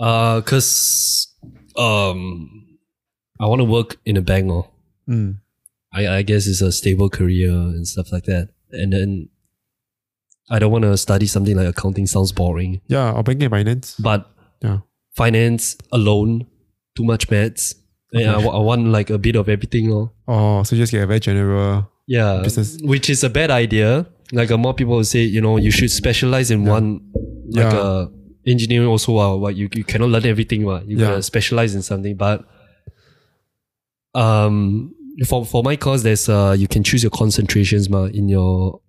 S2: uh, cause um, I want to work in a bank, oh. or
S1: Mm.
S2: I I guess it's a stable career and stuff like that, and then. I don't want to study something like accounting sounds boring,
S1: Yeah, or banking and finance.
S2: but
S1: Yeah.
S2: finance alone, too much maths. And I, wa- I want like a bit of everything, lor.
S1: Oh, so you just get a very general.
S2: Yeah,
S1: Business.
S2: which is a bad idea. Like uh, more people will say, you know, you should specialize in one. Like
S1: Yeah.
S2: uh, engineering also, uh, what you you cannot learn everything, what you
S1: Yeah.
S2: gotta specialize in something. But um, for for my course, there's uh, you can choose your concentrations, ma, in your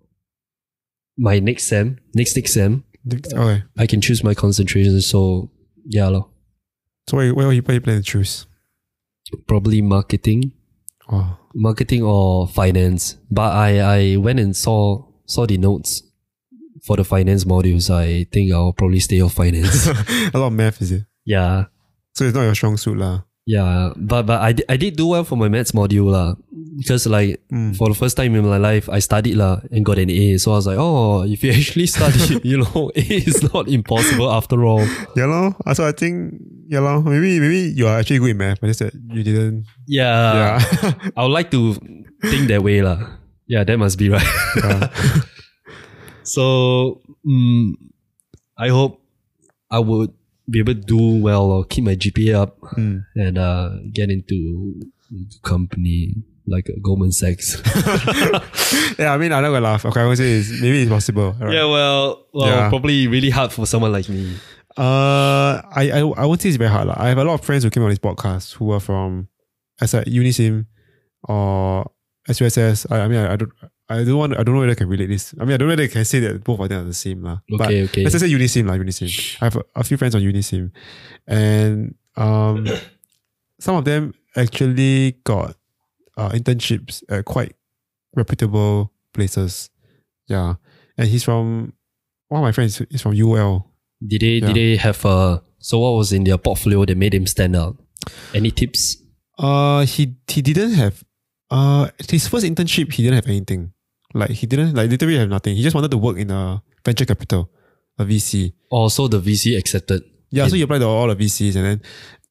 S2: my next sem, next next sem,
S1: Okay.
S2: I can choose my concentrations. So yeah, lor.
S1: So what you, what you, what you plan to choose?
S2: probably marketing.
S1: Oh,
S2: marketing or finance. But I, I went and saw saw the notes for the finance modules. I think I'll probably stay off finance.
S1: a lot of math is it?
S2: yeah.
S1: So it's not your strong suit lah.
S2: Yeah. But but I, di- I did do well for my maths module lah. Because like
S1: Mm.
S2: for the first time in my life I studied lah and got an A. So I was like, oh if you *laughs* actually study, you know, A is not impossible after all.
S1: Yeah lor. Uh, So I think yeah lor. Maybe maybe you are actually good in math, but it's that you didn't.
S2: Yeah.
S1: yeah. *laughs*
S2: I would like to think that way lah. Yeah, that must be right.
S1: Yeah.
S2: So mm, I hope I would be able to do well or keep my GPA up
S1: Mm.
S2: and uh, get into, into company like Goldman Sachs.
S1: yeah. I mean I'm not gonna laugh. Okay, I would say it's, maybe it's possible. Alright.
S2: Yeah, well, well,
S1: Yeah.
S2: probably really hard for someone like me.
S1: Uh, I, I I won't say it's very hard lah. I have a lot of friends who came on this podcast who are from as a Unisim or SUSS. I, I mean I, I don't I don't want I don't know whether I can relate this. I mean I don't know whether I can say that both of them are the same lah. But
S2: Okay, okay.
S1: Let's just say Unisim lah, Unisim. I have a, a few friends on Unisim, and um, *clears throat* some of them actually got uh, internships at quite reputable places. Yeah, and he's from one of my friends is from UL.
S2: Did they did they have uh so what was in their portfolio that made him stand out? Any tips?
S1: Uh, he he didn't have uh his first internship. He didn't have anything. Like he didn't like literally have nothing. He just wanted to work in a venture capital, a VC.
S2: Also the VC accepted.
S1: Yeah, so you apply to all the VCs and then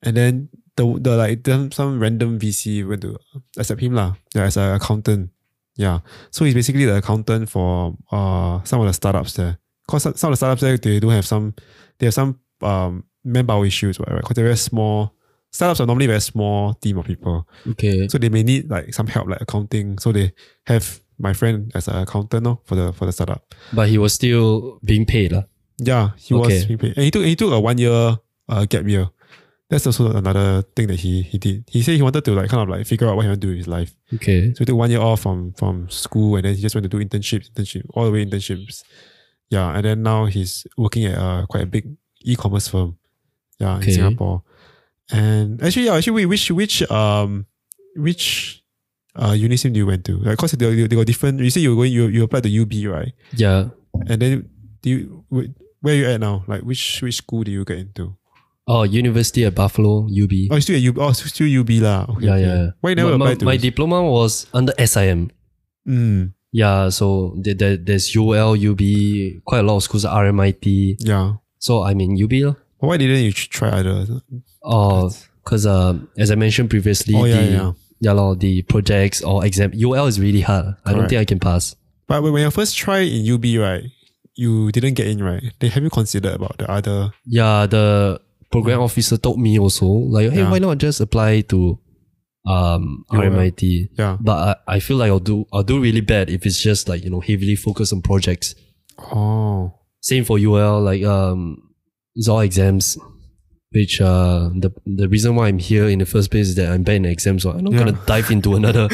S1: and then the the like then some random VC went to accept him lah. Yeah, as an accountant. Yeah. So he's basically the accountant for uh some of the startups there. Cause some, some of the startups there they do have some they have some um manpower issues, right? Because they're very small startups are normally very small team of people.
S2: Okay.
S1: So they may need like some help like accounting. So they have my friend as an accountant no, for the for the startup.
S2: But he was still being paid. lah.
S1: Yeah, he was
S2: Okay.
S1: he paid. And he took he took a one year uh, gap year. That's also another thing that he he did. He said he wanted to like kind of like figure out what he wanted to do with his life.
S2: Okay.
S1: So he took one year off from from school and then he just went to do internships, internship, all the way internships. Yeah, and then now he's working at uh, quite a big e-commerce firm. Yeah,
S2: Okay.
S1: in Singapore. And actually, yeah, actually, wait, which which um which uh unisim do you went to? Like, cause they, they, they got different. You say you were going you you applied to UB right?
S2: Yeah.
S1: And then do you wh- where are you at now? Like which which school do you get into?
S2: Oh, university at Buffalo, UB.
S1: Oh, you still at UB. Oh, s- still UB lah. Okay,
S2: yeah,
S1: okay.
S2: yeah.
S1: Why you never
S2: my, my,
S1: applied to?
S2: my diploma was under SIM.
S1: mm,
S2: Yeah, so there, there, there's UL, UB, quite a lot of schools, RMIT.
S1: yeah.
S2: So I'm in UB.
S1: But why didn't you ch- try other?
S2: Oh, because as I mentioned previously,
S1: Oh, yeah,
S2: the,
S1: yeah.
S2: lor, the projects or exam, UL is really hard. I don't
S1: Correct.
S2: think I can pass.
S1: But when when you first tried in UB, right? You didn't get in, right? They have you considered about the other?
S2: Yeah, the program officer told me also, like, hey,
S1: Yeah.
S2: why not just apply to um,
S1: UL.
S2: RMIT?
S1: Yeah.
S2: But I, I feel like I'll do I'll do really bad if it's just like, you know, heavily focused on projects.
S1: Oh,
S2: same for UL, like um it's all exams. Which uh, the the reason why I'm here in the first place is that I'm bad in exams, so I'm not gonna dive into another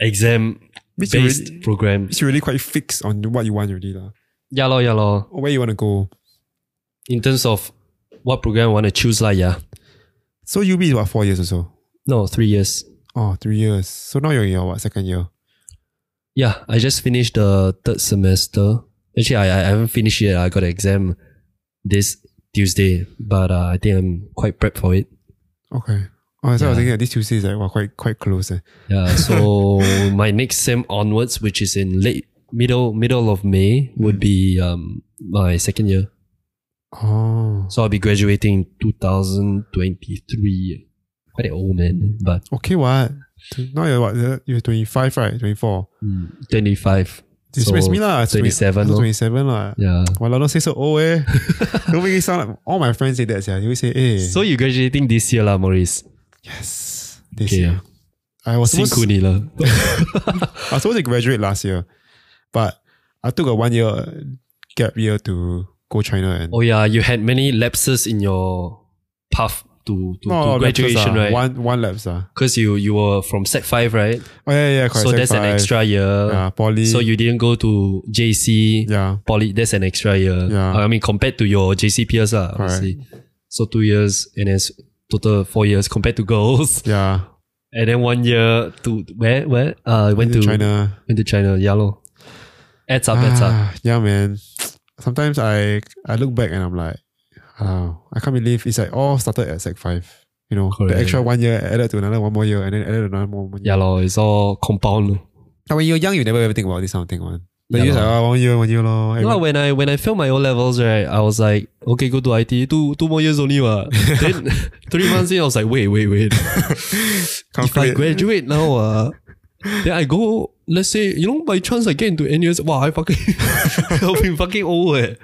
S2: exam
S1: Which you
S2: based
S1: really-
S2: program.
S1: It's really quite fixed on what you want already. lah.
S2: Yeah, lor, yeah, lor.
S1: Or Where you want to go.
S2: In terms of what program I want to choose, like yeah,
S1: So UB is what, four years or so?
S2: no, three years.
S1: Oh, three years. So now you're in your what, second year?
S2: Yeah, I just finished the third semester. Actually, I, I haven't finished yet. I got an exam this Tuesday, but uh, I think I'm quite prepped for it.
S1: Okay. Oh, so I was
S2: Yeah.
S1: thinking that this Tuesday is like wow, quite quite close. Eh.
S2: Yeah, so my next sem onwards, which is in late middle middle of May, would be um my second year.
S1: Oh.
S2: So I'll be graduating in 2023. Quite an old man, but
S1: Okay, what? Now you're what? You're 25, right? 24.
S2: mm, 25.
S1: This
S2: So,
S1: makes me lah.
S2: 27
S1: I'm
S2: lor.
S1: 27 lah.
S2: Yeah.
S1: Well, don't say so old
S2: *laughs*
S1: eh. don't make it sound like all my friends say that. Yeah, they always say, eh.
S2: So you're graduating this year, lah, Maurice.
S1: yes. This
S2: Okay.
S1: year. I was, supposed,
S2: 辛苦你了.
S1: I was supposed to graduate last year, but I took a one year gap year to go China and
S2: Oh yeah, you had many lapses in your path to, to,
S1: No,
S2: to
S1: lapses,
S2: graduation,
S1: ah.
S2: right?
S1: One one laps ah.
S2: Because you you were from Sec Five, right?
S1: Oh yeah, yeah, correct.
S2: so
S1: Sec
S2: that's an
S1: five.
S2: extra year.
S1: Yeah, poly.
S2: So you didn't go to JC,
S1: yeah.
S2: poly. That's an extra year.
S1: Yeah.
S2: I mean, compared to your JC peers, lah,
S1: Correct.
S2: obviously. So two years and then s- total four years compared to girls, *laughs*
S1: Yeah.
S2: and then one year to where where uh went,
S1: Went to China.
S2: went to China. Yeah, lor. Adds up, adds up.
S1: Ah, yeah, man. Sometimes I I look back and I'm like, wow, I can't believe it's like all started at sec five. You know,
S2: Correct.
S1: the extra one year added to another one more year and then added another more one year.
S2: Yeah, lor. It's all compound.
S1: But when you're young, you never ever think about this kind of thing, one. Like
S2: Yeah
S1: you just
S2: lor.
S1: like, oh, one year, one year, lor.
S2: No,
S1: Everyone-
S2: when I when I failed my O levels, right, I was like, okay, go to IT, two two more years only, what. Then *laughs* three months in, I was like, wait, wait, wait. if I
S1: calculate.
S2: graduate now, uh, *laughs* then I go, let's say, you know, by chance I get into NUS, wow, I fucking, *laughs* I've been fucking old. eh.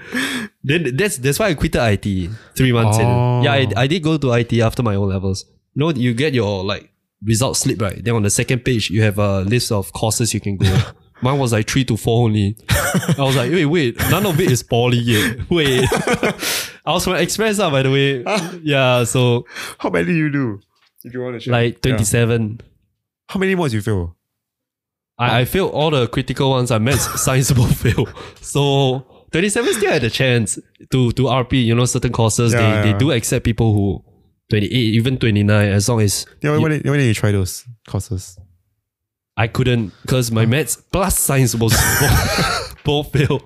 S2: Then that's that's why I quitted IT three months
S1: Oh.
S2: in. Yeah, I, I did go to IT after my O levels. You know, you get your like result slip, right? Then on the second page, you have a list of courses you can *laughs* go. Mine was like three to four only. I was like, wait, wait, none of it is poly yet. *laughs* Wait. I was from Express, uh, by the way. Yeah, so
S1: *laughs* How many you do? If you want to check.
S2: like
S1: Yeah.
S2: 27.
S1: How many more do you fail?
S2: I, I failed all the critical ones. I *laughs* met science both fail. So 27 still had a chance to to RP. You know, certain courses
S1: Yeah,
S2: they,
S1: yeah.
S2: they do accept people who 28, even 29, as long as
S1: Yeah, when, did- when did you try those
S2: Oh,
S1: courses?
S2: I couldn't because my maths plus science was both, *laughs* both fail.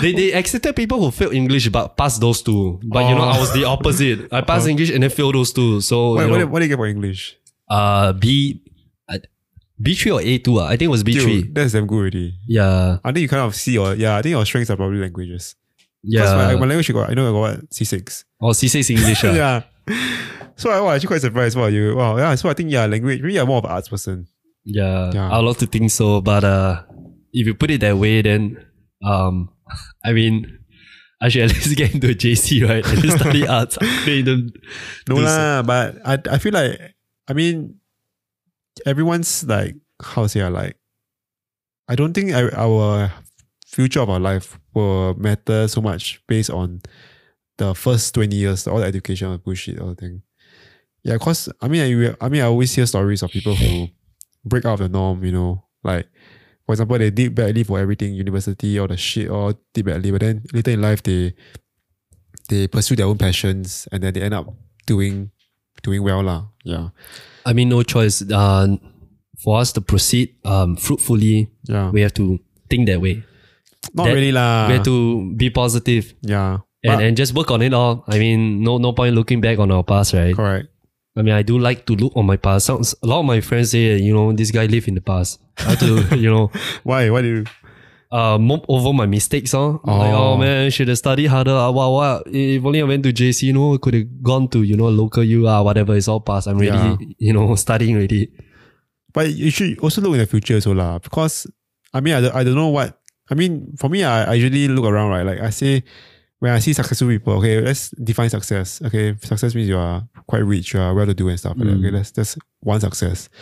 S2: They, they accepted people who failed English but passed those two. But you know, I was the opposite. I passed English and then failed those two. So
S1: What,
S2: you
S1: Oh. Uh-huh. what,
S2: know,
S1: did, what did you get for English?
S2: uh B uh, B3 or A2, uh, I think it was B3.
S1: Dude, that's damn good already.
S2: Yeah.
S1: I think you kind of see your, yeah, I think your strengths are probably languages. Because
S2: Yeah.
S1: my, my language, you got, I know I got what? C6.
S2: or C6 English. ah.
S1: *laughs* yeah. So I was actually quite surprised about you. Wow, yeah. So I think yeah, language. Maybe I'm more of an arts person.
S2: Yeah,
S1: Yeah.
S2: I would love to think so, but uh, if you put it that way, then um, *laughs* I mean, I should at least *laughs* get into a JC, right? And then
S1: *laughs*
S2: study arts. Then you don't-
S1: No
S2: do
S1: lah, but I I feel like I mean everyone's like how to say I like I don't think I, our future of our life will matter so much based on the first twenty years, all the education and bullshit, all the thing. Yeah, cause I mean I, I mean I always hear stories of people who break out of the norm, you know, like for example they did badly for everything, university, all the shit, all did badly, but then later in life they they pursue their own passions and then they end up doing doing well lah. Yeah.
S2: I mean, no choice. Uh, for us to proceed um, fruitfully,
S1: Yeah.
S2: we have to think that way.
S1: Not
S2: that-
S1: really lah.
S2: we have to be positive
S1: yeah.
S2: and,
S1: Uh-huh. But-
S2: and just work on it all. I mean, no no point looking back on our past, right?
S1: correct.
S2: I mean, I do like to look on my past. Sounds, a lot of my friends say, you know, this guy lived in the past. I have to, *laughs* you know,
S1: Why? Why do you
S2: uh, mop over my mistakes. Huh? Oh. Like,
S1: Oh.
S2: oh man, should have studied harder. Ah, wow, wow. If only I went to JC, you know, I could have gone to, you know, local U, ah, whatever. It's all past. I'm already,
S1: Yeah.
S2: you know, *laughs* studying already.
S1: but you should also look in the future so lah. Because I mean I don't, I don't know what I mean for me I, I usually look around right. Like I say when I see successful people, okay, let's define success. Okay. Success means you are quite rich, you are well to do and stuff like that.
S2: Mm.
S1: Okay, that's that's one success.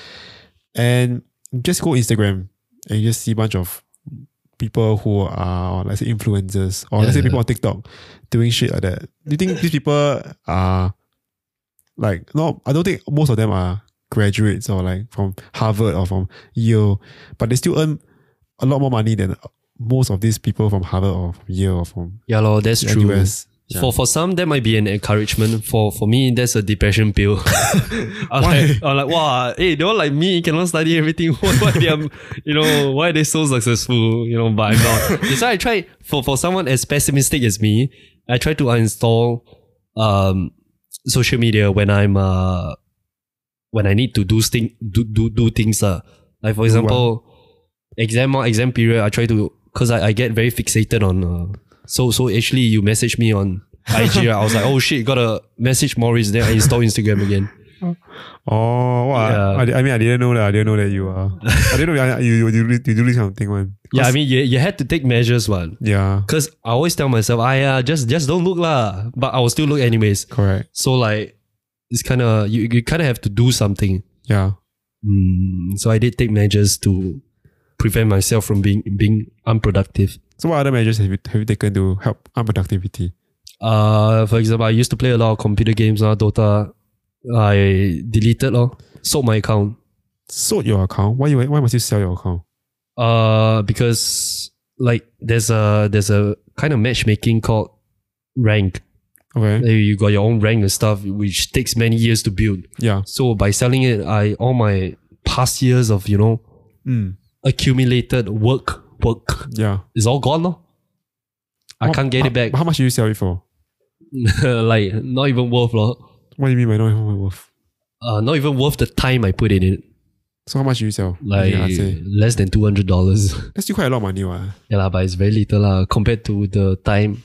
S1: And just go Instagram and you just see a bunch of people who are, let's say, influencers or let's say
S2: Yeah.
S1: people on TikTok doing shit like that, do you think these people are like, no, I don't think most of them are graduates or like from Harvard or from Yale, but they still earn a lot more money than most of these people from Harvard or from Yale or from
S2: Yeah, lor, that's
S1: the
S2: true.
S1: US. Yeah.
S2: For for some, that might be an encouragement. For for me, that's a depression pill. *laughs* I'm like, I'm like, wow, hey, they all like me cannot study everything. *laughs* Why, why they are, you know, why are they so successful? You know, but I'm *laughs* not. That's why I try for for someone as pessimistic as me, I try to uninstall um social media when I'm uh when I need to do thing do do do things uh. Like for example, exam or exam period, I try to because I, I get very fixated on. Uh, so so actually, you message me on IG. I was like, oh shit, gotta message Maurice. Then I install Instagram again.
S1: Oh, wow.
S2: Yeah.
S1: I, I mean, I didn't know that. I didn't know that you
S2: *laughs*
S1: are. I didn't know that you, you, you, do- you do this kind of thing, man.
S2: Yeah, I mean, you, you had to take measures, one.
S1: Yeah,
S2: Cause I always tell myself, I uh, just just don't look lah. But I will still look anyways.
S1: correct.
S2: So like, it's kind of you you kind of have to do something.
S1: Yeah.
S2: Mm, so I did take measures to prevent myself from being being unproductive.
S1: So what other measures have you, have you taken to help unproductivity?
S2: Uh, for example, I used to play a lot of computer games, uh, Dota. I deleted or sold my account.
S1: Sold your account? Why you why must you sell your account?
S2: Uh, because like there's a there's a kind of matchmaking called rank.
S1: Okay.
S2: Like, You got your own rank and stuff, which takes many years to build.
S1: Yeah.
S2: So by selling it, I all my past years of you know
S1: Mm.
S2: accumulated work work
S1: Yeah.
S2: is all gone. No? I
S1: How-
S2: can't get
S1: how,
S2: it back.
S1: How much do you sell it for?
S2: *laughs* like not even worth lor.
S1: What do you mean by not even worth?
S2: Uh, not even worth the time I put in it.
S1: So how much do you sell?
S2: like
S1: yeah, I'd say.
S2: less than two hundred dollars. *laughs*
S1: That's still quite a lot of money, what?
S2: yeah, lah, but it's very little lah compared to the time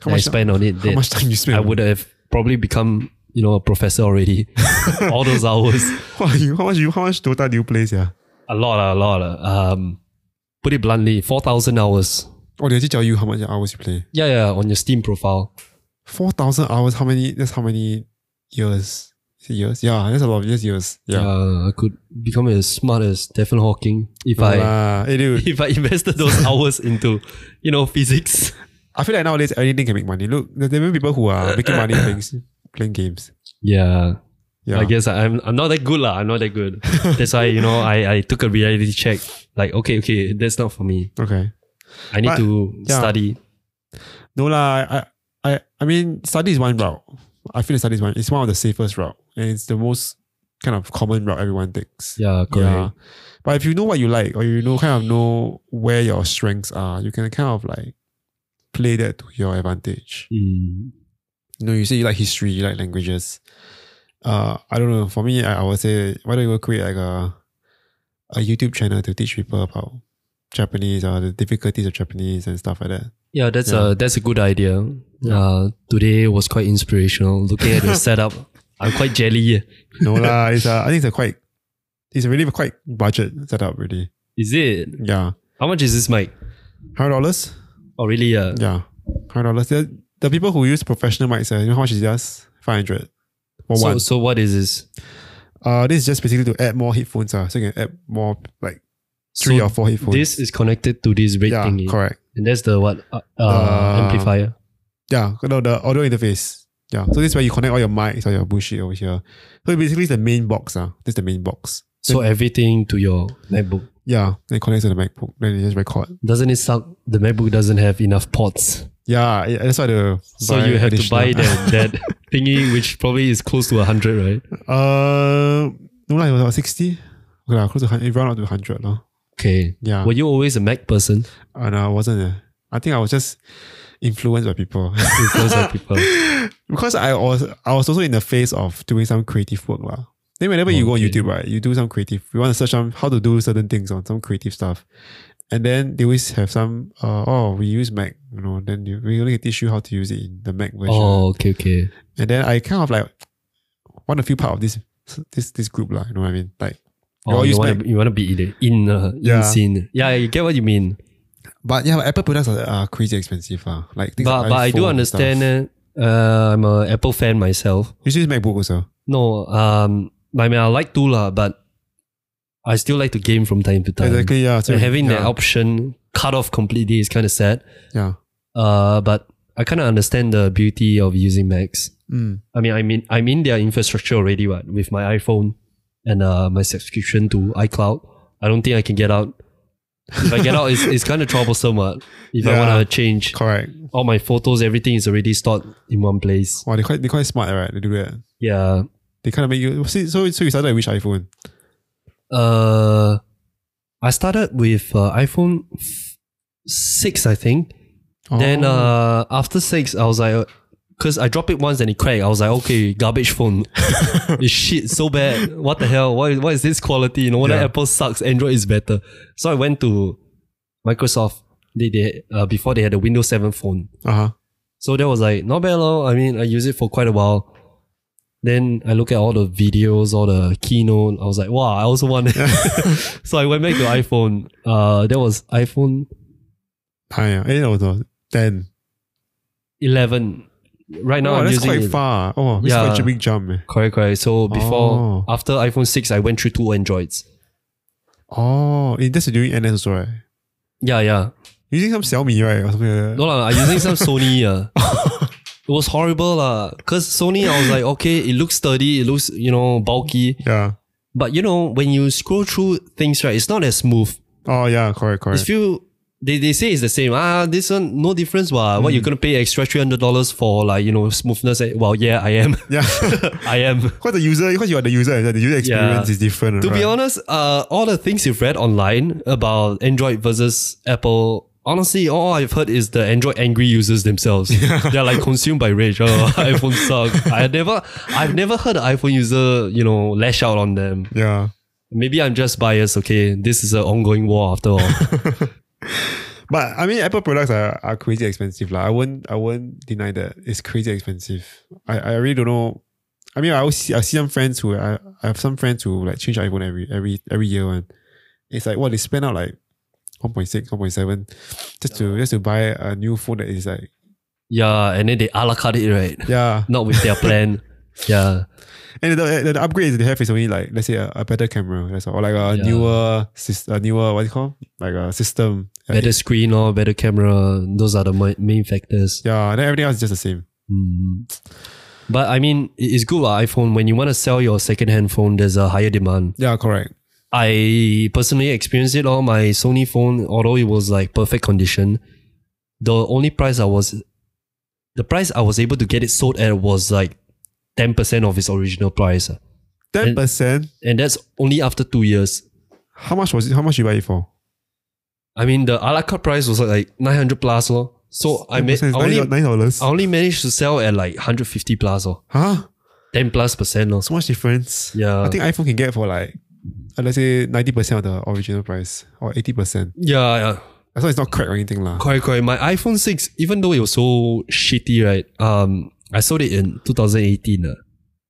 S1: How
S2: I
S1: much
S2: spent on it.
S1: how
S2: that
S1: much time you spend?
S2: I would have probably become you know a professor
S1: *laughs*
S2: already. *laughs* All those hours,
S1: What you, how much you how much Dota do you play, yeah?
S2: a lot, lah, a lot. lah. Um, put it bluntly, four thousand hours.
S1: Or Oh, they actually tell you how much hours you play?
S2: Yeah, yeah, on your Steam profile.
S1: Four thousand hours, how many that's how many years? Is it years? Yeah, that's a lot of years years. Yeah.
S2: Uh, I could become as smart as Stephen Hawking if
S1: No
S2: I
S1: lah. Hey, dude,
S2: *laughs* if I invested those hours into you know
S1: *laughs*
S2: physics.
S1: I feel like nowadays anything can make money. Look, there's even people who
S2: Uh,
S1: are making money playing, playing games.
S2: Yeah.
S1: Yeah.
S2: I guess I- I'm I'm not that good lah. I'm not that
S1: *laughs*
S2: good. That's why you know I, I took a reality check. Like okay okay that's not for me.
S1: Okay.
S2: I need
S1: But-
S2: to
S1: yeah.
S2: study.
S1: No lah, I, I, I mean, study is one route. I feel study is one. It's one of the safest route, and it's the most kind of common route everyone takes.
S2: Yeah correct.
S1: But if you know what you like, or you know kind of know where your strengths are, you can kind of like play that to your advantage.
S2: Mm.
S1: You know, you say you like history, you like languages. Uh, I don't know. For me, I, I would say, why don't you create like a a YouTube channel to teach people about Japanese or the difficulties of Japanese and stuff like that.
S2: Yeah that's
S1: Yeah.
S2: a that's a good idea. Uh, today was quite inspirational. Looking
S1: *laughs*
S2: at your setup, I'm quite jelly.
S1: No
S2: *laughs*
S1: lah, it's a, I think it's a quite, it's a really quite budget setup really.
S2: Is it?
S1: Yeah,
S2: How much is this mic?
S1: hundred dollars.
S2: Oh really? Uh,
S1: Yeah, hundred dollars. The, the people who use professional mics, uh, you know how much is theirs? Five hundred for
S2: so
S1: one.
S2: so what is this?
S1: Uh, this is just basically to add more headphones. Uh, so you can add more like three
S2: So
S1: or four headphones.
S2: This is connected to this red
S1: yeah,
S2: thingy,
S1: correct.
S2: and that's the what uh, uh,
S1: Uh,
S2: amplifier.
S1: Yeah, no, the audio interface. Yeah, so this is where you connect all your mics or your bullshit over here. So basically, it's the main box. Uh. This is the main box.
S2: So everything to your MacBook.
S1: Yeah, then it connects to the MacBook. Then you just record.
S2: Doesn't it suck? The MacBook doesn't have enough ports.
S1: Yeah, yeah, that's why the.
S2: So
S1: buy
S2: you have to
S1: additional-
S2: buy that, that thingy, which probably is close to 100, right?
S1: *laughs* Uh, no, like it was about 60. Okay, lah, close to 100. It round up to 100. lah.
S2: Okay.
S1: Yeah.
S2: Were you always a Mac person?
S1: And I wasn't. Uh, I think I was just influenced by people. *laughs*
S2: Because of people.
S1: because I was I was also in the phase of doing some creative work. lah. Then whenever you go on
S2: Okay.
S1: YouTube, right, you do some creative, you want to search on how to do certain things on some creative stuff. And then they always have some uh, oh we use Mac, you know, then you, we only teach you how to use it in the Mac version.
S2: *laughs* Oh, okay, okay.
S1: And then I kind of like want to feel part of this this this group, lah. you know what I mean? Like we all
S2: Oh, you
S1: use
S2: want
S1: Mac.
S2: to you wanna be in the in, uh,
S1: Yeah.
S2: in scene. Yeah, you get what you mean.
S1: But yeah, but Apple products are, are crazy expensive. lah. Like things
S2: But,
S1: like
S2: but I do
S1: iPhone and stuff.
S2: understand. Uh, uh, I'm a Apple fan myself.
S1: You should use MacBook also.
S2: No, um, I mean, I like to, lah, but I still like to game from time to time.
S1: Exactly, yeah. So
S2: So having
S1: yeah.
S2: that option cut off completely is kind of sad.
S1: Yeah.
S2: Uh, but I kind of understand the beauty of using Macs.
S1: Mm.
S2: I mean, I mean, I'm in their infrastructure already, right? With my iPhone and uh, my subscription to iCloud, I don't think I can get out. If I get out, it's, it's kind of troublesome. Right? If I
S1: Yeah.
S2: want to change
S1: Correct.
S2: all my photos, everything is already stored in one place.
S1: Wow, they quite they quite smart, right? They do that.
S2: Yeah.
S1: They kind of make you see. So so you started with which iPhone?
S2: Uh, I started with uh, iPhone f- six, I think. Then
S1: Oh.
S2: uh, after six, I was like, because I dropped it once and it cracked. I was like, okay, garbage
S1: *laughs*
S2: phone. it's shit so bad. What the hell? Why? What is this quality? You know, whether
S1: Yeah.
S2: Apple sucks, Android is better. So I went to Microsoft. They they uh, before they had the Windows Seven phone.
S1: uh-huh.
S2: So that was like not bad, lor. I mean, I use it for quite a while. Then I look at all the videos, all the keynote. I was like, wow, I also want it.
S1: *laughs*
S2: *laughs* so I went back to iPhone. Uh, that was iPhone
S1: Ah, yeah. Eh, no, no. Then
S2: 11. Right now
S1: oh,
S2: I'm
S1: that's
S2: using
S1: quite
S2: it-
S1: far. Oh, that's
S2: Yeah.
S1: quite a big jump. eh.
S2: Correct, correct. So
S1: Oh.
S2: before, after iPhone 6, I went through two Androids.
S1: Oh, eh, that's during NS also, right?
S2: Yeah, yeah.
S1: Using some Xiaomi, right? Or something like that.
S2: No, lah. I'm using some Sony. *laughs* Uh. It was horrible. lah. Because Sony, I was like, okay, it looks sturdy. It looks, you know, bulky.
S1: Yeah.
S2: But, you know, when you scroll through things, right, it's not as smooth.
S1: Oh, yeah. Correct, correct.
S2: It's few they, they say it's the same. Ah, this one no difference. Wah. What you're gonna pay extra three hundred dollars for like you know smoothness? Eh, Well, yeah, I am. *laughs*
S1: yeah. *laughs*
S2: I am.
S1: Because the user, because you are the user, the user experience
S2: Yeah.
S1: is different.
S2: To
S1: right?
S2: be honest, uh, all the things you've read online about Android versus Apple, honestly, all I've heard is the Android angry users themselves. They're like consumed by rage. Oh, *laughs* iPhone suck. I never, I've never heard an iPhone user, you know, lash out on them.
S1: Yeah.
S2: Maybe I'm just biased. Okay, this is an ongoing war after all.
S1: But I mean, Apple products are, are crazy expensive. Like I won't I won't deny that it's crazy expensive. I, I really don't know. I mean, I always see, I see some friends who I, I have some friends who like change iPhone every every every year and it's like what they spend out like 1.6, 1.7 just to just to buy a new phone that is like
S2: yeah, and then they a la carte it right.
S1: yeah.
S2: not with their plan. yeah,
S1: And the, the, the upgrades they have is only like let's say a, a better camera, that's all, or like a
S2: Yeah.
S1: newer sys- a newer what do you call like a system.
S2: better screen or better camera. Those are the mi- main factors.
S1: Yeah, then everything else is just the same.
S2: Mm. But I mean, it- it's good lah. iPhone. When you want to sell your secondhand phone, there's a higher demand.
S1: Yeah, correct.
S2: I personally experienced it on my Sony phone, although it was like perfect condition. The only price I was, the price I was able to get it sold at was like ten percent of its original price, ah.
S1: Ten percent.
S2: and that's only after two years.
S1: How much was it? How much you buy it for?
S2: I mean, the a la carte price was like nine hundred plus, lor. So I made I
S1: Nine
S2: only Oh.
S1: nine dollars.
S2: I only managed to sell at like 150 plus or
S1: Huh?
S2: 10 plus percent or
S1: So much difference.
S2: Yeah.
S1: I think iPhone can get for like uh, let's say ninety percent of the original price or eighty percent.
S2: Yeah, yeah.
S1: As long as it's not crack or anything lah.
S2: Correct, correct. My iPhone 6, even though it was so shitty, right? Um, I sold it in 2018, uh,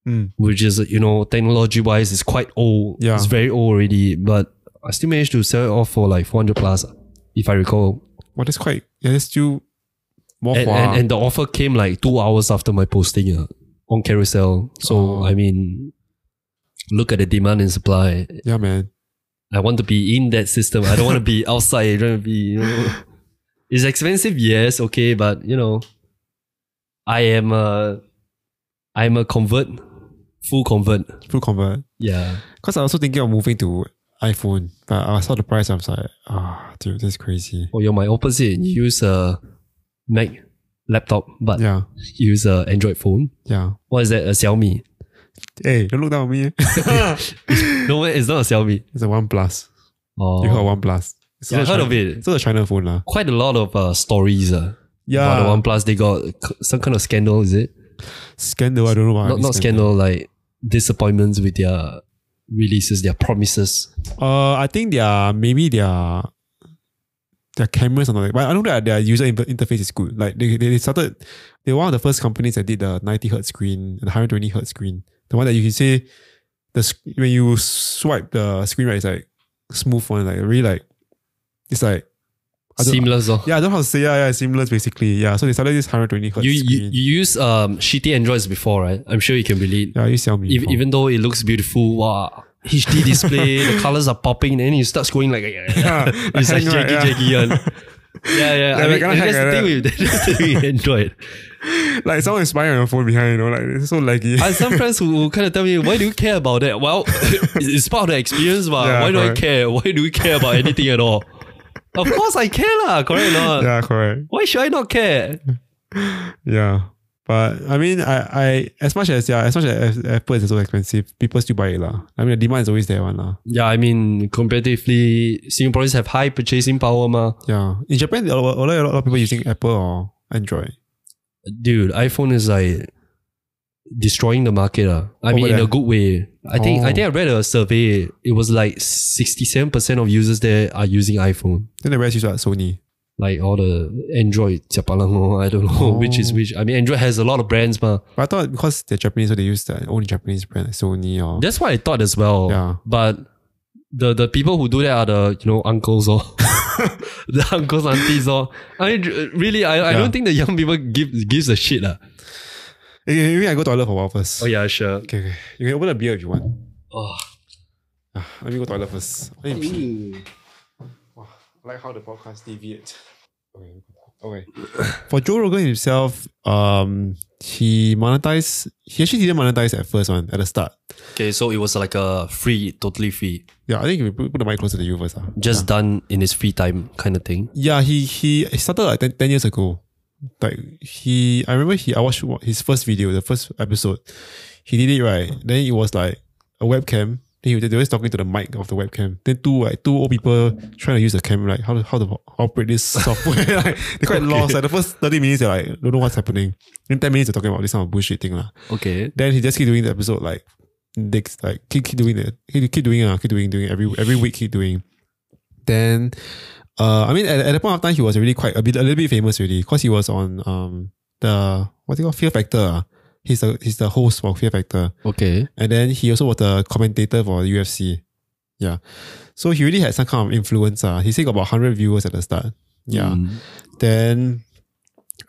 S1: Mm.
S2: which is, you know, technology wise, it's quite old.
S1: Yeah.
S2: It's very old already, but I still managed to sell it off for like 400 plus, uh, if I recall.
S1: Well, that's quite. Yeah, that's still more
S2: And,
S1: for.
S2: and, and the offer came like two hours after my posting uh, on Carousel. So,
S1: Oh.
S2: I mean, look at the demand and supply.
S1: yeah, man.
S2: I want to be in that system. I don't want
S1: *laughs*
S2: to be outside. I don't want to be. You know. It's expensive, yes, okay, but you know, I am a, I'm a convert, full convert.
S1: Full convert.
S2: Yeah,
S1: Cause I was also thinking of moving to iPhone, but I saw the price. I was like, ah, dude, that's crazy.
S2: or Oh, you're my opposite. You use a Mac laptop, but
S1: Yeah,
S2: you use a Android phone.
S1: yeah.
S2: What is that? A Xiaomi?
S1: Hey, don't look down on me. *laughs*
S2: No, eh, it's not a Xiaomi.
S1: It's a One Plus.
S2: Oh,
S1: You got One Plus.
S2: Yeah, I heard of it.
S1: It's not a China phone lah.
S2: Quite a lot of uh, stories. Uh,
S1: Yeah.
S2: about the OnePlus, they got c- some kind of scandal. Is it?
S1: Scandal. I don't know why.
S2: not, not scandal like disappointments with their releases, their promises.
S1: Uh, I think their maybe their their cameras or something. But I know that their user inter- interface is good. Like they, they started, they were one of the first companies that did the 90 hertz screen and 120 hertz screen. The one that you can say the sc- when you swipe the screen right, it's like smooth one, like really like it's like I don't-
S2: Seamless, oh.
S1: yeah, I don't know how to say yeah, yeah, seamless basically. Yeah, so they started this 120 hertz
S2: You,
S1: screen.
S2: you you use um shitty androids before, right? I'm sure you can relate.
S1: yeah, you Xiaomi.
S2: Ev-
S1: before.
S2: even though it looks beautiful, wow,
S1: *laughs*
S2: HD display, the colors are popping, then it starts going like, *laughs* it's
S1: *laughs*
S2: like
S1: I know,
S2: jaggy
S1: yeah.
S2: jaggy one. Yeah, yeah. I
S1: we're
S2: mean,
S1: gonna
S2: that's,
S1: hack
S2: the thing with, that's the thing
S1: *laughs*
S2: with Android.
S1: *laughs* Like someone is spying on your phone behind, you know, like it's so laggy.
S2: I have some friends who, who kind of tell me, why do you care about that? Well, *laughs* it's part of the experience, but
S1: Yeah,
S2: why do
S1: correct.
S2: I care? Why do we care about anything at all? Of course I care, lah. correct or
S1: *laughs*
S2: not?
S1: yeah, correct.
S2: Why should I not care?
S1: Yeah. But I mean, I, I as much as yeah, as much as Apple is so expensive, people still buy it lah. I mean, the demand is always there one lah.
S2: Yeah, I mean, comparatively, Singaporeans have high purchasing power, mah.
S1: Yeah. In Japan, a lot, a lot, a lot of people using Apple or Android.
S2: Dude, iPhone is like destroying the market. ah. I
S1: Over
S2: mean, in
S1: there.
S2: a good way. I think I think I read a survey. It was like sixty-seven percent of users there are using iPhone.
S1: Then the rest is like Sony.
S2: Like all the Android, jiapalang lor, *laughs* I don't know
S1: Oh.
S2: which is which. I mean, Android has a lot of brands, mah.
S1: But I thought because they're Japanese, so they use their own Japanese brand, like Sony or
S2: That's what I thought as well.
S1: yeah.
S2: But the the people who do that are the you know uncles or *laughs* the uncles aunties or I mean, really I, I
S1: Yeah.
S2: don't think the young people give gives a shit ah. lah.
S1: Eh, eh, Maybe I go to toilet for a while first.
S2: Oh yeah, sure.
S1: Okay, okay. You can open a beer if you want.
S2: Oh.
S1: Ah, Let me go to toilet first. I need to pee. Wow, I like how the podcast deviates. Okay. Okay. *laughs* For Joe Rogan himself, um, he monetized. He actually didn't monetize at first one at the start.
S2: Okay, so it was like a free, totally free,
S1: Yeah, I think we put, put the mic closer to you first. ah.
S2: just done in his free time kind of thing.
S1: Yeah, he he started like 10, 10 years ago. Like he, I remember he. I watched one- his first video, the first episode. He did it right. Then it was like a webcam. Then he was- they was talking to the mic of the webcam. Then two like two old people trying to use the camera, like how to how to operate this software. *laughs* like they're quite lost. Like the first thirty minutes, they're like don't know what's happening. Then ten minutes, they're talking about this kind of bullshit thing lah.
S2: Okay.
S1: Then he just keep doing the episode like next, like keep keep doing it, keep keep doing it, uh, keep doing doing every every week keep doing. Then, uh, I mean at, at the point of time he was really quite a bit a little bit famous really because he was on um the what's it called Fear Factor. ah. He's the he's the host for Fear Factor,
S2: Okay.
S1: and then he also was the commentator for UFC. Yeah, so he really had some kind of influence. Uh. he said got about hundred viewers at the start. Yeah
S2: Mm.
S1: then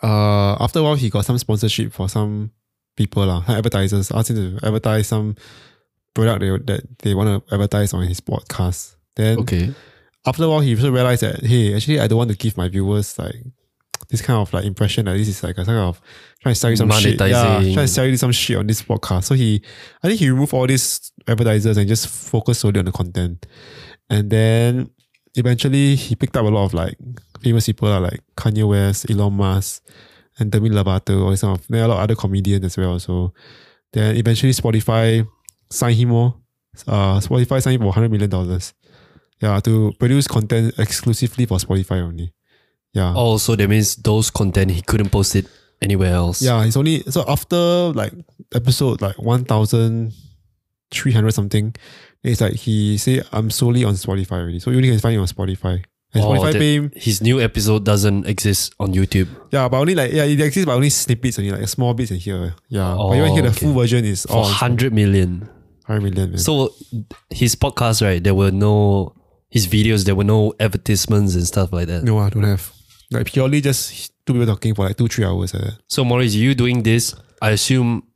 S1: uh after a while he got some sponsorship for some people lah, some advertisers asked him to advertise some product they, that they want to advertise on his podcast then
S2: Okay.
S1: after a while he also realized that hey actually I don't want to give my viewers like this kind of like impression that this is like a kind of trying to sell you some shit yeah
S2: Monetizing.
S1: trying to sell you some shit on this podcast so he I think he removed all these advertisers and just focused solely on the content and then eventually he picked up a lot of like famous people lah, like Kanye West Elon Musk and Demi Lovato or some of there are a lot of other comedians as well so then eventually Spotify signed him more uh Spotify signed him for 100 million dollars yeah, to produce content exclusively for Spotify only. Yeah.
S2: Oh, so that means those content he couldn't post it anywhere else.
S1: Yeah, it's only so after like episode like one thousand three hundred something, it's like he say I'm solely on Spotify already. So you only can find it on Spotify. And
S2: Oh,
S1: Spotify
S2: that-
S1: pay him,
S2: His new episode doesn't exist on YouTube.
S1: yeah, but only like yeah, it exists but only snippets only like small bits in here. Yeah. but you want to hear
S2: Oh,
S1: the
S2: okay.
S1: full version is
S2: For
S1: all on
S2: 100 million.
S1: 100 million, man.
S2: So his podcast, right? There were no his videos. There were no advertisements and stuff like that.
S1: no, I don't have. Like purely just two people talking for like two, three hours. eh. like that.
S2: So Maurice, you doing this? I assume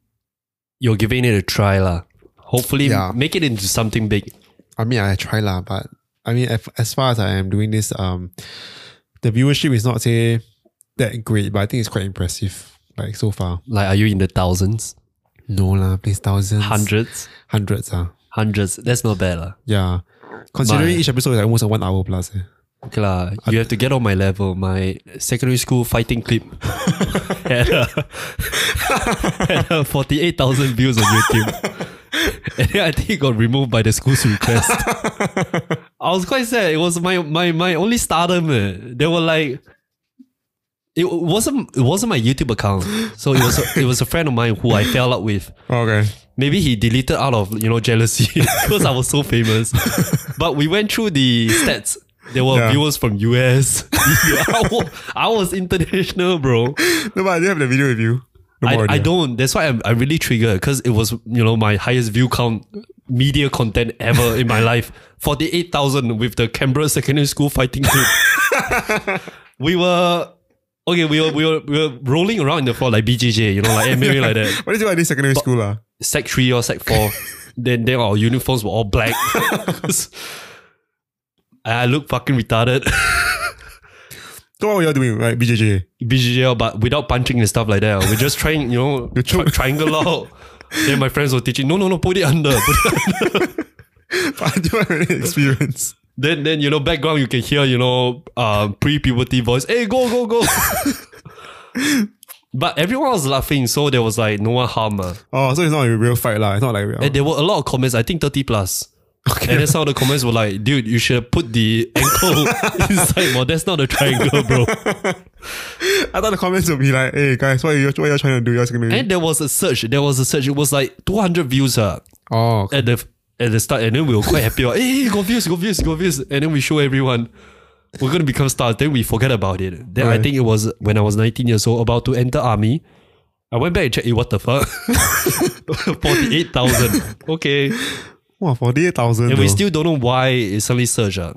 S2: you're giving it a try, lah. Hopefully,
S1: Yeah.
S2: make it into something big.
S1: I mean, I try lah, but I mean, if, as far as I am doing this, um, the viewership is not say that great, but I think it's quite impressive. Like so far,
S2: Like, are you in the thousands,
S1: no lah, please thousands,
S2: hundreds,
S1: hundreds ah,
S2: hundreds? That's not bad, lah.
S1: yeah. Considering
S2: My-
S1: each episode is like almost a one hour plus. eh.
S2: Okay, lah. You have to get on my level. My secondary school fighting clip had, uh, had uh, forty-eight thousand views on YouTube. And then I think it got removed by the school's request. I was quite sad. It was my my my only stardom. eh. They were like, it wasn't it wasn't my YouTube account. So it was a, it was a friend of mine who I fell out with.
S1: Oh, Okay,
S2: Maybe he deleted out of you know jealousy *laughs* because I was so famous. but we went through the stats. There were
S1: Yeah.
S2: viewers from US. *laughs* I, wa- I was international, bro.
S1: no, but I didn't have the video with you. No
S2: I,
S1: more
S2: I
S1: idea.
S2: don't. That's why I'm, I'm really triggered because it was you know my highest view count media content ever in my life. Forty eight thousand with the Canberra Secondary School fighting group. we were okay. We were, we were we were rolling around in the floor like BJJ, you know, like MMA like that.
S1: What is it? I did secondary school ah? lah.
S2: Sec three or sec four. Then then our uniforms were all black. I look fucking retarded. *laughs*
S1: So what were you all doing, right? BJJ.
S2: BGL, but without punching and stuff like that. We're just trying, you know,
S1: You
S2: tri-
S1: choke.
S2: triangle out. then my friends were teaching, no, no, no, put it under. Put it-
S1: *laughs*
S2: *laughs*
S1: I don't have any experience.
S2: then, then you know, background you can hear, you know, uh, pre-puberty voice, hey, go, go, go. but everyone was laughing, so there was like no one harm. ah.
S1: Oh, so it's not a real fight, lah. It's not like
S2: And there were a lot of comments, I think 30 plus. And then some of the comments were like, dude, you should have put the ankle inside more. That's not a triangle, bro.
S1: I thought the comments would be like, "Hey guys, what are you, what are you trying to do? You're gonna
S2: And there was a search. There was a search. It was like 200 views. ah.
S1: oh, okay.
S2: at the at the start, and then we were quite happy. Like, hey, hey, go views, go views, go views, and then we show everyone we're gonna become stars. Then we forget about it. Then I
S1: Right.
S2: think it was when I was 19 years old, about to enter army. I went back and checked. Hey, what the fuck? *laughs* Forty-eight thousand. Okay,
S1: wow, forty eight thousand.
S2: and we still don't know why it suddenly surged. ah.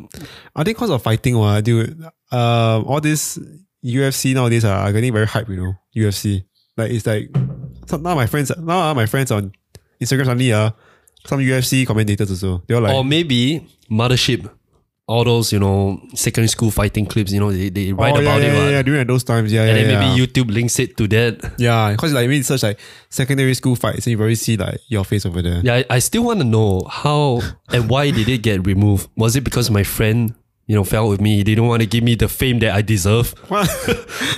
S1: I think because of fighting, what dude. Um, all this UFC nowadays are, are getting very hype. You know, UFC. Like it's like so now my friends now ah, my friends on Instagram suddenly uh, some UFC commentators also they're like
S2: Or maybe mothership. All those you know secondary school fighting clips. You know they, they write
S1: oh, yeah,
S2: about
S1: yeah,
S2: it.
S1: yeah,
S2: what?
S1: yeah, during those times yeah
S2: And
S1: yeah
S2: then
S1: yeah.
S2: maybe YouTube links it to that.
S1: yeah because like maybe such like secondary school fights and you probably see like your face over there *laughs*
S2: Yeah, I, I still want to know how and why did it get removed? Was it because my friend, you know, fell with me? He didn't want to give me the fame that I deserve.
S1: What?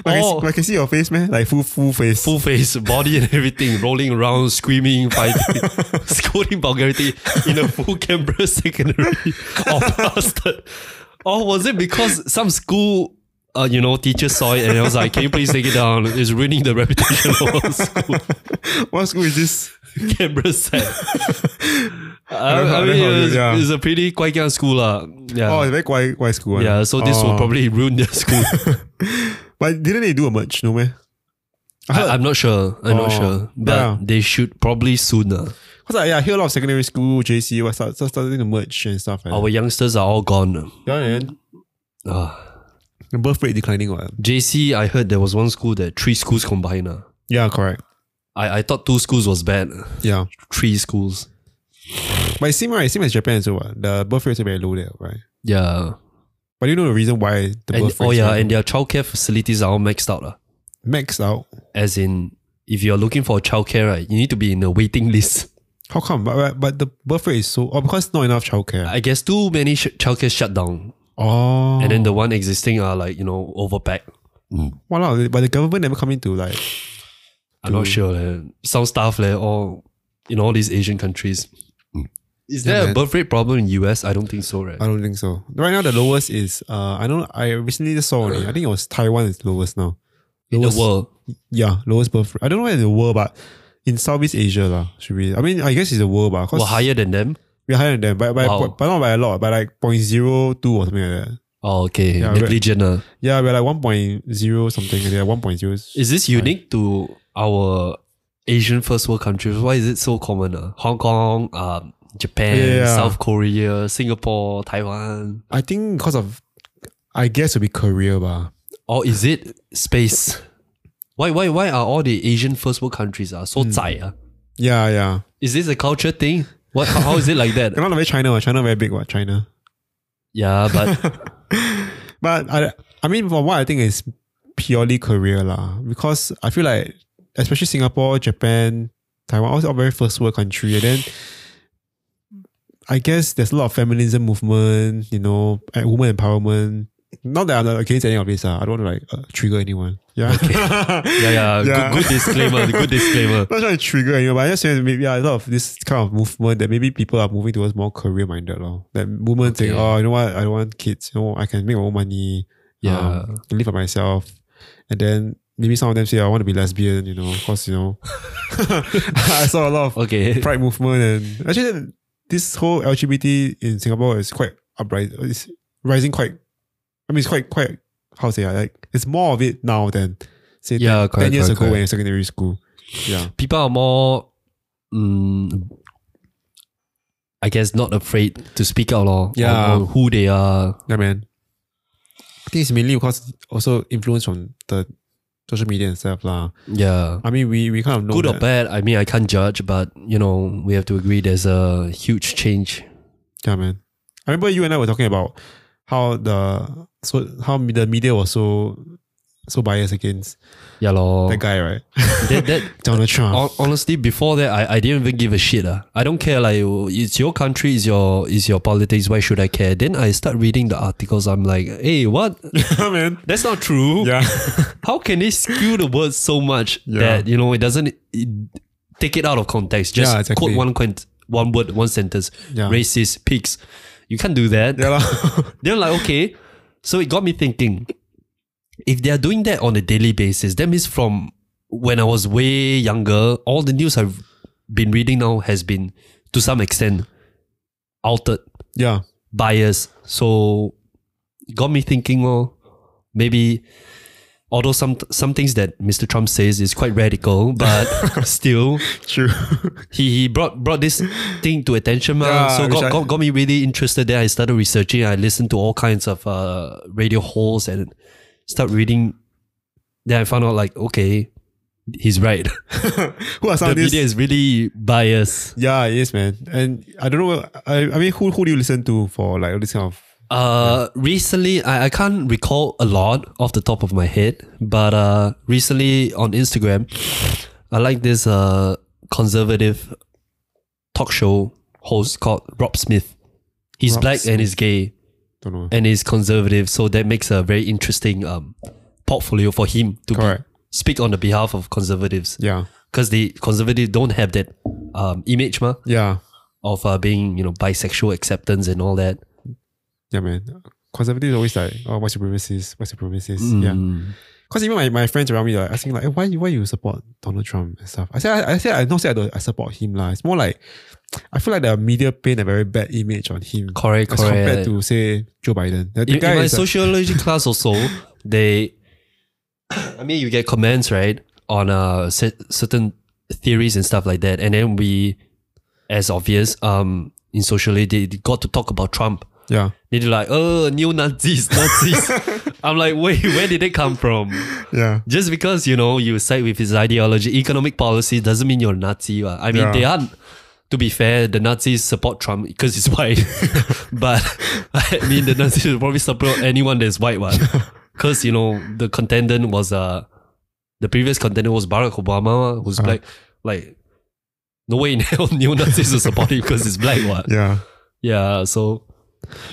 S1: I, can,
S2: Oh.
S1: I can see your face, man. Like full, full face.
S2: Full face, body and everything, rolling around,
S1: *laughs*
S2: screaming, fighting, scolding vulgarity in a full Canberra *laughs* secondary or bastard. Or was it because some school, uh, you know, teacher saw it and I was like, can you please take it down? It's ruining the reputation of our *laughs* school.
S1: *laughs* What school is this? *laughs*
S2: Canberra set. I,
S1: don't know-
S2: I
S1: I don't
S2: mean,
S1: know how
S2: it
S1: you-
S2: was-
S1: yeah.
S2: it's a pretty quite young school. lah. Yeah.
S1: Oh, it's very quiet, quiet school. one.
S2: Yeah, so this will
S1: Oh.
S2: probably ruin their
S1: *laughs*
S2: school.
S1: But didn't they do a merch? No man.
S2: I, am not sure. I'm not
S1: Oh,
S2: sure. But
S1: yeah.
S2: they should probably sooner.
S1: Cause like, yeah, I hear a lot of secondary school, JC, what start, start starting to merch and stuff. eh? Man.
S2: Our youngsters are all gone.
S1: yeah, man.
S2: Ah,
S1: The birth rate declining. What?
S2: JC, I heard there was one school that three schools combined. ah.
S1: Yeah, correct.
S2: I, I thought two schools was bad.
S1: Yeah,
S2: Three schools.
S1: but it seems right. It seems as Japan so what? The birth rates are very low there, right?
S2: Yeah.
S1: But you know the reason why the
S2: And,
S1: birth rates
S2: oh, yeah.
S1: are
S2: And their childcare facilities are all maxed out. ah.
S1: maxed out.
S2: As in, if you're looking for childcare, right, you need to be in the waiting *laughs* list.
S1: How come? But, but but the birth rate is so. Oh, because not enough childcare.
S2: I guess too many sh- childcare shut down.
S1: Oh,
S2: And then the one existing are like, you know, overpacked.
S1: wow. But the government never come into like
S2: I'm not sure. leh. Some stuff leh, all in all these Asian countries. Is there a
S1: man.
S2: birth rate problem in US? I don't think so, right?
S1: I don't think so. Right now, the lowest is uh, I don't. I recently just saw. only. I think it was Taiwan is lowest now.
S2: in the
S1: Lowest,
S2: world.
S1: yeah, lowest birth. rate. I don't know where in the world, but in Southeast Asia lah, should be. I mean, I guess it's the world, but
S2: We're higher than them.
S1: we're higher than them, but by,
S2: Wow.
S1: but not by a lot, but like 0.02 or something like that.
S2: Oh, okay.
S1: Yeah, right.
S2: Negligent. ah.
S1: Yeah, we're like one point zero something. and They're one point zero.
S2: Is this unique to our Asian first world countries? Why is it so common? ah? Hong Kong, um, Japan,
S1: Yeah.
S2: South Korea, Singapore, Taiwan.
S1: I think because of, I guess it'll be Korea, but
S2: Or is it space? Why why why are all the Asian first world countries are
S1: Hmm.
S2: so zai? ah?
S1: yeah, yeah.
S2: Is this a culture thing? What how- how is it like
S1: *laughs*
S2: that?
S1: They're not very China. what. China very big. What China?
S2: yeah, but
S1: *laughs* Um, But I, I mean, for what I think is purely Korea lah, because I feel like especially Singapore, Japan, Taiwan, also all very first world country, and then I guess there's a lot of feminism movement, you know, and women empowerment. Not that I'm not against any of this, ah. I don't want to like uh, trigger anyone. Yeah, *laughs*
S2: Yeah, yeah.
S1: Yeah.
S2: Good, good disclaimer. Good disclaimer.
S1: not trying to trigger anyone, but I just saying maybe yeah, a lot of this kind of movement that maybe people are moving towards more career minded lor. That women think,
S2: Okay.
S1: oh, you know what, I don't want kids. You know, I can make my own money.
S2: Yeah.
S1: um, live for myself, and then maybe some of them say, I want to be lesbian. You know, because you know, *laughs* I saw a lot of
S2: Okay.
S1: pride movement and actually this whole LGBT in Singapore is quite uprising. It's rising quite. I mean, it's quite quite how to say ah, like it's more of it now than say 10,
S2: Yeah, correct,
S1: years
S2: correct,
S1: ago
S2: correct.
S1: when you're in secondary school. Yeah.
S2: People are more, mm, I guess, not afraid to speak out lor,
S1: Yeah.
S2: on, on who they are.
S1: Yeah, man. I think it's mainly because also influence from the social media and stuff lah.
S2: Yeah.
S1: I mean, we, we kind of know
S2: Good or
S1: that.
S2: bad, I mean, I can't judge, but you know, we have to agree there's a huge change.
S1: Yeah, man. I remember you and I were talking about how the so how the media was so so biased against
S2: Yeah, lor.
S1: that guy, right? *laughs*
S2: That- that-
S1: Donald Trump.
S2: Hon- honestly, before that, I, I didn't even give a shit. Uh. I don't care. Like, it's your country, it's your is your politics. Why should I care? Then I start reading the articles. I'm like, hey, what? Oh.
S1: Yeah, *laughs* man.
S2: That's not
S1: *laughs*
S2: true.
S1: Yeah.
S2: How can they skew the words so much
S1: Yeah.
S2: that you know it doesn't it, take it out of context? Just
S1: Yeah, exactly.
S2: quote one quint, one word, one sentence.
S1: Yeah.
S2: Racist pigs. You can't do that.
S1: yeah.
S2: *laughs*
S1: lah.
S2: They're like, okay. So it got me thinking. If they are doing that on a daily basis, that means from when I was way younger, all the news I've been reading now has been to some extent altered,
S1: yeah.
S2: biased. So it got me thinking, oh, maybe although some some things that Mr. Trump says is quite
S1: *laughs*
S2: radical, but still
S1: True.
S2: he, he brought brought this thing to attention mah.
S1: Yeah,
S2: so
S1: which
S2: got,
S1: I-
S2: got, got me really interested there I started researching I listened to all kinds of uh, radio hosts and start reading then I found out like okay he's right *laughs*
S1: Who are some
S2: the
S1: of these?
S2: media is really biased
S1: Yeah, it is, man. And I don't know. I, I mean, who who do you listen to for like all this kind of?
S2: uh, recently I, I can't recall a lot off the top of my head but uh, recently on Instagram I like this uh, conservative talk show host called Rob Smith he's
S1: Rob
S2: black and he's gay
S1: Don't know.
S2: and is conservative, so that makes a very interesting um, portfolio for him to be-
S1: Correct.
S2: speak on the behalf of conservatives
S1: Yeah.
S2: because the conservatives don't have that um, image ma,
S1: Yeah.
S2: of uh, being you know bisexual acceptance and all that.
S1: Yeah, man. Conservatives always like, oh, what's your premises? What's your premises? Yeah.
S2: Mm.
S1: Because even my, my friends around me are asking like, eh, why you- why you support Donald Trump and stuff. I said I, I said I not say I don't I support him lah. It's more like I feel like the media paint a very bad image on him
S2: Correct,
S1: as
S2: correct.
S1: compared to say Joe Biden. The, the
S2: in, in
S1: guy
S2: my
S1: is a- *laughs*
S2: sociology class also, they, *coughs* I mean, you get comments right on uh cer- certain theories and stuff like that, and then we, as obvious, um, in sociology, they they got to talk about Trump.
S1: yeah
S2: They're like, oh, neo Nazis, *laughs* Nazis. I'm like, wait, where did they come from?
S1: yeah
S2: Just because, you know, you side with his ideology, economic policy doesn't mean you're Nazi. uh. I mean,
S1: Yeah.
S2: they aren't, to be fair, the Nazis support Trump because he's white. *laughs* but I mean, the Nazis will probably support anyone that's white one. Because, you know, the contender was, uh, the previous contender was Barack Obama, who's black. Like, no way in *laughs* hell neo Nazis will support him because he's black one.
S1: yeah.
S2: Yeah, so.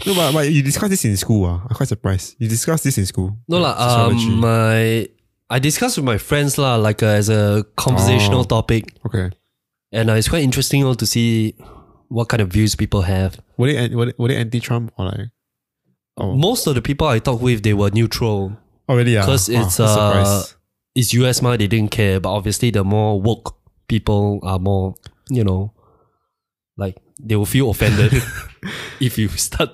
S1: No, but, but you discussed this in school. Ah, I'm quite surprised. You discussed this in school.
S2: No lah.
S1: like, sociology.
S2: Um, my I discussed with my friends lah, like uh, as a conversational
S1: Oh.
S2: topic,
S1: okay.
S2: and uh, it's quite interesting uh, to see what kind of views people have.
S1: Were they an- were they, were they anti-Trump or like? Oh.
S2: Most of the people I talked with, they were neutral.
S1: Oh really? Yeah.
S2: 'Cause
S1: Wow,
S2: it's,
S1: I'm
S2: uh,
S1: surprised.
S2: It's US mah, they didn't care, but obviously the more woke people are more, you know, like they will feel
S1: *laughs*
S2: offended *laughs* if you start.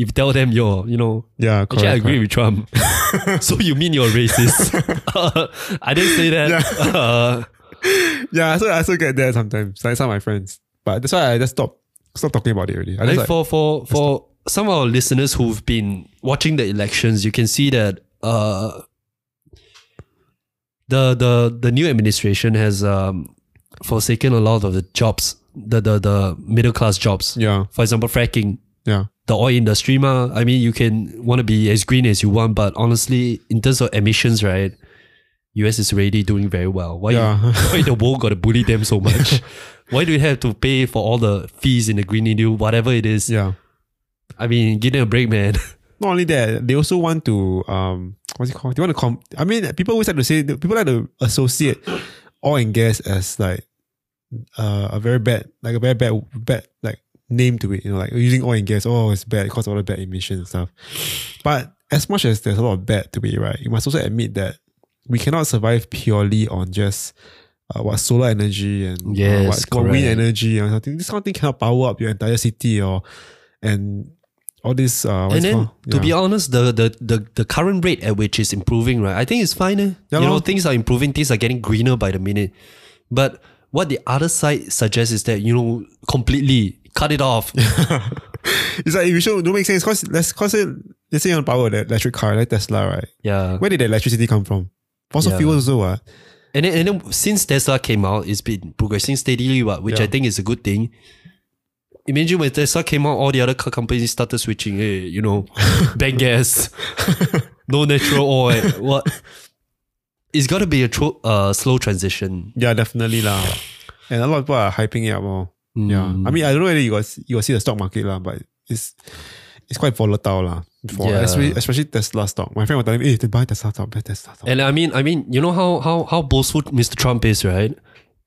S2: If you tell them you're, you know,
S1: yeah. Correct,
S2: actually I agree with Trump.
S1: *laughs*
S2: so you mean you're racist? *laughs* I didn't say that. *laughs* Uh,
S1: correct. Yeah. So I also get that sometimes. Like some of my friends, but that's why I just stopped stop talking about it already. I
S2: I
S1: just
S2: think
S1: like,
S2: for for for some of our listeners who've been watching the elections, you can see that uh, the the the new administration has um, forsaken a lot of the jobs, the the, the middle class jobs.
S1: yeah.
S2: For example, fracking,
S1: Yeah.
S2: the oil industry. Ma, I mean, you can want to be as green as you want, but honestly, in terms of emissions, right? US is already doing very well. Why,
S1: Yeah. *laughs*
S2: *laughs* why the world got to bully them so much? why do you have to pay for all the fees in the Green New Deal, whatever it is?
S1: Yeah.
S2: I mean, give them a break, man.
S1: Not only that, they also want to um what's it called? They want to com I mean people always like to say people like to associate oil and gas as like uh, a very bad like a very bad bad like name to it, you know, like using oil and gas, oh it's bad, it causes a lot of bad emissions and stuff. But as much as there's a lot of bad to it, right, you must also admit that we cannot survive purely on just uh, what solar energy and uh,
S2: Yes,
S1: what, what wind
S2: correct.
S1: energy and something. This kind of thing cannot power up your entire city or and all this uh, what's
S2: and
S1: it
S2: then,
S1: called?
S2: to
S1: Yeah.
S2: be honest, the, the the the current rate at which is improving, right? I think it's fine. eh?
S1: Yeah
S2: you know,
S1: lor.
S2: things are improving. Things are getting greener by the minute. But what the other side suggests is that you know completely cut
S1: *laughs*
S2: it off.
S1: It's like if you don't make sense because let's cause it let's say on power the electric car like Tesla, right?
S2: yeah,
S1: Where did the electricity come from? Fossil
S2: Yeah.
S1: fuels also what?
S2: And then, and then since Tesla came out, it's been progressing steadily, what, which
S1: Yeah.
S2: I think is a good thing. Imagine when Tesla came out, all the other car companies started switching. Hey, you know, bank gas, no natural oil. eh, What? It's got to be a tro- uh, slow transition.
S1: Yeah, definitely lah. And a lot of people are hyping it up more. Yeah. I mean, I don't know whether you guys you got see the stock market lah, but it's it's quite volatile lah. For
S2: Yeah.
S1: especially, especially Tesla stock. My friend was telling me, hey, to buy Tesla stock, buy Tesla stock.
S2: And I mean, I mean, you know how how how boastful Mr. Trump is, right?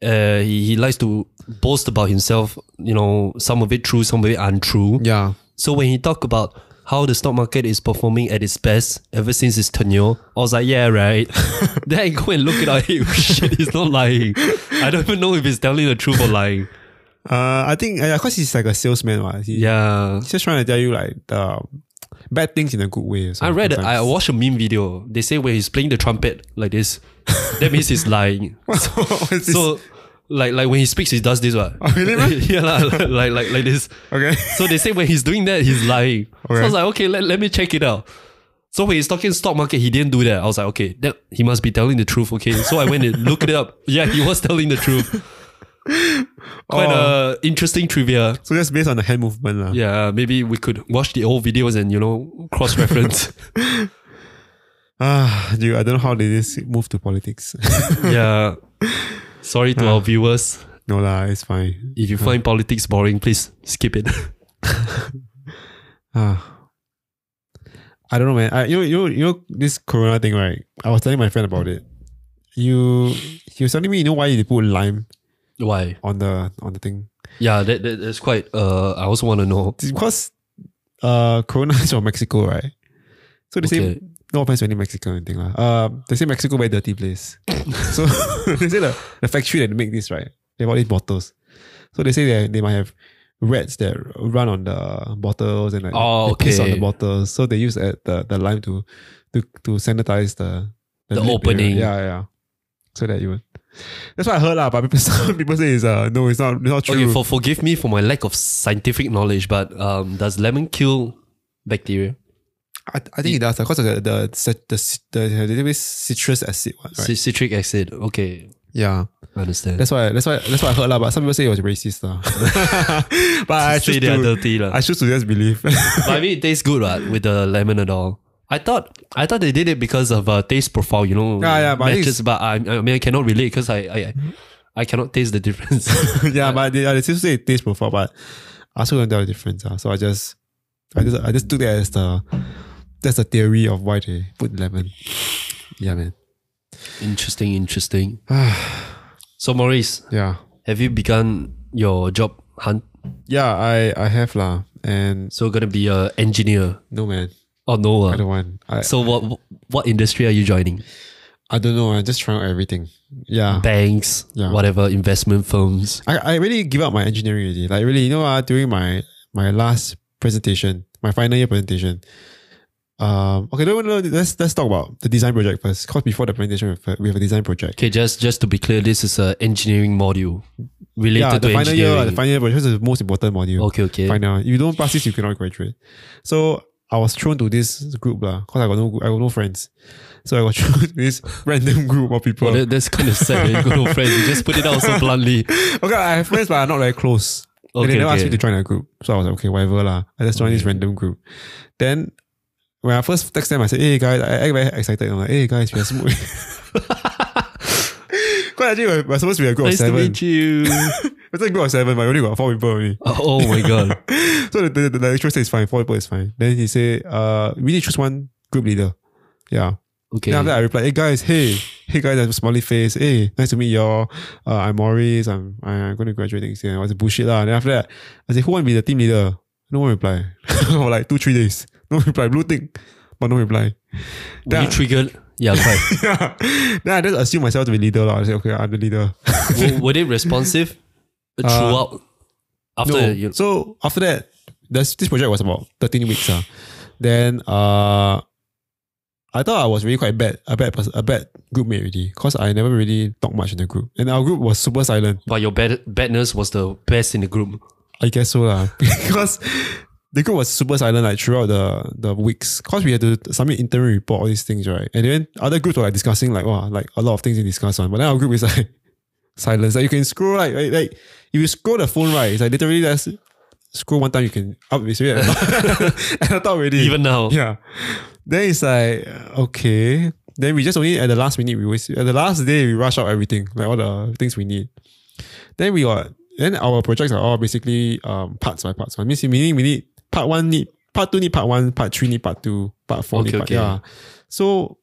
S2: Uh, he, he likes to boast about himself. You know, some of it true, some of it untrue.
S1: yeah.
S2: So when he talked about how the stock market is performing at its best ever since his tenure, I was like, yeah, right. *laughs* then I go and look it up. *laughs* Hey, shit, he's not lying. I don't even know if he's telling the truth or lying.
S1: Uh, I think uh, because he's like a salesman, right? He,
S2: Yeah.
S1: He's just trying to tell you like the bad things in a good way. or
S2: I
S1: something
S2: read,
S1: *laughs*
S2: I
S1: sometimes.
S2: watched a meme video. They say when he's playing the trumpet like this, that means he's lying.
S1: What is *laughs* this? Oh,
S2: So, like, like when he speaks, he does this one.
S1: really,
S2: *laughs* yeah, lah, like, like, like this.
S1: okay.
S2: So they say when he's doing that, he's lying. So I was like, okay, let, let me check it out. So when he's talking stock market, he didn't do that. I was like, okay, that, he must be telling the truth. Okay, so I went and *laughs* looked it up. Yeah, he was telling the truth. Quite a interesting trivia.
S1: So just based on the hand movement, lah.
S2: Yeah, maybe we could watch the old videos and you know cross reference.
S1: Ah, dude, I don't know how they just move to politics. *laughs*
S2: yeah. Sorry to our viewers.
S1: no lah, it's fine.
S2: If you find politics boring, please skip it. *laughs*
S1: Ah. I don't know, man. I, you know, you know, you know this Corona thing, right? I was telling my friend about it. You, he was telling me, you know, why they put lime
S2: Why?
S1: on the on the thing?
S2: Yeah, that, that that's quite. Uh, I also want to know.
S1: It's because, uh, Corona *laughs* is from Mexico, right? So they say
S2: Okay.
S1: no offense to any Mexican or anything, lah. Uh, they say Mexico very dirty place.
S2: *laughs*
S1: so *laughs* they say the, the factory that make this, right? They have all these bottles. So they say that they might have rats that run on the bottles and like
S2: Oh,
S1: they piss on the
S2: okay.
S1: bottles. So they use uh, the the lime to to to sanitize the
S2: The
S1: lip area.
S2: opening.
S1: Yeah, yeah. So that you. That's what I heard, lah. But people, *laughs* some people say it's uh no, it's not, it's not true.
S2: Okay, for, forgive me for my lack of scientific knowledge, but um, does lemon kill bacteria?
S1: I, I think it does because of the the cit- the, cit- the, the, the citrus acid one, right?
S2: Cit- Citric acid. Okay,
S1: yeah,
S2: I understand.
S1: that's why that's why that's what I heard lah. But some people say it was racist lah. *laughs* but *laughs* I choose
S2: Say they are
S1: to
S2: dirty lah.
S1: I choose to just believe. *laughs*
S2: but I mean, it tastes good, right? With the lemon and all. I thought I thought they did it because of uh, taste profile, you know.
S1: Yeah, yeah, but I think
S2: matches, but I, I mean, I cannot relate because I, I I cannot taste the difference. *laughs*
S1: yeah, but they, yeah, they still say it tastes profile, but I also don't tell the difference. ah. So I just I just I just took that as the that's the theory of why they put lemon. Yeah, man. *sighs*
S2: interesting, interesting. so, Maurice,
S1: Yeah.
S2: have you begun your job hunt?
S1: Yeah, I I have lah. And
S2: So, gonna be a engineer?
S1: no man,
S2: Oh no!
S1: I
S2: Uh,
S1: don't want. I
S2: so, what what industry are you joining?
S1: I don't know. I'm just trying out everything. Yeah.
S2: banks,
S1: Uh-huh. Yeah.
S2: whatever investment firms.
S1: I, I really give up my engineering already. Like really, you know, uh, during my my last presentation, my final year presentation. Um, okay, no, no, no, let's let's talk about the design project first. Cause before the presentation, we have a- we have a design project.
S2: Okay, just just to be clear, this is a engineering module related
S1: yeah,
S2: to
S1: the final
S2: engineering.
S1: year, the final year project is the most important module.
S2: okay, okay.
S1: Final, you don't pass this, you cannot graduate. So I was thrown to this group lah, cause I got no I got no friends. So I was *laughs* thrown to this random group of people.
S2: Well, that, that's kind of sad. eh? Good old friends, you just put it out
S1: *laughs*
S2: so bluntly.
S1: okay, I have friends, but I'm not very close. and
S2: Okay,
S1: they never asked
S2: okay.
S1: me to join a group. So I was like, okay, whatever lah. I just joined this random group. Then when I first text them, I said, hey guys, I act very excited. I'm like, hey guys, we are smooth. *laughs* Quite actually, we're, we're supposed to be a group
S2: Nice
S1: of
S2: to
S1: seven. *laughs*
S2: meet you.
S1: It's a group of seven, but we only got four people only.
S2: oh, oh my god.
S1: *laughs* so the, the, the lecturer said it's fine, four people is fine. Then he said, uh, we need to choose one group leader. Yeah.
S2: Okay.
S1: Then after that, I replied, "Hey guys, hey, hey guys, I'm smiley face. Hey, nice to meet y'all. Uh, I'm Maurice. I'm I'm going to graduate next year. I was bullshit lah. Then after that, I said, who want to be the team leader? No one reply *laughs* for like two three days. No reply. Blue tick, but no reply. *laughs*
S2: Were you triggered? Yeah, quite.
S1: Yeah. then I just assume myself to be leader lah. I said, okay, I'm the leader.
S2: were, were they responsive throughout? After
S1: Uh, No.
S2: you,
S1: so after that, this this project was about thirteen weeks. Uh. then uh, I thought I was really quite bad, a bad person, a bad group mate already, cause I never really talked much in the group, and our group was super silent.
S2: but your bad, badness was the best in the group.
S1: I guess so lah. because the group was super silent like throughout the the weeks because we had to submit interim report all these things right and then other groups were like discussing like wow like a lot of things to discuss on but then our group is like *laughs* silence like you can scroll right like, like if you scroll the phone right it's like literally just scroll one time you can up it's *laughs* really at the top- at the top already
S2: Even now.
S1: yeah then it's like okay then we just only at the last minute we always at the last day we rush out everything like all the things we need then we got then our projects are all basically um parts by parts. Means meaning we need part one need part two need part one, part three need part two, part four
S2: Okay,
S1: need part
S2: okay.
S1: yeah. So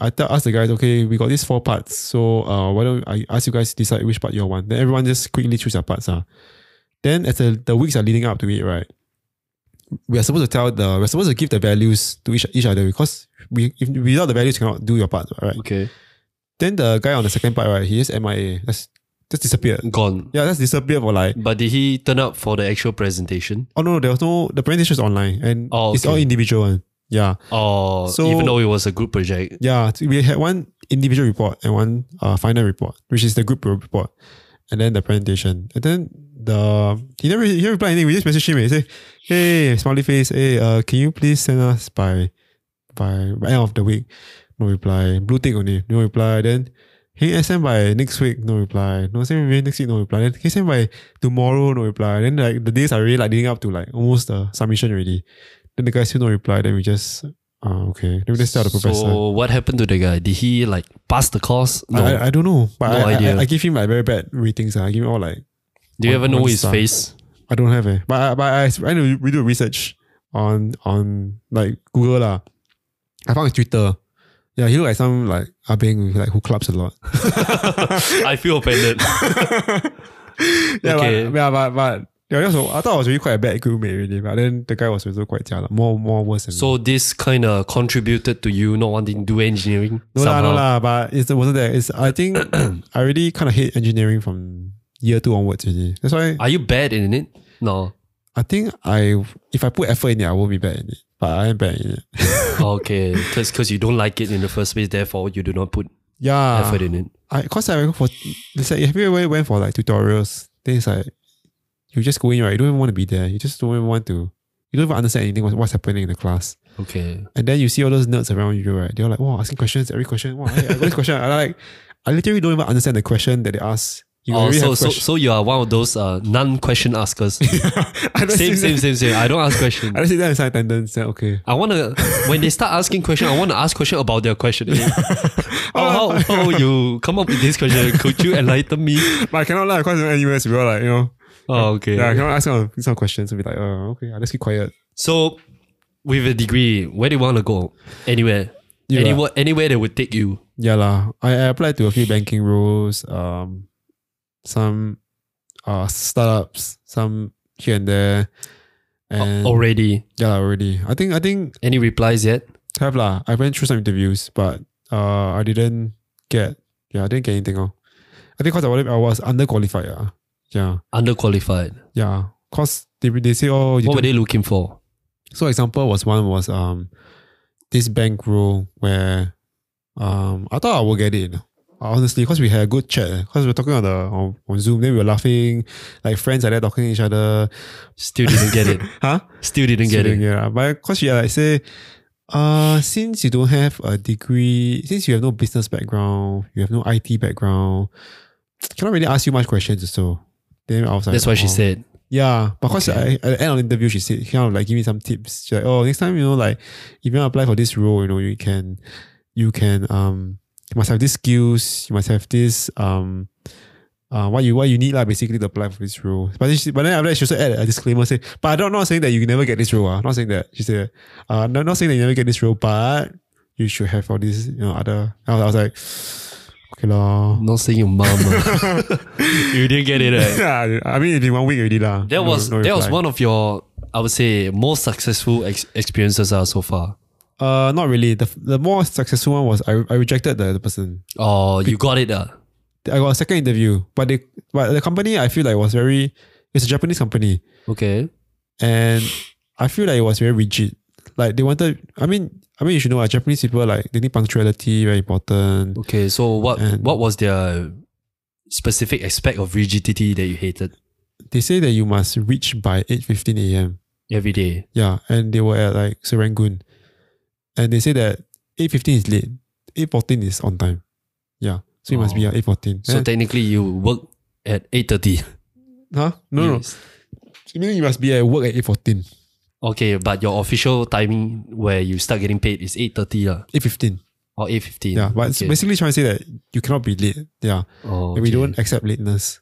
S1: I tell ask the guys, okay, we got these four parts. So uh why don't I ask you guys to decide which part you all want? Then everyone just quickly choose their parts. Uh. Then as the, the weeks are leading up to it, right? We are supposed to tell the we're supposed to give the values to each each other because we if without the values you cannot do your part, right?
S2: Okay.
S1: Then the guy on the second part, right, he just MIA. That's just disappeared.
S2: Gone.
S1: Yeah, that's disappeared for like
S2: But did he turn up for the actual presentation?
S1: Oh no, there was no the presentation is online and
S2: Oh,
S1: it's
S2: okay.
S1: all individual one. Yeah,
S2: Or
S1: So-
S2: even though it was a group project?
S1: yeah. t- We had one individual report and one uh, final report, which is the group report, and then the presentation. And then the he never he never replied anything. We just messaged him and he said, "Hey, smiley face. Hey, uh, can you please send us by by by end of the week?" No reply. Blue tick only. No reply. Then. Hey, send by next week, no reply. No, send by next week, no reply. Then, hey, send by tomorrow, no reply. Then, like, the days are really like leading up to like almost the submission already. Then the guy still no reply. Then we just, uh, okay, then we just tell the professor.
S2: So what happened to the guy? Did he like pass the course? No.
S1: I, I don't know, but
S2: No
S1: I, I-
S2: idea.
S1: I, I give him like very bad ratings. ah. I give him all like
S2: Do you
S1: one-
S2: ever know
S1: one
S2: his
S1: star. *laughs*
S2: face?
S1: I don't have it, but I, but I, I know we do research on on like Google lah. I found his Twitter. Yeah, he look like some like Ah Beng with like who clubs a
S2: *laughs*
S1: lot. *laughs*
S2: I feel offended.
S1: yeah,
S2: Okay.
S1: but, yeah, but but yeah, that's what- I thought I was really quite a bad crewmate really, but then the guy was also quite jialat, more more worse than me.
S2: so this kind of contributed to you not wanting to do engineering.
S1: No lah,
S2: somehow.
S1: no lah. But it's, it wasn't that. It's I
S2: *clears throat*
S1: think I really kind of hate engineering from year two onwards. Really. That's why
S2: Are you bad in it? No.
S1: I think I if I put effort in it, I won't be bad in it. But I am bad in it.
S2: Oh, Okay. Because you don't like it in the first place, therefore you do not put
S1: Yeah,
S2: effort in it.
S1: I cause I went for it's like have you ever went for like tutorials? Then it's like you just go in right. You don't even want to be there. You just don't even want to. You don't even understand anything what's, what's happening in the class.
S2: Okay.
S1: And then you see all those nerds around you, right? They're like, wow, asking questions, every question. Wow, hey, I got this question. I like, I literally don't even understand the question that they ask. You
S2: Oh,
S1: already
S2: so,
S1: have
S2: so,
S1: question-
S2: so you are one of those uh, non-question askers.
S1: *laughs* I don't see
S2: same, same,
S1: that.
S2: same, same. I don't
S1: *laughs*
S2: ask questions.
S1: I just sit there and sign attendance. Then, okay.
S2: I want to when they start asking question, I want to ask question about their question.
S1: *laughs*
S2: how, Oh, how how you come up with this question? Could you enlighten me?
S1: *laughs* But I cannot lie, because in NUS, we all like, you know,
S2: Oh, okay.
S1: yeah, I cannot ask some, some questions and be like, oh, okay, I'll just keep quiet.
S2: So, with a degree, where do you want to go? Anywhere,
S1: Yeah.
S2: anywhere, anywhere that would take you.
S1: Yeah, lah. I, I applied to a few banking roles, um, some uh, startups, some here and there. And
S2: Oh, Already,
S1: yeah, lah, already. I think, I think,
S2: any replies yet?
S1: have lah. I went through some interviews, but uh, I didn't get, yeah, I didn't get anything. Oh. I think because I, was- I was underqualified. Yeah. Yeah.
S2: Underqualified.
S1: Yeah. Because they, they say, oh, you
S2: What
S1: don't
S2: were they looking for?
S1: So example was one was um this bank rule where um I thought I will get it. you know. Honestly, because we had a good chat, because we were talking on the on, on Zoom, then we were laughing, like friends are there talking to each other.
S2: Still didn't get it.
S1: *laughs* Huh?
S2: Still didn't get it.
S1: Yeah. But because she like say, uh, since you don't have a degree, since you have no business background, you have no IT background, cannot really ask you much questions. So then I was like,
S2: That's what she
S1: "Oh."
S2: said.
S1: Yeah, because I, at the end of the interview, she said, kind of like, give me some tips. She's like, oh, next time, you know, like, if you want to apply for this role, you know, you can, you can, um, you must have these skills, you must have this, um, uh, what you what you need like basically to apply for this role. But then she, but then after that she also add a disclaimer say, but I don't not saying that you never get this role. Uh, not saying that she said, uh, not not saying that you never get this role, but you should have all these you know other. I was, I was like, *sighs* okay lah.
S2: Not saying
S1: *laughs*
S2: your mom. ah. you didn't get it. eh?
S1: yeah, *laughs* I mean, it's been one week already lah.
S2: That
S1: No-
S2: was
S1: no
S2: that was
S1: reply.
S2: one of your, I would say, most successful ex- experiences uh, so far.
S1: Uh, not really. The the more successful one was I, I rejected the, the person.
S2: Oh, you got it. Uh.
S1: I got a second interview, but they but the company I feel like was very it's a Japanese company
S2: Okay.
S1: and I feel like it was very rigid. Like they wanted. I mean, I mean you should know. Like, Japanese people like they need punctuality very important.
S2: Okay. So what
S1: And-
S2: what was their specific aspect of rigidity that you hated?
S1: They say that you must reach by eight fifteen a.m.
S2: every day.
S1: Yeah, and they were at like Serangoon, and they say that eight fifteen is late, eight fourteen is on time. Yeah, so it must be
S2: Oh.
S1: at eight fourteen. Eh?
S2: So technically, you work at eight thirty.
S1: huh? No, no, no. You mean you must be at work at eight fourteen,
S2: Okay, but your official timing where you start getting paid is eight thirty lah
S1: eight fifteen.
S2: or eight fifteen.
S1: Yeah, but it's
S2: okay.
S1: basically trying to say that you cannot be late. Yeah,
S2: oh,
S1: and we
S2: okay.
S1: don't accept lateness.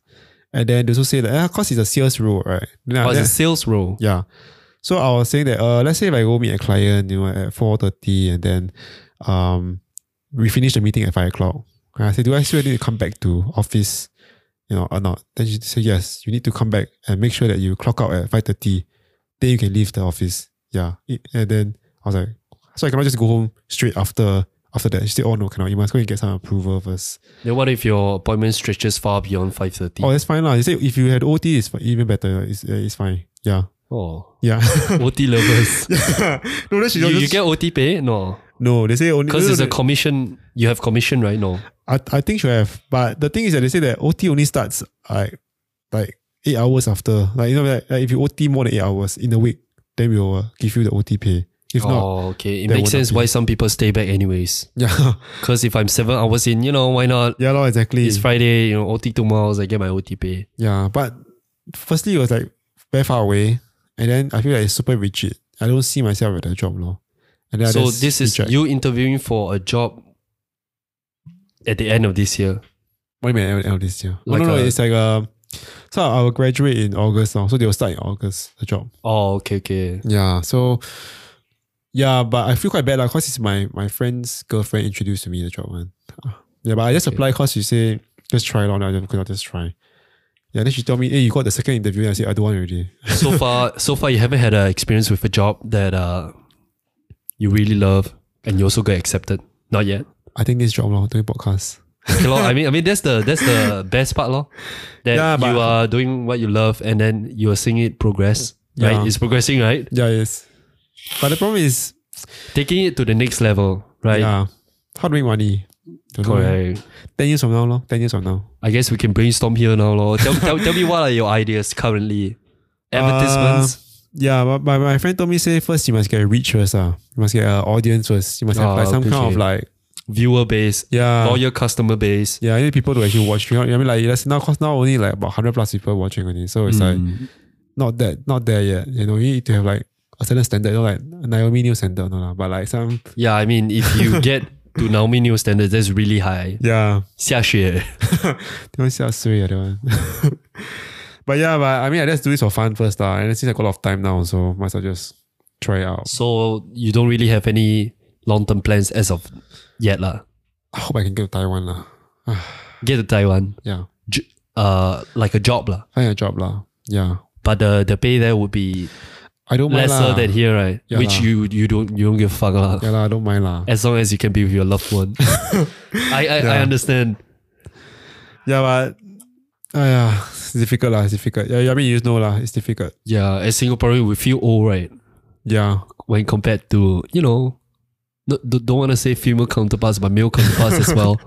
S1: And then they also say that ah, cause it's a sales role, right? Then I-
S2: Oh, it's
S1: then-
S2: a sales role.
S1: Yeah. So I was saying that uh, let's say if I go meet a client, you know, at four thirty, and then um, we finish the meeting at five o'clock. And I said, do I still need to come back to office, you know, or not? Then she said, yes, you need to come back and make sure that you clock out at five thirty. Then you can leave the office. Yeah. It- And then I was like, so I cannot just go home straight after after that. She said, oh no, cannot. You must go and get some approval first.
S2: Then what if your appointment stretches far beyond five thirty?
S1: Oh, that's fine lah. She said if you had OT, it's fi- even better. It's uh, it's fine. Yeah.
S2: Oh,
S1: Yeah. *laughs*
S2: OT lovers.
S1: no, then she
S2: you,
S1: just-
S2: you get OT pay? No,
S1: No, they say only
S2: because
S1: no,
S2: it's
S1: no,
S2: a commission. You have commission, right? No.
S1: I I think should have, but the thing is that they say that OT only starts like like eight hours after. Like you know, like, like if you OT more than eight hours in a week, then we will uh, give you the OT pay. If not,
S2: oh, okay. It
S1: there
S2: makes
S1: will not
S2: sense
S1: be.
S2: why some people stay back anyways.
S1: *laughs* yeah,
S2: Because if I'm seven hours in, you know, why not?
S1: yeah, lor, exactly.
S2: It's Friday, you know, OT two miles, I get my OT pay.
S1: Yeah, but firstly, it was like very far away, and then I feel like it's super rigid. I don't see myself at the job, lor. And then I
S2: so
S1: just
S2: this is
S1: reject.
S2: you interviewing for a job at the end of this year.
S1: What do you mean end- end of this year? Oh,
S2: Like
S1: no, no,
S2: a-
S1: it's like um. So I will graduate in August now, so they will start in August the job.
S2: Oh, okay, okay.
S1: Yeah. So yeah, but I feel quite bad because it's my my friend's girlfriend introduced to me the job one. *sighs* Yeah, but I just
S2: Okay.
S1: applied because she said just try it on. I just could not just try. Yeah, then she told me, hey, you got the second interview. And I said, I don't want already. *laughs*
S2: So far, so far, you haven't had an experience with a job that uh, you really love, and you also got accepted. Not yet.
S1: I think this job, lor, doing podcast.
S2: Okay, lor. I mean, I mean, that's the that's the best part, lor. That
S1: Yeah, but-
S2: you are doing what you love, and then you are seeing it progress.
S1: Yeah.
S2: Right, it's progressing. Right,
S1: Yeah, yes. But the problem is,
S2: taking it to the next level. Right,
S1: yeah, how to make money. Don't know.
S2: correct.
S1: 10 years from now, lor. 10 years from now.
S2: I guess we can brainstorm here now, lor. Tell, tell, tell me what are your ideas currently?
S1: Uh,
S2: Advertisements.
S1: Yeah, but my, my friend told me, say, first you must get reach first. Uh. You must get an audience first. You must have
S2: Ah,
S1: like some kind of
S2: appreciate.
S1: like,
S2: viewer base,
S1: yeah.
S2: loyal customer base.
S1: Yeah, I need people to actually watch. You know, I mean, like that's now cause now only like about hundred plus people watching on it, so it's like
S2: Mm.
S1: not that not there yet. You know, you need to have like a certain standard, you know, like Naomi New standard, no lah, but like some
S2: yeah, I mean, if
S1: *laughs*
S2: you get to Naomi New standards, that's really high.
S1: yeah,
S2: 下雪.
S1: they want to say that one. *laughs* But yeah, but I mean, I just do this for fun first, lah. And since I got a lot of time now, so might as well just try it out.
S2: So you don't really have any long term plans as of yet, lah.
S1: I hope I can go to Taiwan, lah.
S2: Get to Taiwan,
S1: Yeah,
S2: j- uh, like a job, lah.
S1: find a job, lah. Yeah,
S2: But the the pay there would be
S1: I don't mind
S2: lesser
S1: lah.
S2: than here, right?
S1: Yeah
S2: Which
S1: lah.
S2: you you don't you don't give a fuck, lah.
S1: *laughs* yeah, lah. I don't mind, lah.
S2: As long as you can be with your
S1: *laughs*
S2: loved one. I I, I
S1: Yeah.
S2: understand.
S1: Yeah, but. Uh, yeah, it's difficult lah. It's difficult. Yeah, I mean you know lah. It's difficult.
S2: Yeah, as Singaporean, we feel old, right?
S1: Yeah,
S2: when compared to you know no, do- don't want to say female counterparts but male counterparts as well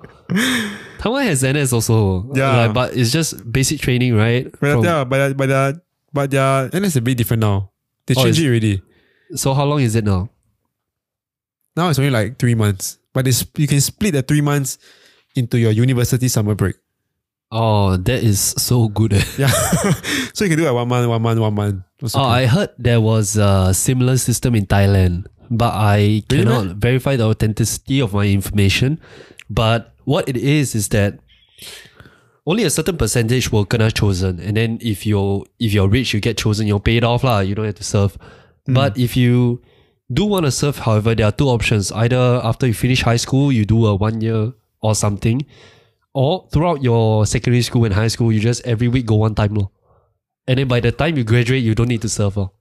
S2: Taiwan has NS also
S1: Yeah.
S2: Like, but it's just basic training right
S1: But
S2: From-
S1: yeah, but but uh, but yeah, and it's a bit different now. They
S2: Oh,
S1: changed it already.
S2: so how long is it now
S1: Now it's only like three months, but it's, you can split the three months into your university summer break.
S2: oh that is so good eh.
S1: Yeah, *laughs* so you can do like one month, one month, one month. It's
S2: oh
S1: okay.
S2: I heard there was a similar system in Thailand but I
S1: Really,
S2: cannot verify the authenticity of my information but what it is is that only a certain percentage will kena chosen, and then if you if you're rich, you get chosen. You're paid off lah. You don't have to serve.
S1: Mm.
S2: But if you do want to serve, however, there are two options: either after you finish high school, you do a one year or something, or throughout your secondary school and high school, you just every week go one time lor. And then by the time you graduate, you don't need to serve lor.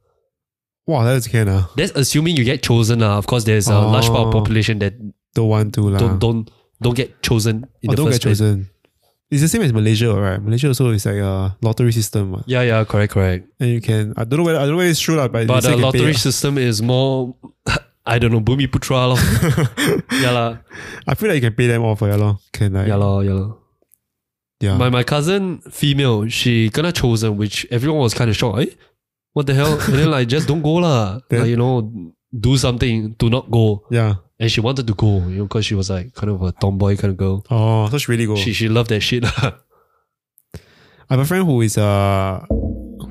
S1: wow, that's can uh,
S2: That's assuming you get chosen lah. Of course, there's a large part of
S1: Oh.
S2: population that
S1: don't want to lah.
S2: don't don't don't get chosen in
S1: Uh-huh. Oh,
S2: the
S1: don't
S2: first
S1: get
S2: place.
S1: chosen. It's the same as Malaysia, right? Malaysia also is like a lottery system, what.
S2: Yeah, yeah, correct, correct.
S1: and you can. I don't know whether I don't know whether it's true lah, but, they
S2: But
S1: say
S2: the
S1: you can pay-
S2: lottery system is more, *laughs* I don't know, Bumi Putra.
S1: *laughs*
S2: lor. yeah, lah,
S1: I feel like you can pay them off, yeah, lor. Can like
S2: yeah, lah, yeah. lah.
S1: yeah.
S2: My, my cousin, female, she kena chosen, which everyone was kind of shocked. Eh? what the hell? And then like, just don't go lah.
S1: *laughs* Then-
S2: Like, you know, do something. Do not go.
S1: Yeah.
S2: And she wanted to go, you know, because she was like kind of a tomboy kind of girl.
S1: Oh, so she really go.
S2: She she loved that shit. *laughs* lah.
S1: I have a friend who is uh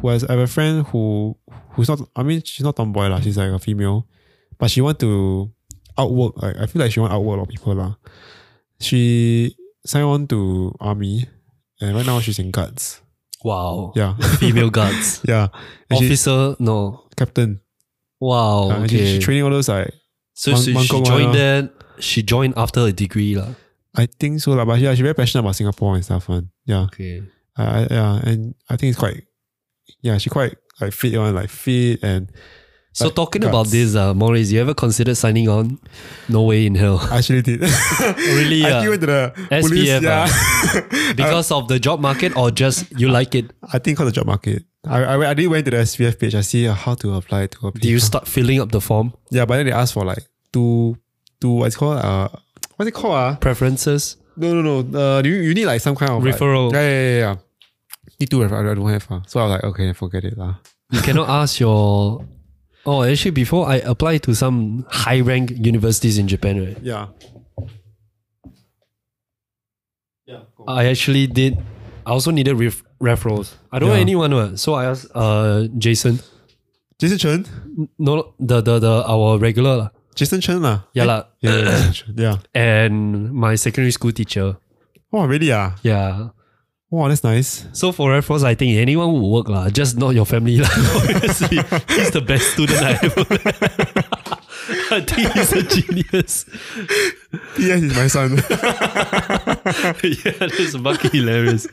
S1: who has I have a friend who who's not I mean she's not tomboy lah, she's like a female. But she want to outwork like I feel like she want to outwork a lot of people lah. She signed on to army and right now she's in guards.
S2: wow.
S1: Yeah. *laughs*
S2: Female guards.
S1: yeah. *laughs* And she's
S2: Officer, no.
S1: captain.
S2: Wow.
S1: Uh, and she-
S2: okay.
S1: she, training all those like
S2: so
S1: Mang-
S2: so she
S1: Mangkok
S2: joined
S1: one
S2: that. She joined after a degree lah.
S1: I think so lah, but yeah, she's very passionate about Singapore and stuff one. Yeah.
S2: Okay.
S1: I, I- yeah, and I think it's quite yeah, she quite like fit on like fit and
S2: So
S1: Like
S2: talking
S1: guards.
S2: about this, uh, Maurice, you ever considered signing on? No way in hell.
S1: I actually *laughs* did.
S2: *laughs* Really,
S1: I
S2: yeah.
S1: actually went to the
S2: SPF,
S1: police. Yeah.
S2: *laughs* Because of the job market or just you like it?
S1: I think because the job market. I, I I did went to the SPF page. I see uh, how to apply to a
S2: Do you start filling up the form?
S1: Yeah, but then they asked for like two two what's it called uh what's it called uh?
S2: Preferences?
S1: No no no. Uh, you you need like some kind of like-
S2: Referral.
S1: yeah, yeah yeah yeah. Need two referral. I don't have. Uh. So I was like, okay, forget it lah.
S2: You cannot *laughs* ask your. Oh, actually, before I applied to some high rank universities in Japan, right?
S1: Yeah. Yeah.
S2: I actually did. I also needed ref- referrals. I don't know
S1: Yeah.
S2: anyone, what, so I asked uh, Jason.
S1: Jason Chen.
S2: No, the the the our regular, lah.
S1: Jason Chen lah.
S2: yeah lah,
S1: Yeah. Yeah. Jason Chen. yeah.
S2: and my secondary school teacher.
S1: *coughs* Wow, really ah.
S2: Yeah.
S1: Wow, that's nice.
S2: So for referrals, I think anyone would work lah. Just not your family lah. *laughs* Honestly, he's the best student I ever. *laughs* I think he's a genius. *laughs*
S1: Yes, he's my son.
S2: yeah, that's fucking hilarious.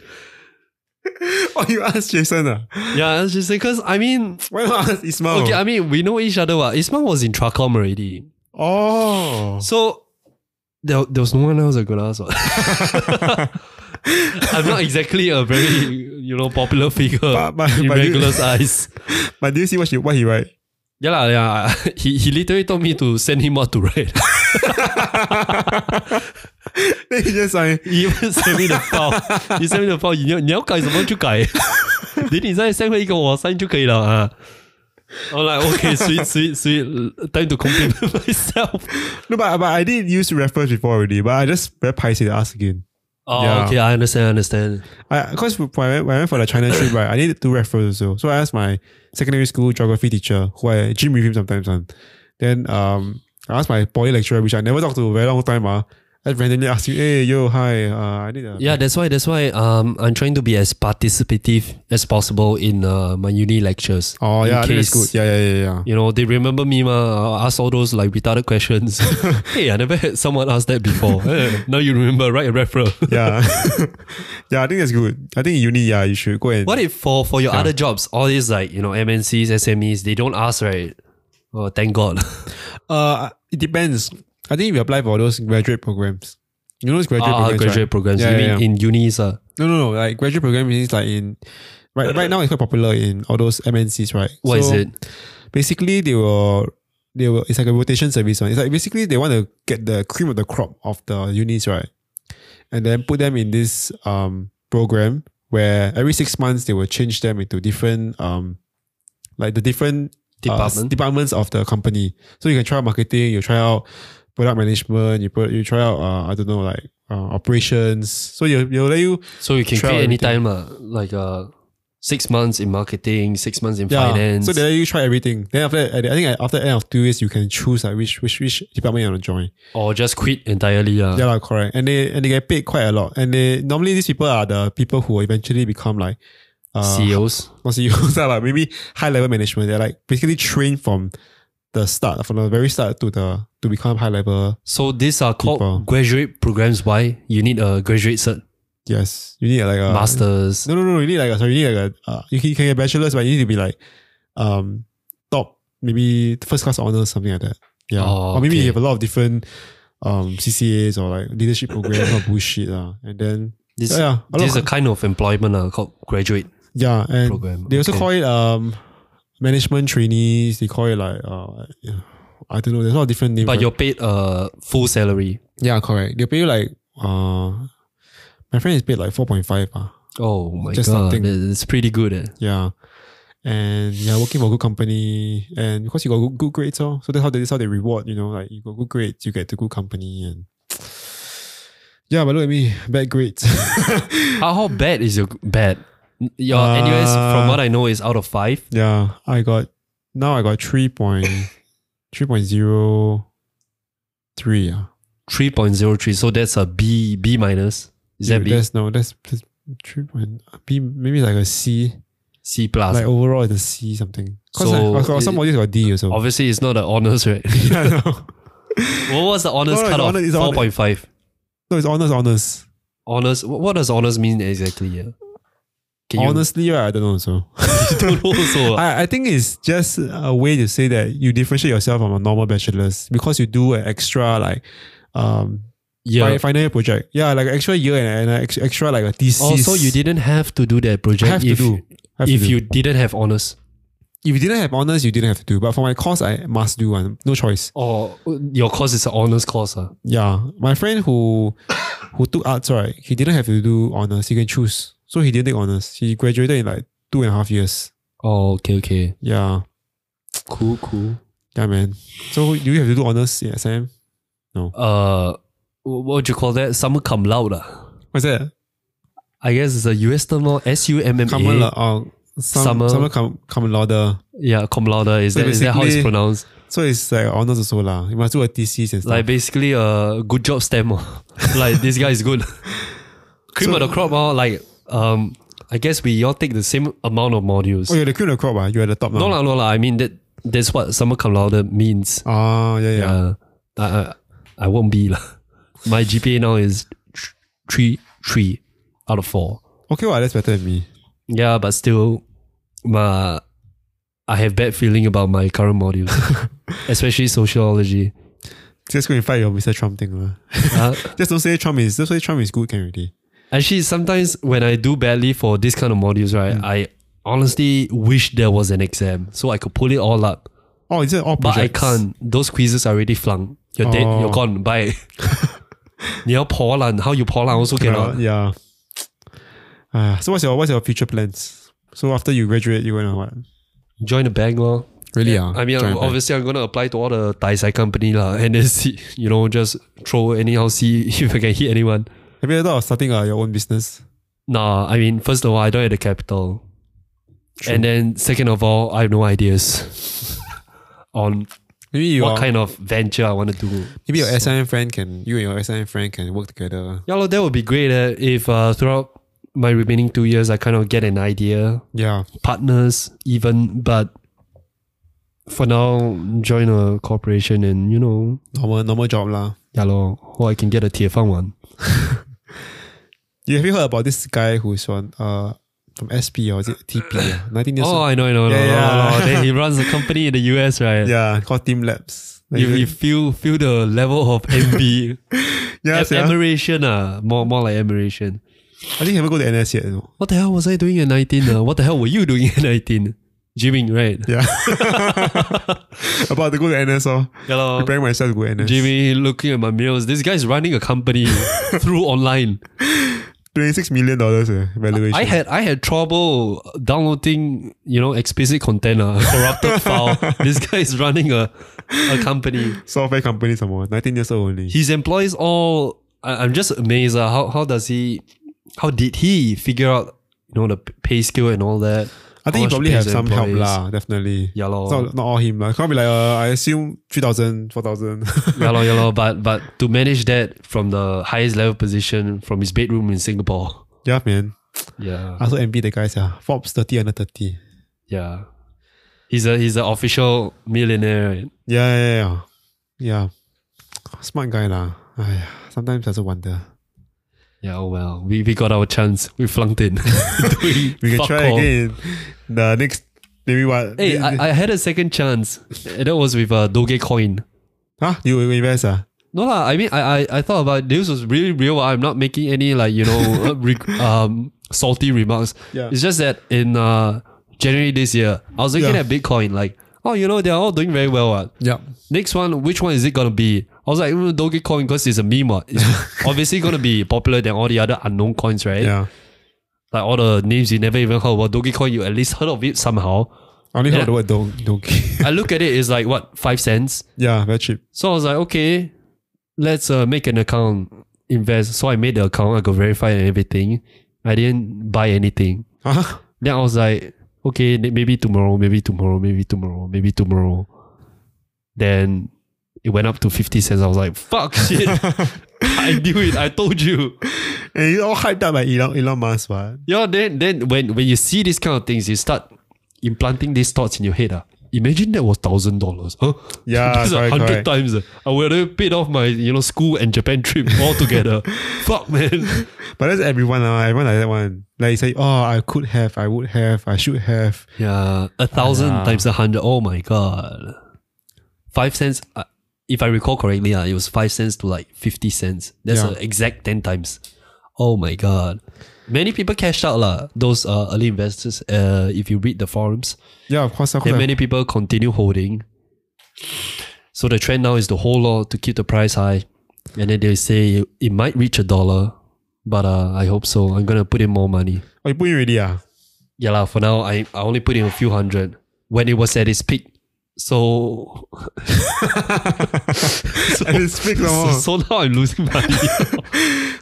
S1: *laughs* oh, you asked Jason ah.
S2: Yeah, it's just because I mean,
S1: Why not ask Ismail?
S2: okay, I mean we know each other. What Ismail was in Tracom already,
S1: oh.
S2: so there, there was no one else I could ask. what. *laughs* I'm not exactly a very you know popular figure
S1: But- but-
S2: in
S1: but you-
S2: regulars' eyes.
S1: But do you see what she what he write?
S2: Yeah, lah, yeah. *laughs* He, he literally told me to send him out to write.
S1: *laughs* then he just sign.
S2: *laughs* He even send me the file. He send me the file. 你要你要改什么就改， *laughs* 你你再 send 回一个我 "Oh, sign 就可以了啊。I'm like okay, *laughs* sweet, sweet, sweet. Time to compliment *laughs* myself.
S1: No, but, but I did use reference before already, but I just very paiseh to ask again.
S2: Oh,
S1: Yeah.
S2: okay, I understand, I understand.
S1: I because when I went, when I went for the China trip, right, I needed two referrals also. So I asked my secondary school geography teacher, who I gym with him sometimes on. Then um I asked my poly lecturer, which I never talked to for a very long time, uh, I randomly asked him, hey yo, hi, uh, I need a
S2: Yeah, that's why, that's why. Um, I'm trying to be as participative as possible in uh, my uni lectures.
S1: Oh
S2: In
S1: yeah, I think that's
S2: case,
S1: good. Yeah, yeah, yeah, *laughs* yeah.
S2: You know, they remember me, ma. I'll ask all those like retarded
S1: *laughs*
S2: questions. hey, I never had someone ask that before. Eh, now you remember, right? A referral.
S1: *laughs* Yeah. yeah, I think that's good. I think in uni, yeah, you should go and
S2: What if for for your other jobs, all these like you know MNCs, SMEs, they don't ask right? Oh, thank God.
S1: Uh, it depends. I think if you apply for those graduate programs, you know those graduate
S2: *laughs* Ah,
S1: programs.
S2: graduate
S1: right?
S2: programs.
S1: Yeah,
S2: you
S1: yeah,
S2: mean
S1: yeah.
S2: in unis? Uh,
S1: No, no, no. Like graduate program is like in right right now it's quite popular in all those MNCs, right?
S2: What is
S1: So uh,
S2: it?
S1: Basically, they will they will. It's like a rotation service one. It's like basically they want to get the cream of the crop of the unis, right? And then put them in this um program where every six months they will change them into different um like the different uh,
S2: Department.
S1: departments of the company. So you can try out marketing, you try out product management, you put, you try out uh, I don't know like uh, operations. So you you let you
S2: so you can
S1: trial
S2: create any
S1: everything.
S2: time, uh, like uh, six months in marketing, six months in
S1: yeah.
S2: finance.
S1: So they let you try everything. Then after that, at the- I think at- after the end of two years you can choose like which which which department you want to join.
S2: or just quit entirely. Uh.
S1: Yeah, lah, correct. And they and they get paid quite a lot. And they normally these people are the people who will eventually become like uh,
S2: CEOs.
S1: *laughs* not CEOs, are *laughs* like maybe high level management. They're like basically trained from the start, from the very start to the to become high level
S2: So these are called
S1: People.
S2: graduate programs. Why you need a graduate cert,
S1: Yes, you need like a
S2: masters?
S1: No, no, no. You need like a sorry. You need like a uh, you can, you can get bachelor's, but you need to be like um top maybe first class honors something like that. Yeah,
S2: Oh,
S1: or maybe
S2: okay.
S1: you have a lot of different um CCAs or like
S2: *coughs*
S1: leadership programs or bullshit uh, and then
S2: This,
S1: yeah, yeah, a
S2: this is
S1: lot
S2: a kind of employment uh, called graduate.
S1: yeah, and
S2: program,
S1: they also
S2: okay.
S1: call it um management trainees. They call it like uh. I don't know. There's a lot of different names.
S2: But
S1: right?
S2: you're paid uh, full salary.
S1: yeah, correct. They pay you like uh, my friend is paid like four point five. Uh,
S2: Oh my
S1: Just
S2: god,
S1: nothing. *laughs*
S2: that- that's pretty good. Eh.
S1: Yeah. and yeah, working for a good company, and because you got good, good grades, oh, so that's how they that's how they reward. You know, like you got good grades, you get to good company, and *sniffs* yeah. But look at me, bad grades. *laughs*
S2: How, how bad is your bad? Your NUS, from
S1: Uh,
S2: what I know, is out of five.
S1: yeah, I got now I got three point *coughs* three point zero three. Yeah,
S2: 3.03 so that's a b b minus is that
S1: Dude,
S2: b
S1: That's no, that's, that's three point B. Maybe like a C.
S2: c plus
S1: like overall, it's a C something. Cause
S2: So,
S1: like, or some
S2: it-
S1: modules got D also.
S2: obviously it's not an
S1: *laughs*
S2: honors right *laughs*
S1: yeah, no.
S2: what was the honors
S1: No, no, it's
S2: cut off
S1: honor- it's honor-
S2: 4.5
S1: no, it's honors, honors.
S2: honors wh- what does honors mean exactly yeah Can you-
S1: Honestly, right, I don't know. So
S2: don't *laughs* know also
S1: *laughs*
S2: ah.
S1: I, I think it's just a way to say that you differentiate yourself from a normal bachelor's because you do an extra like um
S2: yeah
S1: fi- final year project. Yeah, like an extra year and, and an ex- extra like a thesis.
S2: also Oh, you didn't have to do that project
S1: have to
S2: if,
S1: do. Have to
S2: if
S1: do.
S2: you didn't have honors
S1: if you didn't have honors, you didn't have to do. But for my course, I must do one. No choice.
S2: or your course is an honors course ah. huh?
S1: Yeah, my friend who *coughs* who took arts right, he didn't have to do honors. He can choose, so he didn't take honors. He graduated in like two and a half years.
S2: oh okay okay
S1: Yeah,
S2: cool cool
S1: yeah, man. So do you have to do honors in SM?
S2: uh wh- what do you call that summer cum laude ah.
S1: What's that?
S2: I guess it's a US term lor, S-U-M-M-A
S1: Common la- oh, some,
S2: Summer.
S1: summer com- common lauder.
S2: Yeah, cum laude. Is,
S1: So
S2: that, is that how it's
S1: basically-
S2: pronounced?
S1: So it's like honors also lah. You must do a thesis and stuff.
S2: Like basically a uh, good job stem. oh. *laughs* like this guy is *laughs* good. Cream of the crop, oh, like um I guess we all take the same amount of modules.
S1: oh, you're the cream of the crop, ah. You're at the top now.
S2: No lah, no lah. I mean that that's what summer cum laude means.
S1: Ah, yeah, yeah.
S2: Uh, I, I I won't be lah. *laughs* My GPA now is th- three three out of four.
S1: Okay, well, that's better than me.
S2: Yeah, but still, my I have bad feeling about my current
S1: *laughs*
S2: modules, especially sociology.
S1: Just go and fight your Mr. Trump thing, lah.
S2: Uh,
S1: Just don't say Trump is. Just say Trump is good, can already.
S2: Actually, sometimes when I do badly for this kind of modules, right,
S1: Mm.
S2: I honestly wish there was an exam so I could pull it all up.
S1: Oh, is it all
S2: But
S1: projects?
S2: I can't. Those quizzes are already flung. You're dead.
S1: Oh.
S2: You're gone.
S1: *laughs*
S2: Bye. 你要破烂, how you 破烂 also
S1: Yeah,
S2: cannot.
S1: yeah. Ah, so what's your what's your future plans? So after you graduate, you gonna what?
S2: Join the bank lor.
S1: Really? ah?
S2: I mean, I'm- obviously, I'm gonna apply to all the Thai side company lah, *laughs* and then see, you know, just throw anyhow, see *laughs* if I can hit anyone.
S1: have you ever thought of starting uh, your own business?
S2: Nah, I mean, first of all, I don't have the capital. And then, second of all, I have no ideas *laughs* on
S1: Maybe you
S2: what
S1: are-
S2: kind of venture I want to do.
S1: Maybe your SIM friend can you and your SIM friend can work together.
S2: Yeah, lor, that would be great eh, if uh, throughout my remaining two years, I kind of get an idea,
S1: Yeah,
S2: partners even, but for now, join a corporation and, you know,
S1: normal normal job lah.
S2: yeah, lor, or I can get a tier fund one.
S1: You have you heard about this guy who's on uh from SP or is it TP? yeah? Nineteen years
S2: Oh,
S1: old.
S2: I know, I know, I know,
S1: Yeah, yeah.
S2: I
S1: *laughs*
S2: know. Then he runs a company in the US, right?
S1: Yeah, called Team Labs. Like,
S2: You, you feel feel the level of *laughs* envy,
S1: yeah,
S2: Ad-
S1: sia.
S2: admiration, ah, more more like admiration.
S1: I think he haven't go to NS yet. You
S2: *laughs*
S1: know.
S2: What the hell was I doing at nineteen? ah? What the hell were you doing at nineteen? Gymming, right?
S1: Yeah, about to go to NS. Oh,
S2: Hello.
S1: preparing myself to go NS.
S2: Jimmy looking at my meals. This guy's running a
S1: *laughs*
S2: company through online.
S1: Twenty six million dollars eh, valuation.
S2: I had I had trouble downloading, you know, explicit content, ah,
S1: *laughs*
S2: corrupted file. This guy is running a, a company.
S1: software company some more. Nineteen years old only.
S2: His employees all I, I'm just amazed ah, how how does he how did he figure out you know the p- pay scale and all that?
S1: I think he
S2: How much
S1: probably
S2: pay
S1: have
S2: his
S1: some help
S2: employees?
S1: lah, definitely.
S2: Oh, Yeah, lor.
S1: It's not, not all him lah. Can't be like uh, I assume 3,000, 4,000.
S2: yeah, lor, yeah, lor. But but to manage that from the highest level position from his bedroom in Singapore.
S1: *laughs* yeah, man.
S2: Yeah.
S1: I also envy the guys. Yeah. Forbes 30 under 30.
S2: Yeah. He's a he's an official millionaire, right?
S1: Yeah, yeah, yeah. Yeah. Smart guy lah. Aiyah, sometimes I also wonder.
S2: Yeah, oh well. We we got our chance. We flunked in. Doing
S1: *laughs* We can
S2: fuck
S1: try
S2: all.
S1: again. The next, maybe what?
S2: Hey, I, I had a second chance. And that was with uh, Dogecoin.
S1: huh? You will invest ah?
S2: No lah, I mean I, I I thought about this was really real. I'm not making any like, you
S1: *laughs*
S2: know, uh, reg- um salty remarks.
S1: Yeah.
S2: It's just that in uh January this year, I was looking
S1: Yeah.
S2: at Bitcoin like, oh you know, they're all doing very well. Uh.
S1: Yeah.
S2: Next one, which one is it gonna be? I was like, mm,
S1: *laughs*
S2: Dogecoin because it's a meme. what. It's obviously gonna be popular than all the other unknown coins, right?
S1: Yeah.
S2: Like all the names you never even heard about. Donkey Kong, you at least heard of it somehow.
S1: I only
S2: Yeah.
S1: heard the word don- donkey.
S2: I look at it, it's like, what, five cents?
S1: *laughs* yeah, very cheap.
S2: So I was like, okay, let's uh, make an account, invest. So I made the account, I got verified and everything. I didn't buy anything.
S1: Huh?
S2: Then I was like, okay, then maybe tomorrow, maybe tomorrow, maybe tomorrow, maybe tomorrow. Then it went up to 50 cents. I was like, fuck *laughs* shit. I knew it. I told you.
S1: And it's all hyped up by Elon, Elon Musk, man.
S2: Yeah, then then when, when you see these kind of things, you start implanting these thoughts in your head. ah. Imagine that was thousand dollars. Huh?
S1: Yeah,
S2: *laughs* That's a
S1: Ah, correct,
S2: hundred
S1: correct.
S2: times. ah. I would have paid off my you know school and Japan trip *laughs* all together. Fuck man.
S1: But that's everyone, uh, everyone like that one. Like you say, oh, I could have, I would have, I should have.
S2: Yeah, a thousand times a hundred. Oh my god, five cents. Uh, if I recall correctly, uh, it was five cents to like fifty cents. That's
S1: Yeah.
S2: a exact ten times. Oh my god, many people cashed out lah. Those uh, early investors. Uh, if you read the forums,
S1: Yeah, of course. Of course
S2: then many people continue holding. So the trend now is to hold on to keep the price high, and then they say it might reach a dollar, but uh, I hope so. I'm gonna put in more money.
S1: oh, you put in already,
S2: *laughs*
S1: ah. *laughs*
S2: Yeah, lah. for now, I, I only put in a few hundred when it was at its peak. So, so,
S1: And it's big,
S2: *laughs* so,
S1: no
S2: so now I'm losing money.
S1: *laughs*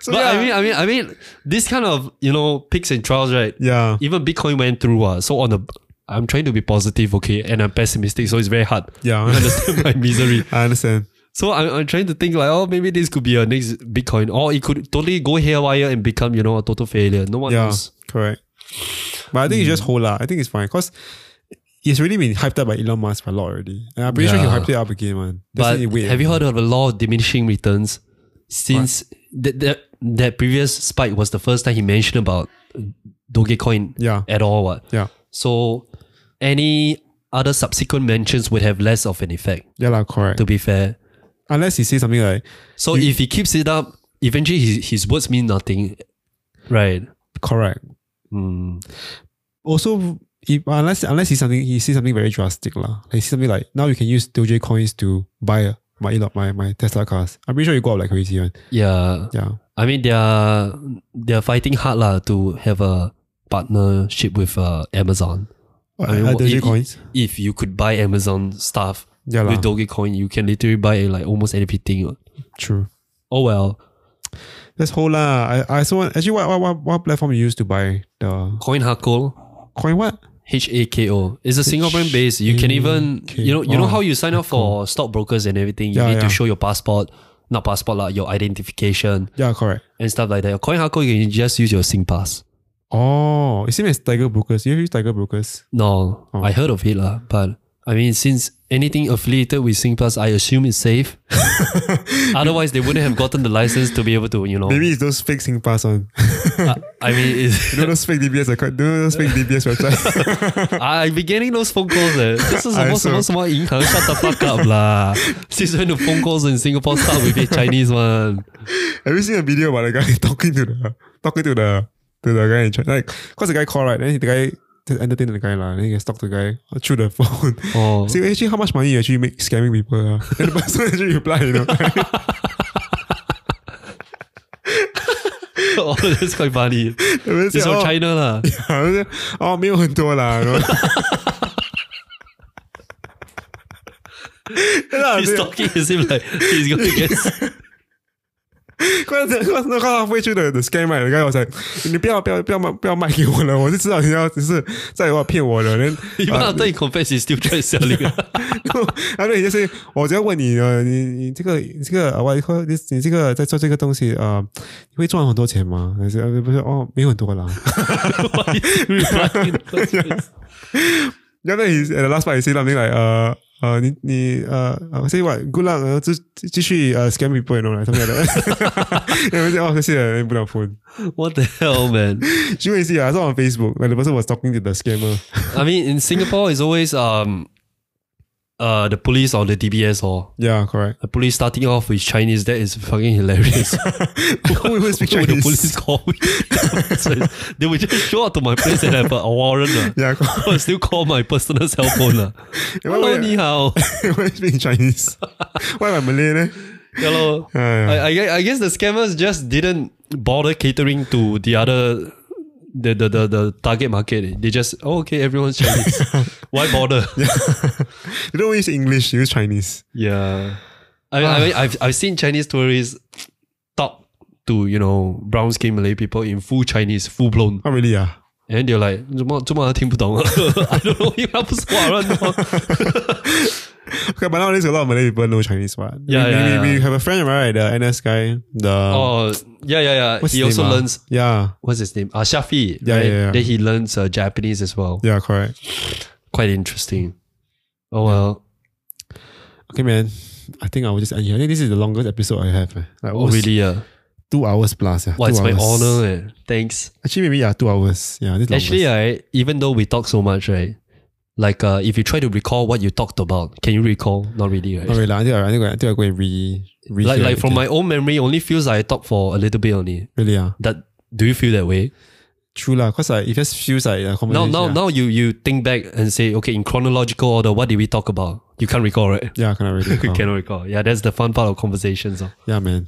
S1: So,
S2: but
S1: yeah.
S2: I mean, I mean, I mean, this kind of, you know, peaks and trials, right?
S1: yeah.
S2: Even Bitcoin went through. Uh, so on the, I'm trying to be positive, okay? And I'm pessimistic, so it's very hard.
S1: Yeah.
S2: You understand my misery.
S1: I understand.
S2: So I'm, I'm trying to think like, oh, maybe this could be a next Bitcoin. Or it could totally go haywire and become, you know, a total failure. No one
S1: Yeah,
S2: knows.
S1: correct. But I think it's just
S2: Hmm.
S1: whole lah. I think it's fine because it's really been hyped up by Elon Musk a lot already. And I'm pretty sure he
S2: Yeah.
S1: hyped it up again, man. Just
S2: But
S1: need to wait.
S2: have you heard of the law of diminishing returns? Since that that that previous spike was the first time he mentioned about Dogecoin
S1: Yeah.
S2: at all, what?
S1: Yeah.
S2: So any other subsequent mentions would have less of an effect,
S1: Yeah, lah, correct.
S2: to be fair.
S1: Unless he says something like,
S2: So if he keeps it up, eventually his, his words mean nothing. Right.
S1: correct.
S2: Mm.
S1: Also, if, unless unless he something he sees something very drastic lah. Like he sees something like now you can use Doge coins to buy my Elon my my Tesla cars. I'm pretty sure you go up like crazy, man.
S2: Yeah.
S1: Yeah,
S2: I mean they're they're fighting hard lah to have a partnership with uh, Amazon.
S1: I
S2: mean, what-
S1: Doge
S2: it- it-
S1: coins.
S2: if you could buy Amazon stuff
S1: Yeah lah,
S2: with Dogecoin, you can literally buy uh, like almost anything.
S1: true.
S2: Oh well,
S1: That's whole lah. I I also want actually what what what, what platform you use to buy the
S2: Coin Hako,
S1: coin? What
S2: H A K O. It's a Singaporean base. You can even you know you know how you sign up for stockbrokers and everything.
S1: Yeah,
S2: You need
S1: yeah.
S2: to show your passport, not passport like your identification
S1: Yeah, correct.
S2: and stuff like that. Coin Hako, you can just use your SingPass.
S1: Oh, it's same as Tiger Brokers. You ever use Tiger Brokers?
S2: No,
S1: Oh.
S2: I heard of it lah, but I mean since anything affiliated with SingPass, I assume it's
S1: *laughs*
S2: safe. Otherwise, they wouldn't have gotten the license to be able to you know.
S1: Maybe it's those fake SingPass on.
S2: I, I mean, it's,
S1: you know those fake DBS account. You know those fake DBS *laughs* website.
S2: I be getting those phone calls eh. This is
S1: I
S2: supposed
S1: also-
S2: to be Shut the fuck up
S1: *laughs*
S2: lah. Since when the phone calls in Singapore start with a Chinese one?
S1: Have you seen a video about the guy *laughs* talking to the talking to the to the guy in China? Like, cause the guy called right, then the guy just entertained the guy lah, then he gets talk to the guy through the *laughs* phone.
S2: Oh,
S1: See actually how much money you actually make scamming people. ah. *laughs* Then the person actually reply, *laughs* you know.
S2: *laughs* oh that's quite funny.
S1: The person say,
S2: It's from
S1: "Oh,
S2: China lah.
S1: *laughs* yeah." "Oh, 哦，没有很多啦，you *laughs* know.
S2: He's
S1: Yeah,
S2: talking as if like he's
S1: *laughs*
S2: gonna get.
S1: cause cause no, cause halfway through the the scam right, the guy was like, 你不要不要不要卖不要卖给我了，我就知道你要只是在我骗我的。” Then
S2: Even
S1: uh,
S2: after he confessed, he still tries
S1: *laughs*
S2: selling.
S1: and then he just say, 我只要问你，呃，你你这个你这个 uh, what you call this 你这个在做这个东西，呃，你会赚很多钱吗？还是呃不是哦，没有很多啦。
S2: *laughs* Why is he replying in the first place?
S1: Yeah, then he's at the last part he say something like, uh, uh, 你-你- uh, uh, say what? Good luck, uh, 继-继续, uh, scam people, you know, like something like that. And we say, "Oh, 谢谢," then put down phone.
S2: What the hell, man?
S1: You can see, I saw on Facebook, like the person was talking to the scammer.
S2: I mean, in Singapore, it's always um, uh, the police or the DBS or
S1: Yeah, correct.
S2: the police starting off with Chinese. That is fucking hilarious. *laughs*
S1: Who even speak
S2: Why would the
S1: Chinese?
S2: police call me? *laughs* So it's- they would just show up to my place and have a, a warrant. *laughs* lah.
S1: Yeah,
S2: Or I still call my personal cell phone. lah.
S1: why
S2: Hello,
S1: would-
S2: ni hao.
S1: *laughs* why speak Chinese? Why am I Malay? eh?
S2: Hello.
S1: Yeah, yeah.
S2: I, I, gue- I guess the scammers just didn't bother catering to the other the, the, the, the target market. They just, oh, okay, everyone's Chinese. Why bother?
S1: They don't use English, they use Chinese.
S2: Yeah. I mean, I
S1: Ah.
S2: mean I've, I've seen Chinese tourists talk to, you know, brown skinned Malay people in full Chinese, full blown.
S1: Oh, really? Yeah.
S2: And they're like, *laughs* 怎么这么听不懂啊？" I don't
S1: *laughs*
S2: know,
S1: Um,
S2: 因为他不是华人吗？
S1: Okay, but nowadays a lot of Malay people know Chinese, what?
S2: Yeah,
S1: we,
S2: yeah,
S1: we,
S2: yeah.
S1: we have a friend, right? The NS guy. The
S2: Oh, yeah, yeah, yeah.
S1: what's
S2: he
S1: his
S2: also
S1: name, ah?
S2: learns,
S1: Yeah,
S2: what's his name? Ah, Shafi.
S1: Yeah,
S2: right?
S1: yeah, yeah.
S2: Then he learns uh, Japanese as well.
S1: yeah, correct.
S2: Quite interesting. Oh, well.
S1: Okay, man. I think I will just end here. I think this is the longest episode I have. eh. Like
S2: Oh,
S1: almost
S2: really? Yeah.
S1: two hours plus. Yeah,
S2: Well,
S1: two
S2: it's my
S1: hours.
S2: honor. eh. Thanks.
S1: Actually, maybe yeah, two hours. Yeah, this is
S2: Actually,
S1: longest.
S2: I even though we talk so much, right? Like, uh, if you try to recall what you talked about, can you recall? Not really, right?
S1: Not really, lah. I think I, I think I, I think I go and re, re
S2: Like, like from my own memory, only feels like I talked for a little bit only.
S1: really yeah.
S2: That do you feel that way?
S1: True lah, cause like it just feels like a
S2: Now,
S1: conversation.
S2: now,
S1: yeah.
S2: now you you think back and say, okay, in chronological order, what did we talk about? You can't recall, right? *laughs*
S1: Yeah, kind of really.
S2: You
S1: recall.
S2: cannot recall. Yeah, that's the fun part of conversations. oh.
S1: yeah, man.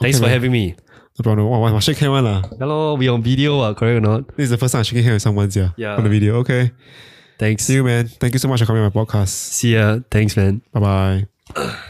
S2: Thanks
S1: Okay, man.
S2: for having me.
S1: No problem. Wow, wow, wow, shake hand one lah.
S2: Hello, we on video, uh, correct or not?
S1: This is the first time I'm shaking hand with someone yeah,
S2: Yeah.
S1: on the video. Okay,
S2: Thanks.
S1: see you, man. Thank you so much for coming on my podcast.
S2: See ya. Thanks, man.
S1: Bye bye.